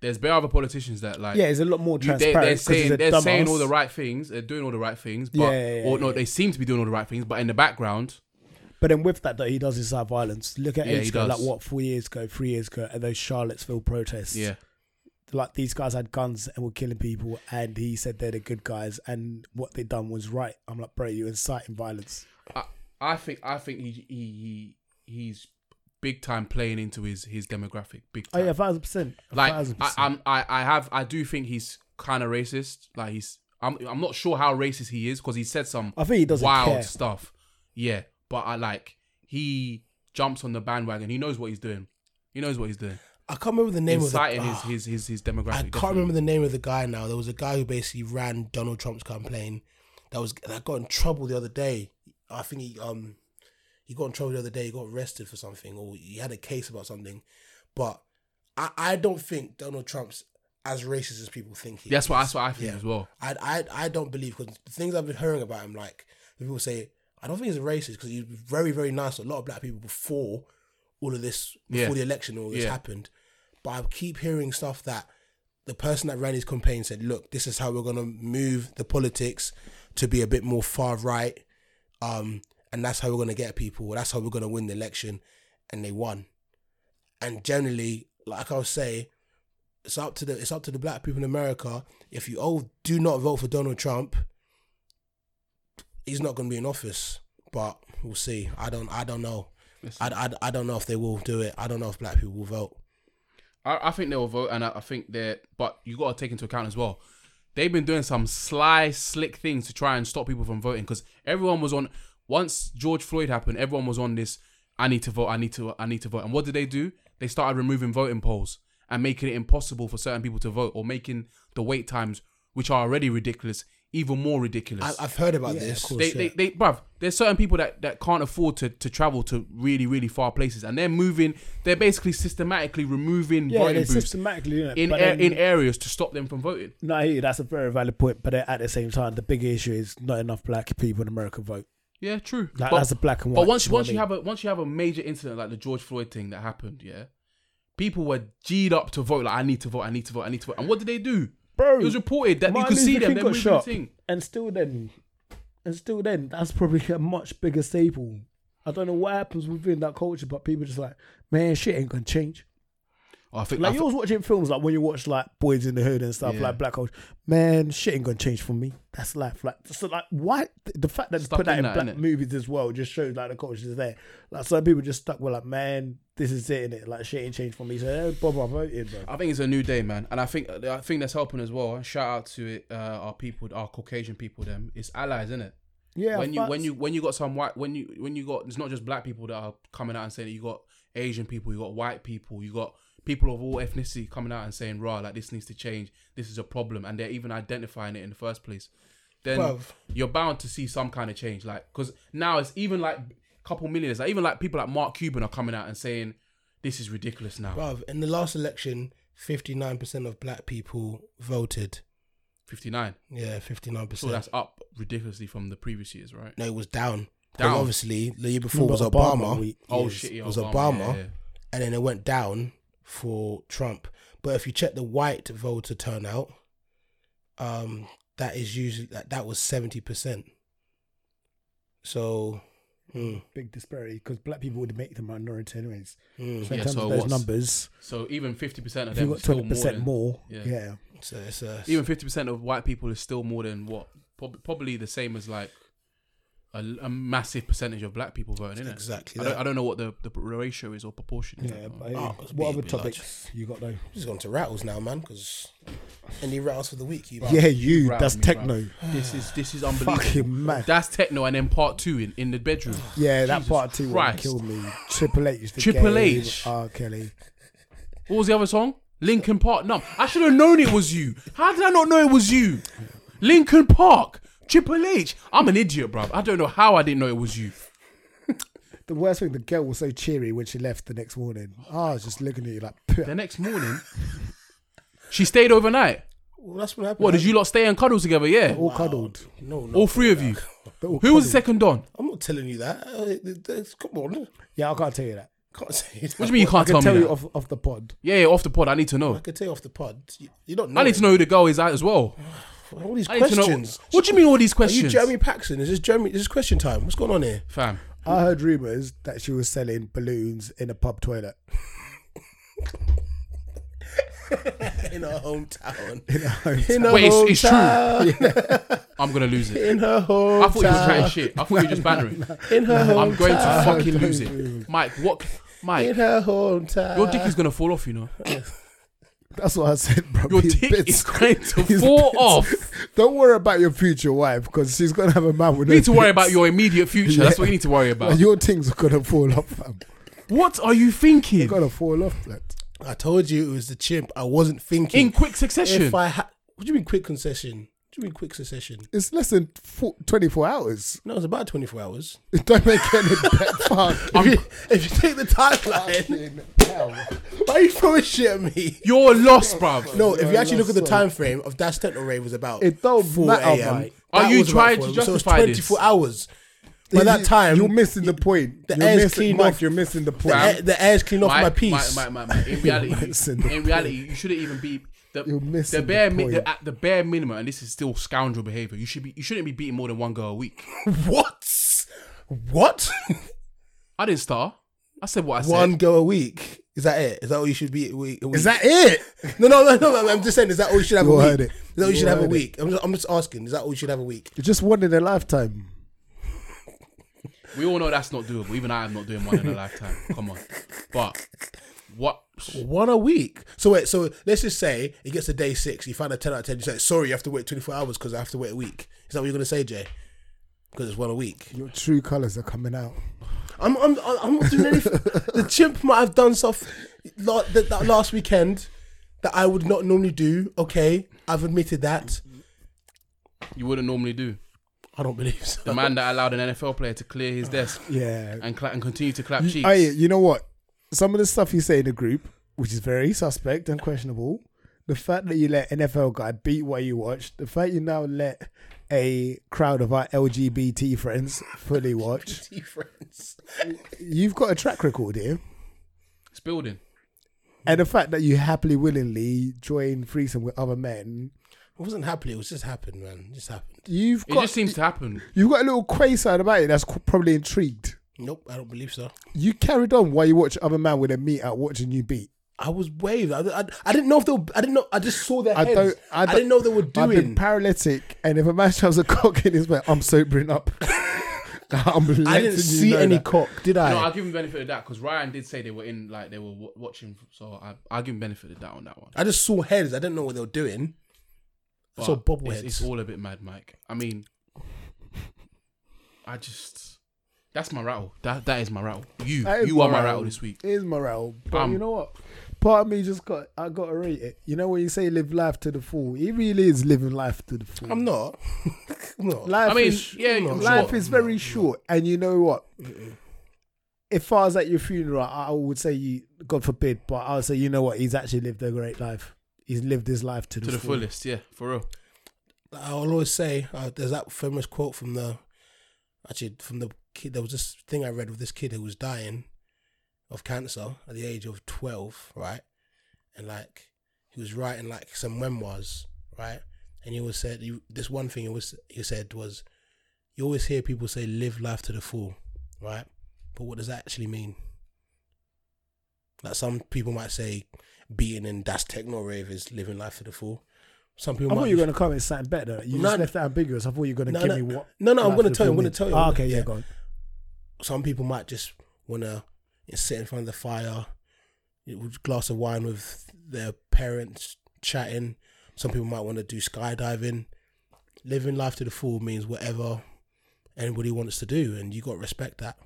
There's bare other politicians that like
Yeah, it's a lot more
you- they,
transparent.
they're
'cause he's
saying
a
they're saying
dumbass.
all the right things, they're doing all the right things, but
Yeah, yeah, yeah,
or no,
yeah.
they seem to be doing all the right things, but in the background,
But then with that, though, he does incite violence. Look at
Yeah, he
H-Co, like
does.
what four years ago, three years ago, at those Charlottesville protests.
Yeah.
like these guys had guns and were killing people, and he said they're the good guys, and what they done was right. I'm like, bro, you're inciting violence.
I, I think I think he, he he he's big time playing into his his demographic. Big
Oh
time.
yeah, thousand percent. A
like
thousand
I,
percent.
I'm I I have I do think he's kind of racist. Like he's I'm I'm not sure how racist he is because he said some
I think he doesn't
wild
care.
stuff. Yeah, but I like he jumps on the bandwagon. He knows what he's doing. He knows what he's doing.
I can't remember the name
Inciting
of the,
his,
Ah,
his his his
I
demographic.
can't
definitely.
remember the name of the guy now. There was a guy who basically ran Donald Trump's campaign that was that got in trouble the other day. I think he um he got in trouble the other day. He got arrested for something or he had a case about something. But I I don't think Donald Trump's as racist as people think he
That's what
is.
that's what I think
Yeah.
as well.
I, I, I don't believe because the things I've been hearing about him, like people say, I don't think he's a racist because he was very, very nice to a lot of black people before all of this, before
Yeah.
the election, all this
Yeah.
happened. But I keep hearing stuff that the person that ran his campaign said, look, this is how we're going to move the politics to be a bit more far right. Um, and that's how we're going to get people. That's how we're going to win the election. And they won. And generally, like I was saying, it's up to the it's up to the black people in America. If you all do not vote for Donald Trump, he's not going to be in office. But we'll see. I don't I don't know. I, I, I don't know if they will do it. I don't know if black people will vote.
I, I think they will vote, and I, I think they're. But you got to take into account as well. They've been doing some sly, slick things to try and stop people from voting because everyone was on. Once George Floyd happened, everyone was on this. I need to vote. I need to. I need to vote. And what did they do? They started removing voting polls and making it impossible for certain people to vote, or making the wait times, which are already ridiculous, even more ridiculous
I, I've heard about this.
they, they, they, bruv, there's certain people that, that can't afford to, to travel to really, really far places, and they're moving. They're basically systematically removing
yeah,
voting
they're
booths
systematically doing it.
in
but
ar-
then-
in areas to stop them from voting.
no, I hear you, that's a very valid point. But then at the same time, the bigger issue is not enough black people in America vote.
Yeah, true.
That- that's a black and
But
white,
once
you know
once
what I
you
mean?
have a once you have a major incident like the George Floyd thing that happened, yeah, people were g'd up to vote. Like I need to vote. I need to vote. I need to vote. And what did they do?
Bro,
it was reported that you
Martin
could see
Luther
them.
King
They're
got
moving
shot,
the thing.
and still then, and still then, that's probably a much bigger staple. I don't know what happens within that culture, but people just like, man, shit ain't gonna change.
Oh, I think, I
Like
think-
you was watching films, like when you watch like Boys in the Hood and stuff,
Yeah.
like Black Culture. Man, shit ain't gonna change for me. That's life. Like so, like why the fact that they
Stuck
put that
in
in
that,
black
innit?
movies as well just shows like the culture is there. Like some people just stuck with like, man, this is it, innit? Like shit ain't changed for me. So eh, blah blah voted, bro.
I think it's a new day, man, and I think I think that's helping as well. Shout out to it, uh, our people, our Caucasian people. Them, it's allies, isn't it?
Yeah,
when you
facts.
when you when you got some white when you when you got it's not just black people that are coming out and saying it, you got Asian people, you got white people, you got people of all ethnicity coming out and saying, "Rah, like this needs to change. This is a problem," and they're even identifying it in the first place. Then
Bruv.
you're bound to see some kind of change, like because now it's even like a couple millionaires, like even like people like Mark Cuban are coming out and saying, "This is ridiculous now."
Bruv, in the last election, 59% of black people voted.
Fifty nine.
Yeah, 59%.
So that's up ridiculously from the previous years, right?
no, it was down.
Down.
Down. Obviously, the year before was
Remember
Obama.
week?
Oh
Yes,
shit,
it
yeah,
was
Obama.
Obama.
yeah, yeah.
and then it went down for Trump. But if you check the white voter turnout, um, that is usually that, that was seventy percent. So, hmm,
Big disparity because black people would make the minority anyways.
hmm.
So in
Mm. Yeah,
terms
so
of those
what's-
numbers,
So even fifty percent of
if you
them
got
is still
twenty
more.
percent
Than,
more,
yeah.
yeah.
so it's uh, a
even fifty percent of white people is still more than what prob- probably the same as like a, a massive percentage of black people voting. Isn't
Exactly
It? I, don't,
that.
I don't know what the, the ratio is or proportion. Is
Yeah, but,
Oh,
hey,
it's
what
big,
other
big
topics you got though?
it's gone to rattles now, man. Because any rattles for the week, you
Yeah, you.
Rattled
That's
me,
techno.
bruv. This is
<laughs>
this is unbelievable.
Fucking mad.
That's techno, and then part two in, in the bedroom.
Yeah, that
Jesus
part two one
Christ.
killed me. Triple H is the
Triple
game.
H.
R. Kelly.
What was the other song? Lincoln Park. No, I should have known it was you. How did I not know it was you? Lincoln Park. Triple H. I'm an idiot, bruv. I don't know how I didn't know it was you.
The worst thing, the girl was so cheery when she left the next morning. I was just looking at you like,
The
"Puh."
next morning, she stayed overnight.
Well, that's what happened.
What did you lot stay and cuddle together? Yeah,
all cuddled.
No, no.
all three of you.
They all
Who
cuddled.
was the second Don?
I'm not telling you that. Uh, it- it- it's- Come on,
Yeah, I can't tell you that.
can't say that.
What do you mean you
I
can't
can
tell,
tell
me?
you
that?
off, off the pod.
yeah, yeah, off the pod. I need to
I
know.
could tell you off the pod. You, you don't know.
I need to know who the girl is at as well.
all these
I need to know.
questions.
What do you mean all these
Are you
questions,
Jeremy Paxton? Is this Jeremy? Is this question time? What's going on here?
fam?
I heard rumors that she was selling balloons in a pub toilet.
in her hometown.
In
Wait, it's, it's true. <laughs> I'm gonna lose it.
In her
I thought you were
hometown.
chatting shit. I thought you were just bantering.
In her hometown.
I'm going to fucking lose it, Mike. What,
In
Mike?
her hometown.
Your dick is gonna fall off, you know.
That's what I said, bro.
Your
These
dick
bits-
is going
<laughs>
to
these
fall
bits-
off.
<laughs> Don't worry about your future wife because she's gonna have a man with.
You
no
need to worry
bits.
about your immediate future. That's what you need to worry
Like, <laughs>
about.
your things are gonna fall off, fam.
What are you thinking?
Gonna fall off, blood.
I told you it was the chimp. I wasn't thinking.
In quick succession.
If I ha- what do you mean quick concession? What do you mean quick succession?
It's less than four, 24 hours. <laughs>
No, it's about 24 hours.
It don't make any <laughs> better.
If you, if you take the timeline, why are you throwing shit at me?
You're lost, bruv.
No, if you actually
that's
look at
so-
the time frame of that techno rave was about
It don't
4
matter,
a.m.
mate.
Are
That
you
was about
trying
4
to
a.m., so it's
justify this?
24 hours. By that time,
you're missing the point.
the
you're
air's
missing,
cleaned
Mike,
off.
you're missing the point.
the, air, the air's clean off
Mike,
my piece.
Mike, Mike, Mike, Mike. In
missing
reality,
the
in reality, you shouldn't even be the,
You're missing
the bare
the
mi-
point.
the, at the bare minimum, and this is still scoundrel behavior. You should be you shouldn't be beating more than one girl a week.
What? What?
I didn't star. I said what I said.
One girl a week. Is that it? Is that all you should be? A week? a week?
Is that it?
No, no, no, no. I'm just saying. Is that all you should have
You
a week?
heard it.
Is that all you,
You
should have a
heard it.
week? I'm just, I'm just asking. Is that all you should have a week?
It's just one in a lifetime.
We all know that's not doable. Even I am not doing one in a lifetime. Come on. But what?
One a week. So wait. So let's just say it gets to day six. You find a ten out of ten. You say sorry. You have to wait 24 hours because I have to wait a week. Is that what you're gonna say, Jay? Because it's one a week.
Your true colors are coming out.
I'm I'm I'm not
<laughs>
doing anything. the chimp might have done stuff la- that, that last weekend that I would not normally do. Okay, I've admitted that.
You wouldn't normally do.
I don't believe so.
The man that allowed an NFL player to clear his desk
Yeah.
and clap and continue to clap cheeks.
Hey, you know what? Some of the stuff you say in the group, which is very suspect and questionable, the fact that you let NFL guy beat what you watched, the fact you now let a crowd of our LGBT friends fully watch,
friends.
you've got a track record here.
It's building.
And the fact that you happily, willingly join threesome with other men,
It wasn't happily. It was just happened, man. It just happened.
you've
It
got
just seems to happen.
you've got a little quay side about it that's qu- probably intrigued.
Nope, I don't believe so.
You carried on while you watch other man with a meat out watching you beat.
I was waved. I, I, I didn't know if they were. I didn't know. I just saw their
I
heads. I,
don't. I, don't,
didn't know they were
I've been
doing.
paralytic, and if a man shoves a cock in his mouth, I'm sobering
<laughs>
up. <laughs> I'm
I didn't see any cock, did I?
No, I'll give him benefit of that because Ryan did say they were in, like they were w- watching. So I, I'll give him benefit of that on that one.
I just saw heads. I didn't know what they were doing. I saw
But
bobbleheads.
It's, it's all a bit mad, Mike. I mean, I just that's my rattle. That that is my rattle. You you are my rattle this week.
It is morale, but
Um,
you know what? Part of me just got. I got to rate it. You know when you say live life to the full, it really is living life to the full.
I'm not. <laughs> I'm not.
Life
I mean,
is,
yeah, I'm
life
sure.
is very short, and you know what? If I was at your funeral, I would say you, God forbid, but I would say, you know what? He's actually lived a great life. He's lived his life to the,
To the
full.
fullest, yeah, for real.
I'll always say uh, there's that famous quote from the actually from the kid. There was this thing I read of this kid who was dying of cancer at the age of twelve, right? And like he was writing like some memoirs, right? And he was said he, this one thing he was he said was you always hear people say live life to the full, right? But what does that actually mean? Like some people might say being in das techno rave is living life to the full. Some people
I
might
thought
be
you were going to come with something better. You
No,
just left it ambiguous. I thought you were going to
no,
give
no.
me what.
No, no, I'm
life
gonna
to the
tell you,
full
I'm gonna
means.
tell you.
Ah, okay, yeah,
Yeah.
go on.
some people might just want to sit in front of the fire with a glass of wine with their parents chatting some people might want to do skydiving living life to the full means whatever anybody wants to do and you got to respect that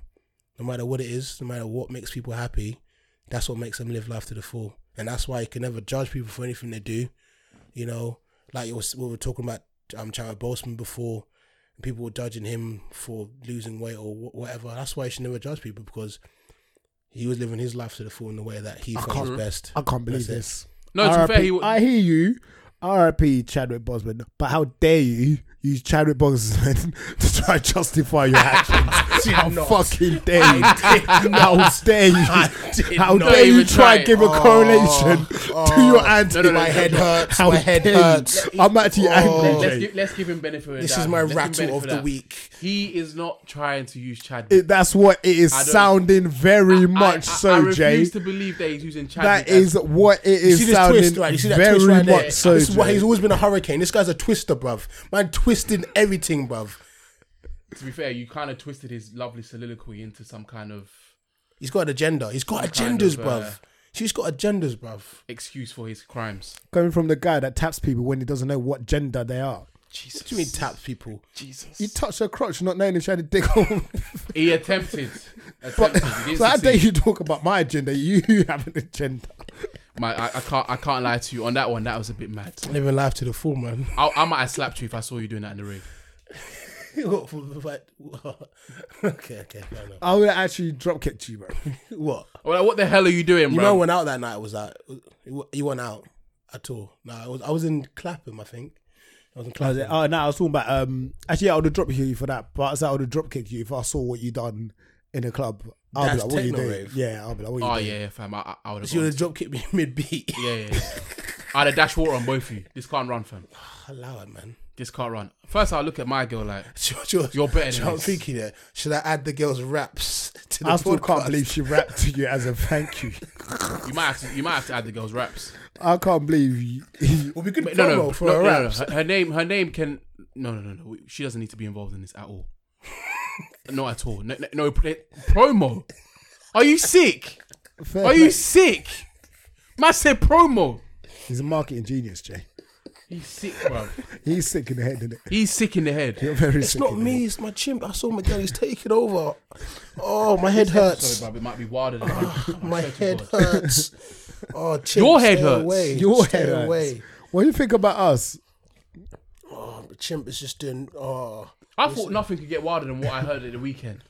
no matter what it is no matter what makes people happy that's what makes them live life to the full and that's why you can never judge people for anything they do you know like it was, we were talking about um, Chadwick Boseman before people were judging him for losing weight or wh- whatever. That's why you should never judge people because he was living his life to the full in the way that he felt was best.
I can't believe
That's it.
this.
No, to be fair,
RIP
he wa-
I hear you. RIP Chadwick <laughs>
<laughs>
Bosman, but how dare you use Chadwick Bosman to try and justify your actions?
How fucking dare you? How dare you? How
not
dare you
even
try
try. Oh,
and give a correlation to your answer?
no, no,
My head hurts.
How
my head
dare you?
hurts.
I'm actually
Let,
angry,
Oh. let's,
Jay.
give, let's give him benefit. of the
This
doubt.
is my
Let's give him
rattle
benefit
of the
doubt.
week.
He is not trying to use Chad.
It- That's what it is
don't-
sounding very much
I, I,
so,
I refuse
Jay.
to believe that he's using Chad.
That is what it
You see
is
this
sounding
twist, right? You see that
very
twist right
much
there?
so,
this is why
Jay.
he's always been a hurricane. This guy's a twister, bruv. Man, twisting everything, bruv.
To be fair, you kind of twisted his lovely soliloquy into some kind of
He's got an agenda. He's got
kind
agendas,
of,
bruv.
uh,
She's got agendas, bruv.
excuse for his crimes.
Coming from the guy that taps people when he doesn't know what gender they are.
Jesus.
What do you mean tap people?
Jesus.
He touched her crotch, not knowing if she had a dick
<laughs>
on.
He attempted. attempted. He didn't
so how dare
succeed.
you talk about my agenda? You <laughs> have an agenda.
My, I, I can't. I can't lie to you on that one. That was a bit mad.
Living life to the full, man. <laughs>
I, I might have slapped you if I saw you doing that in the ring.
okay, <laughs> okay, no, no.
I would actually drop kick <laughs> you, bro.
What?
Well, like, what the hell are you doing,
You
bro?
know, I went out that night. Was that you weren't out at all? No, I was. I was in Clapham, I think. I was in
I was
Clapham.
like, oh no, I was talking about um. Actually, I would have dropped you for that, but I said I would have drop kicked you if I saw what you done in a club. I'll
That's
be like, what you
techno
doing?
rave.
Yeah, I'll be like, what you
oh
doing?
yeah, yeah, fam. I, I- I would have.
you would
Yeah,
have drop kicked me <laughs> mid beat.
Oh, yeah, yeah. I'd have dashed water on both of you. This can't run, fam.
Allow it, man. <laughs>
This can't run. First, I'll look at my girl like,
Sure, sure.
You're better
Sure,
than
I'm
this.
thinking there. Should I add the girls' raps to the
I still
podcast?
can't believe she rapped to you as a thank <laughs> you.
you might have to, you might have to add the girl's raps.
I can't believe you.
Well, we could
But
promo
no, no,
for
no,
her
no, no, no.
raps.
Her, her name, her name can. No, no, no, no. We- She doesn't need to be involved in this at all. Not at all. No, no, no pr- promo. Are you sick?
Fair
Are you
play.
sick? Man said promo.
He's a marketing genius, Jay.
He's sick, bro.
He's sick in the head, isn't it?
He's sick in the
<laughs>
<laughs>
head.
Very
It's
sick.
not
in the head.
me. It's my chimp. I saw Miguel. He's taking over. Oh, my head hurts.
Sorry, bro. It might be wilder than
<laughs> My head hurts.
<laughs>
Oh, chimp,
Your head
stay
hurts.
Away.
Your
stay
head hurts.
away.
What do you think about us?
Oh, but chimp is just doing. Oh,
I thought nothing could get wilder than what I heard at the weekend.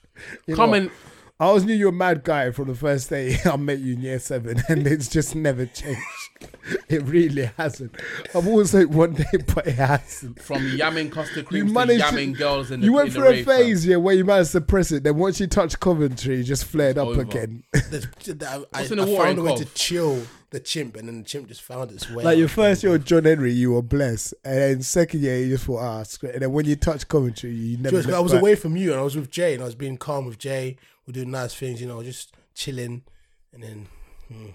Come and
I always knew you were a mad guy from the first day <laughs> I met you in year seven, <laughs> and it's just never changed. <laughs> It really hasn't. I've always said one day, <laughs> but it hasn't.
from yamming custard
You
creams to
managed to-
yamming girls in the
you went
in the
through a
rave, fam.
phase, yeah, where you managed to suppress it. Then once you touched Coventry, you just flared up
over.
again. <laughs>
there's, I, I,
What's in the
I
water
found
in
a way
Cov?
to chill the chimp, and then the chimp just found its way.
like your
out.
first year with John Henry, you were blessed, and then second year you just thought, ah, screw it. And then when you touched Coventry, you never.
Just- I
looked
was
back.
away from you, and I was with Jay, and I was being calm with Jay. We're doing nice things, you know, just chilling, and then. hmm,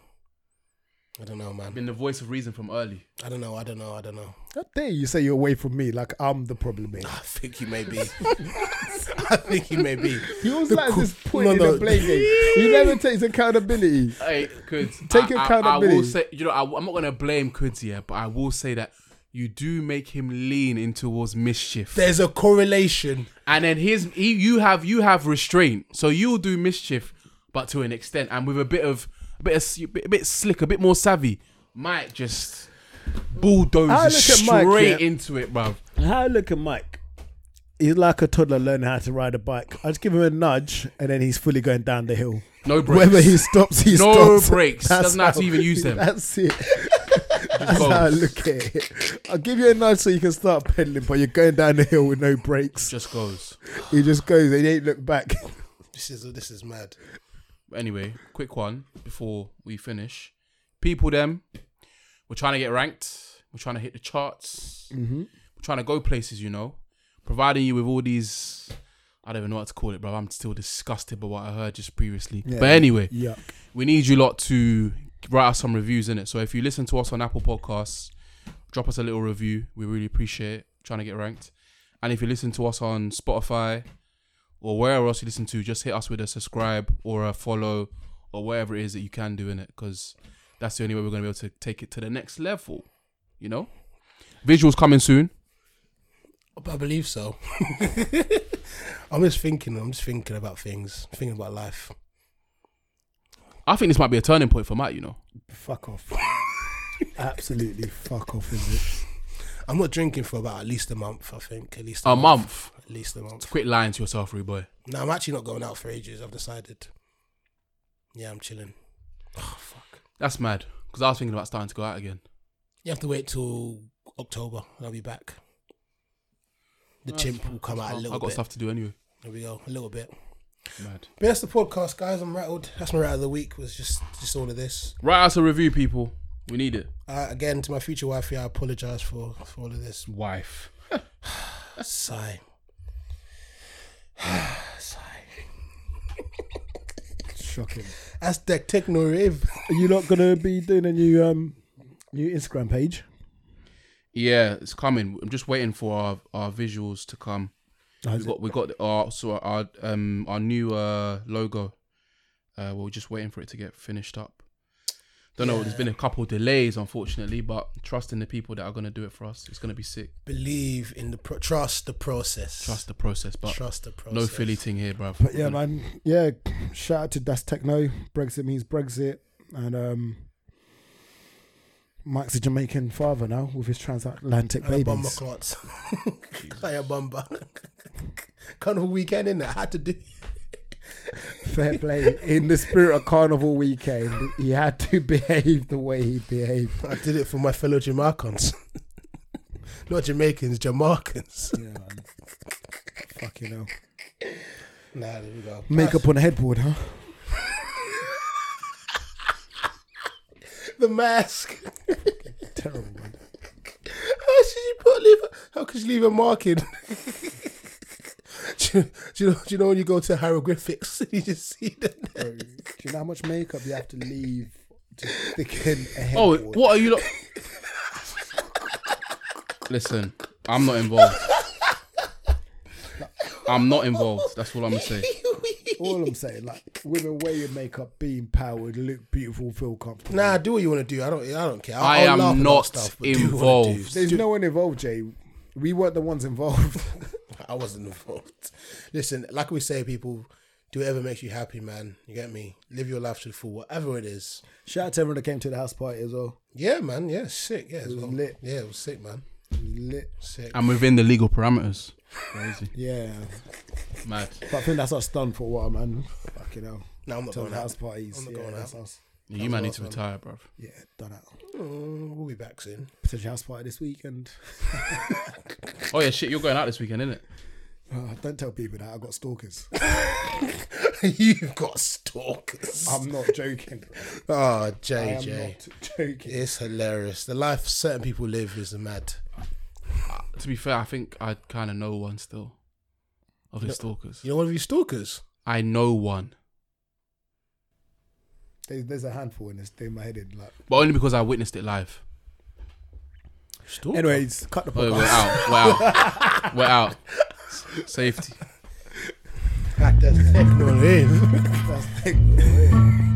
I don't know, man.
Been the voice of reason from early.
I don't know. I don't know. I don't know. <laughs>
How dare you say you're away from me? Like I'm the problem here.
I think you
<laughs>
may be. I think you may be.
He always
The
likes
cool-
this point
No,
in
no.
the blame game. He never takes accountability.
Hey, Kuds.
Take
I, I, I
accountability.
will say, you know, I, am not going to blame Kuds here, but I will say that you do make him lean in towards mischief.
There's a correlation.
and then his, he, you have you have restraint, so you'll do mischief, but to an extent, and with a bit of a bit of s- a bit, a bit slick, a bit more savvy, Mike just
I
bulldozes
Ah, look at Mike,
straight
yeah.
into it, bruv.
How look at Mike? He's like a toddler learning how to ride a bike. I just give him a nudge, and then he's fully going down the hill.
No breaks.
Whether he stops, he
No
stops.
breaks.
That's
Doesn't have to
how-
even use them.
That's it. That's <laughs>
goes.
how I Ah, look at it. I'll give you a nudge so you can start pedaling, but you're going down the hill with no brakes.
just goes.
He just goes and he ain't look back.
This is this is mad.
anyway, quick one before we finish. People, them, we're trying to get ranked. We're trying to hit the charts. Mm-hmm. We're trying to go places, you know. Providing you with all these, I don't even know what to call it, bro. I'm still disgusted by what I heard just previously. But anyway,
Yuck.
we need you lot to write us some reviews in it. So if you listen to us on Apple Podcasts, drop us a little review. We really appreciate it. Trying to get ranked. And if you listen to us on Spotify or wherever else you listen to, just hit us with a subscribe or a follow or whatever it is that you can do in it because that's the only way we're going to be able to take it to the next level. You know? Visuals coming soon.
I believe so. <laughs> I'm just thinking. I'm just thinking about things. Thinking about life.
I think this might be a turning point for Matt, you know?
<laughs> Fuck off. Absolutely fuck off, is it?
I'm not drinking for about at least a month. I think at least
A month.
At least a month.
Quit lying to yourself, Rude Boy.
No, I'm actually not going out for ages. I've decided. Yeah, I'm chilling. Oh fuck!
That's mad because I was thinking about starting to go out again.
You have to wait till October. and I'll be back. The chimp will come out a
I've
little
got
bit.
stuff to do anyway.
There we go. A little bit.
Mad.
But that's the podcast, guys. I'm rattled. That's my rat of the week. Was just just all of this.
Write us a review, people. We need it.
Uh, again, to my future wife, yeah, I apologize for for all
<laughs>
of this.
Wife.
Sigh. Sigh.
Shocking.
That's the techno rave.
Are you not gonna be doing a new um new Instagram page?
Yeah, it's coming. I'm just waiting for our, our visuals to come. We got we got our so our um our new uh logo. Uh, we're just waiting for it to get finished up. Don't know. There's been a couple delays, unfortunately, but trusting the people that are gonna do it for us. It's gonna be sick.
Believe in the pro- trust the process.
Trust the process, but
Trust the process.
no Philly thing here, bruv.
But yeah, man. Yeah, shout out to Das Techno. Brexit means Brexit, and um, Mike's a Jamaican father now with his transatlantic
Kaya Bomba
babies.
clots. <laughs> Kaya <laughs> Bomba. Carnival weekend in there. Had to do.
Fair play. In the spirit of Carnival weekend, he had to <laughs> behave the way he behaved.
I did it for my fellow Jamaicans. <laughs> Not Jamaicans, Jamaicans.
Yeah, man. Fucking hell.
Nah, there we go.
Makeup on the headboard, huh?
The <laughs> mask.
Terrible, man.
How should you put leave? How could you leave a marking? <laughs> do, you, do you know? Do you know when you go to hieroglyphics and you just see that?
Bro, do you know how much makeup you have to leave to thicken a <laughs>
Oh,
headboard?
what are you? Lo- Listen, I'm not involved. I'm not involved. That's all I'm gonna say.
All I'm saying, like, women wear your makeup, be empowered, look beautiful, feel comfortable.
Nah, do what you want to do. I don't. I don't care. I'll,
I
I'll
am
laugh about
not
stuff, but do what you wanna do.
involved.
There's no one involved, Jay. We weren't the ones involved.
<laughs> I wasn't involved. Listen, like we say, people, do whatever makes you happy, man. You get me? Live your life to the full, whatever it is.
Shout out to everyone that came to the house party as well.
Yeah, man. Yeah, sick. Yeah, it was
lit.
Yeah, it was sick, man.
It was lit.
Sick.
I'm within the legal parameters. Crazy,
Yeah.
mad.
But I think that's us done for a while, man. Fucking hell.
no, I'm not
Till
going
the
out.
house parties.
I'm not
yeah,
going
that's
out.
us.
You man need to retire, bruv.
Yeah, done out.
Mm, we'll be back soon. <laughs>
Potential house party this weekend.
Oh yeah, shit, you're going out this weekend, innit?
Oh, don't tell people that. I've got
<laughs>
stalkers.
You've got stalkers. <laughs>
I'm not joking.
oh,
I am
JJ.
not joking.
It's hilarious. The life certain people live is mad.
To be fair, I think I kind of know one still of his stalkers.
You know, one of you stalkers?
I know one,
There's, there's a handful in this thing in my head. In, like.
but only because I witnessed it live.
Stalker?
Anyways, cut the
Oh, yeah,
podcast. <laughs>
we're out. We're out. We're out. Safety.
That's techno rave.
That's-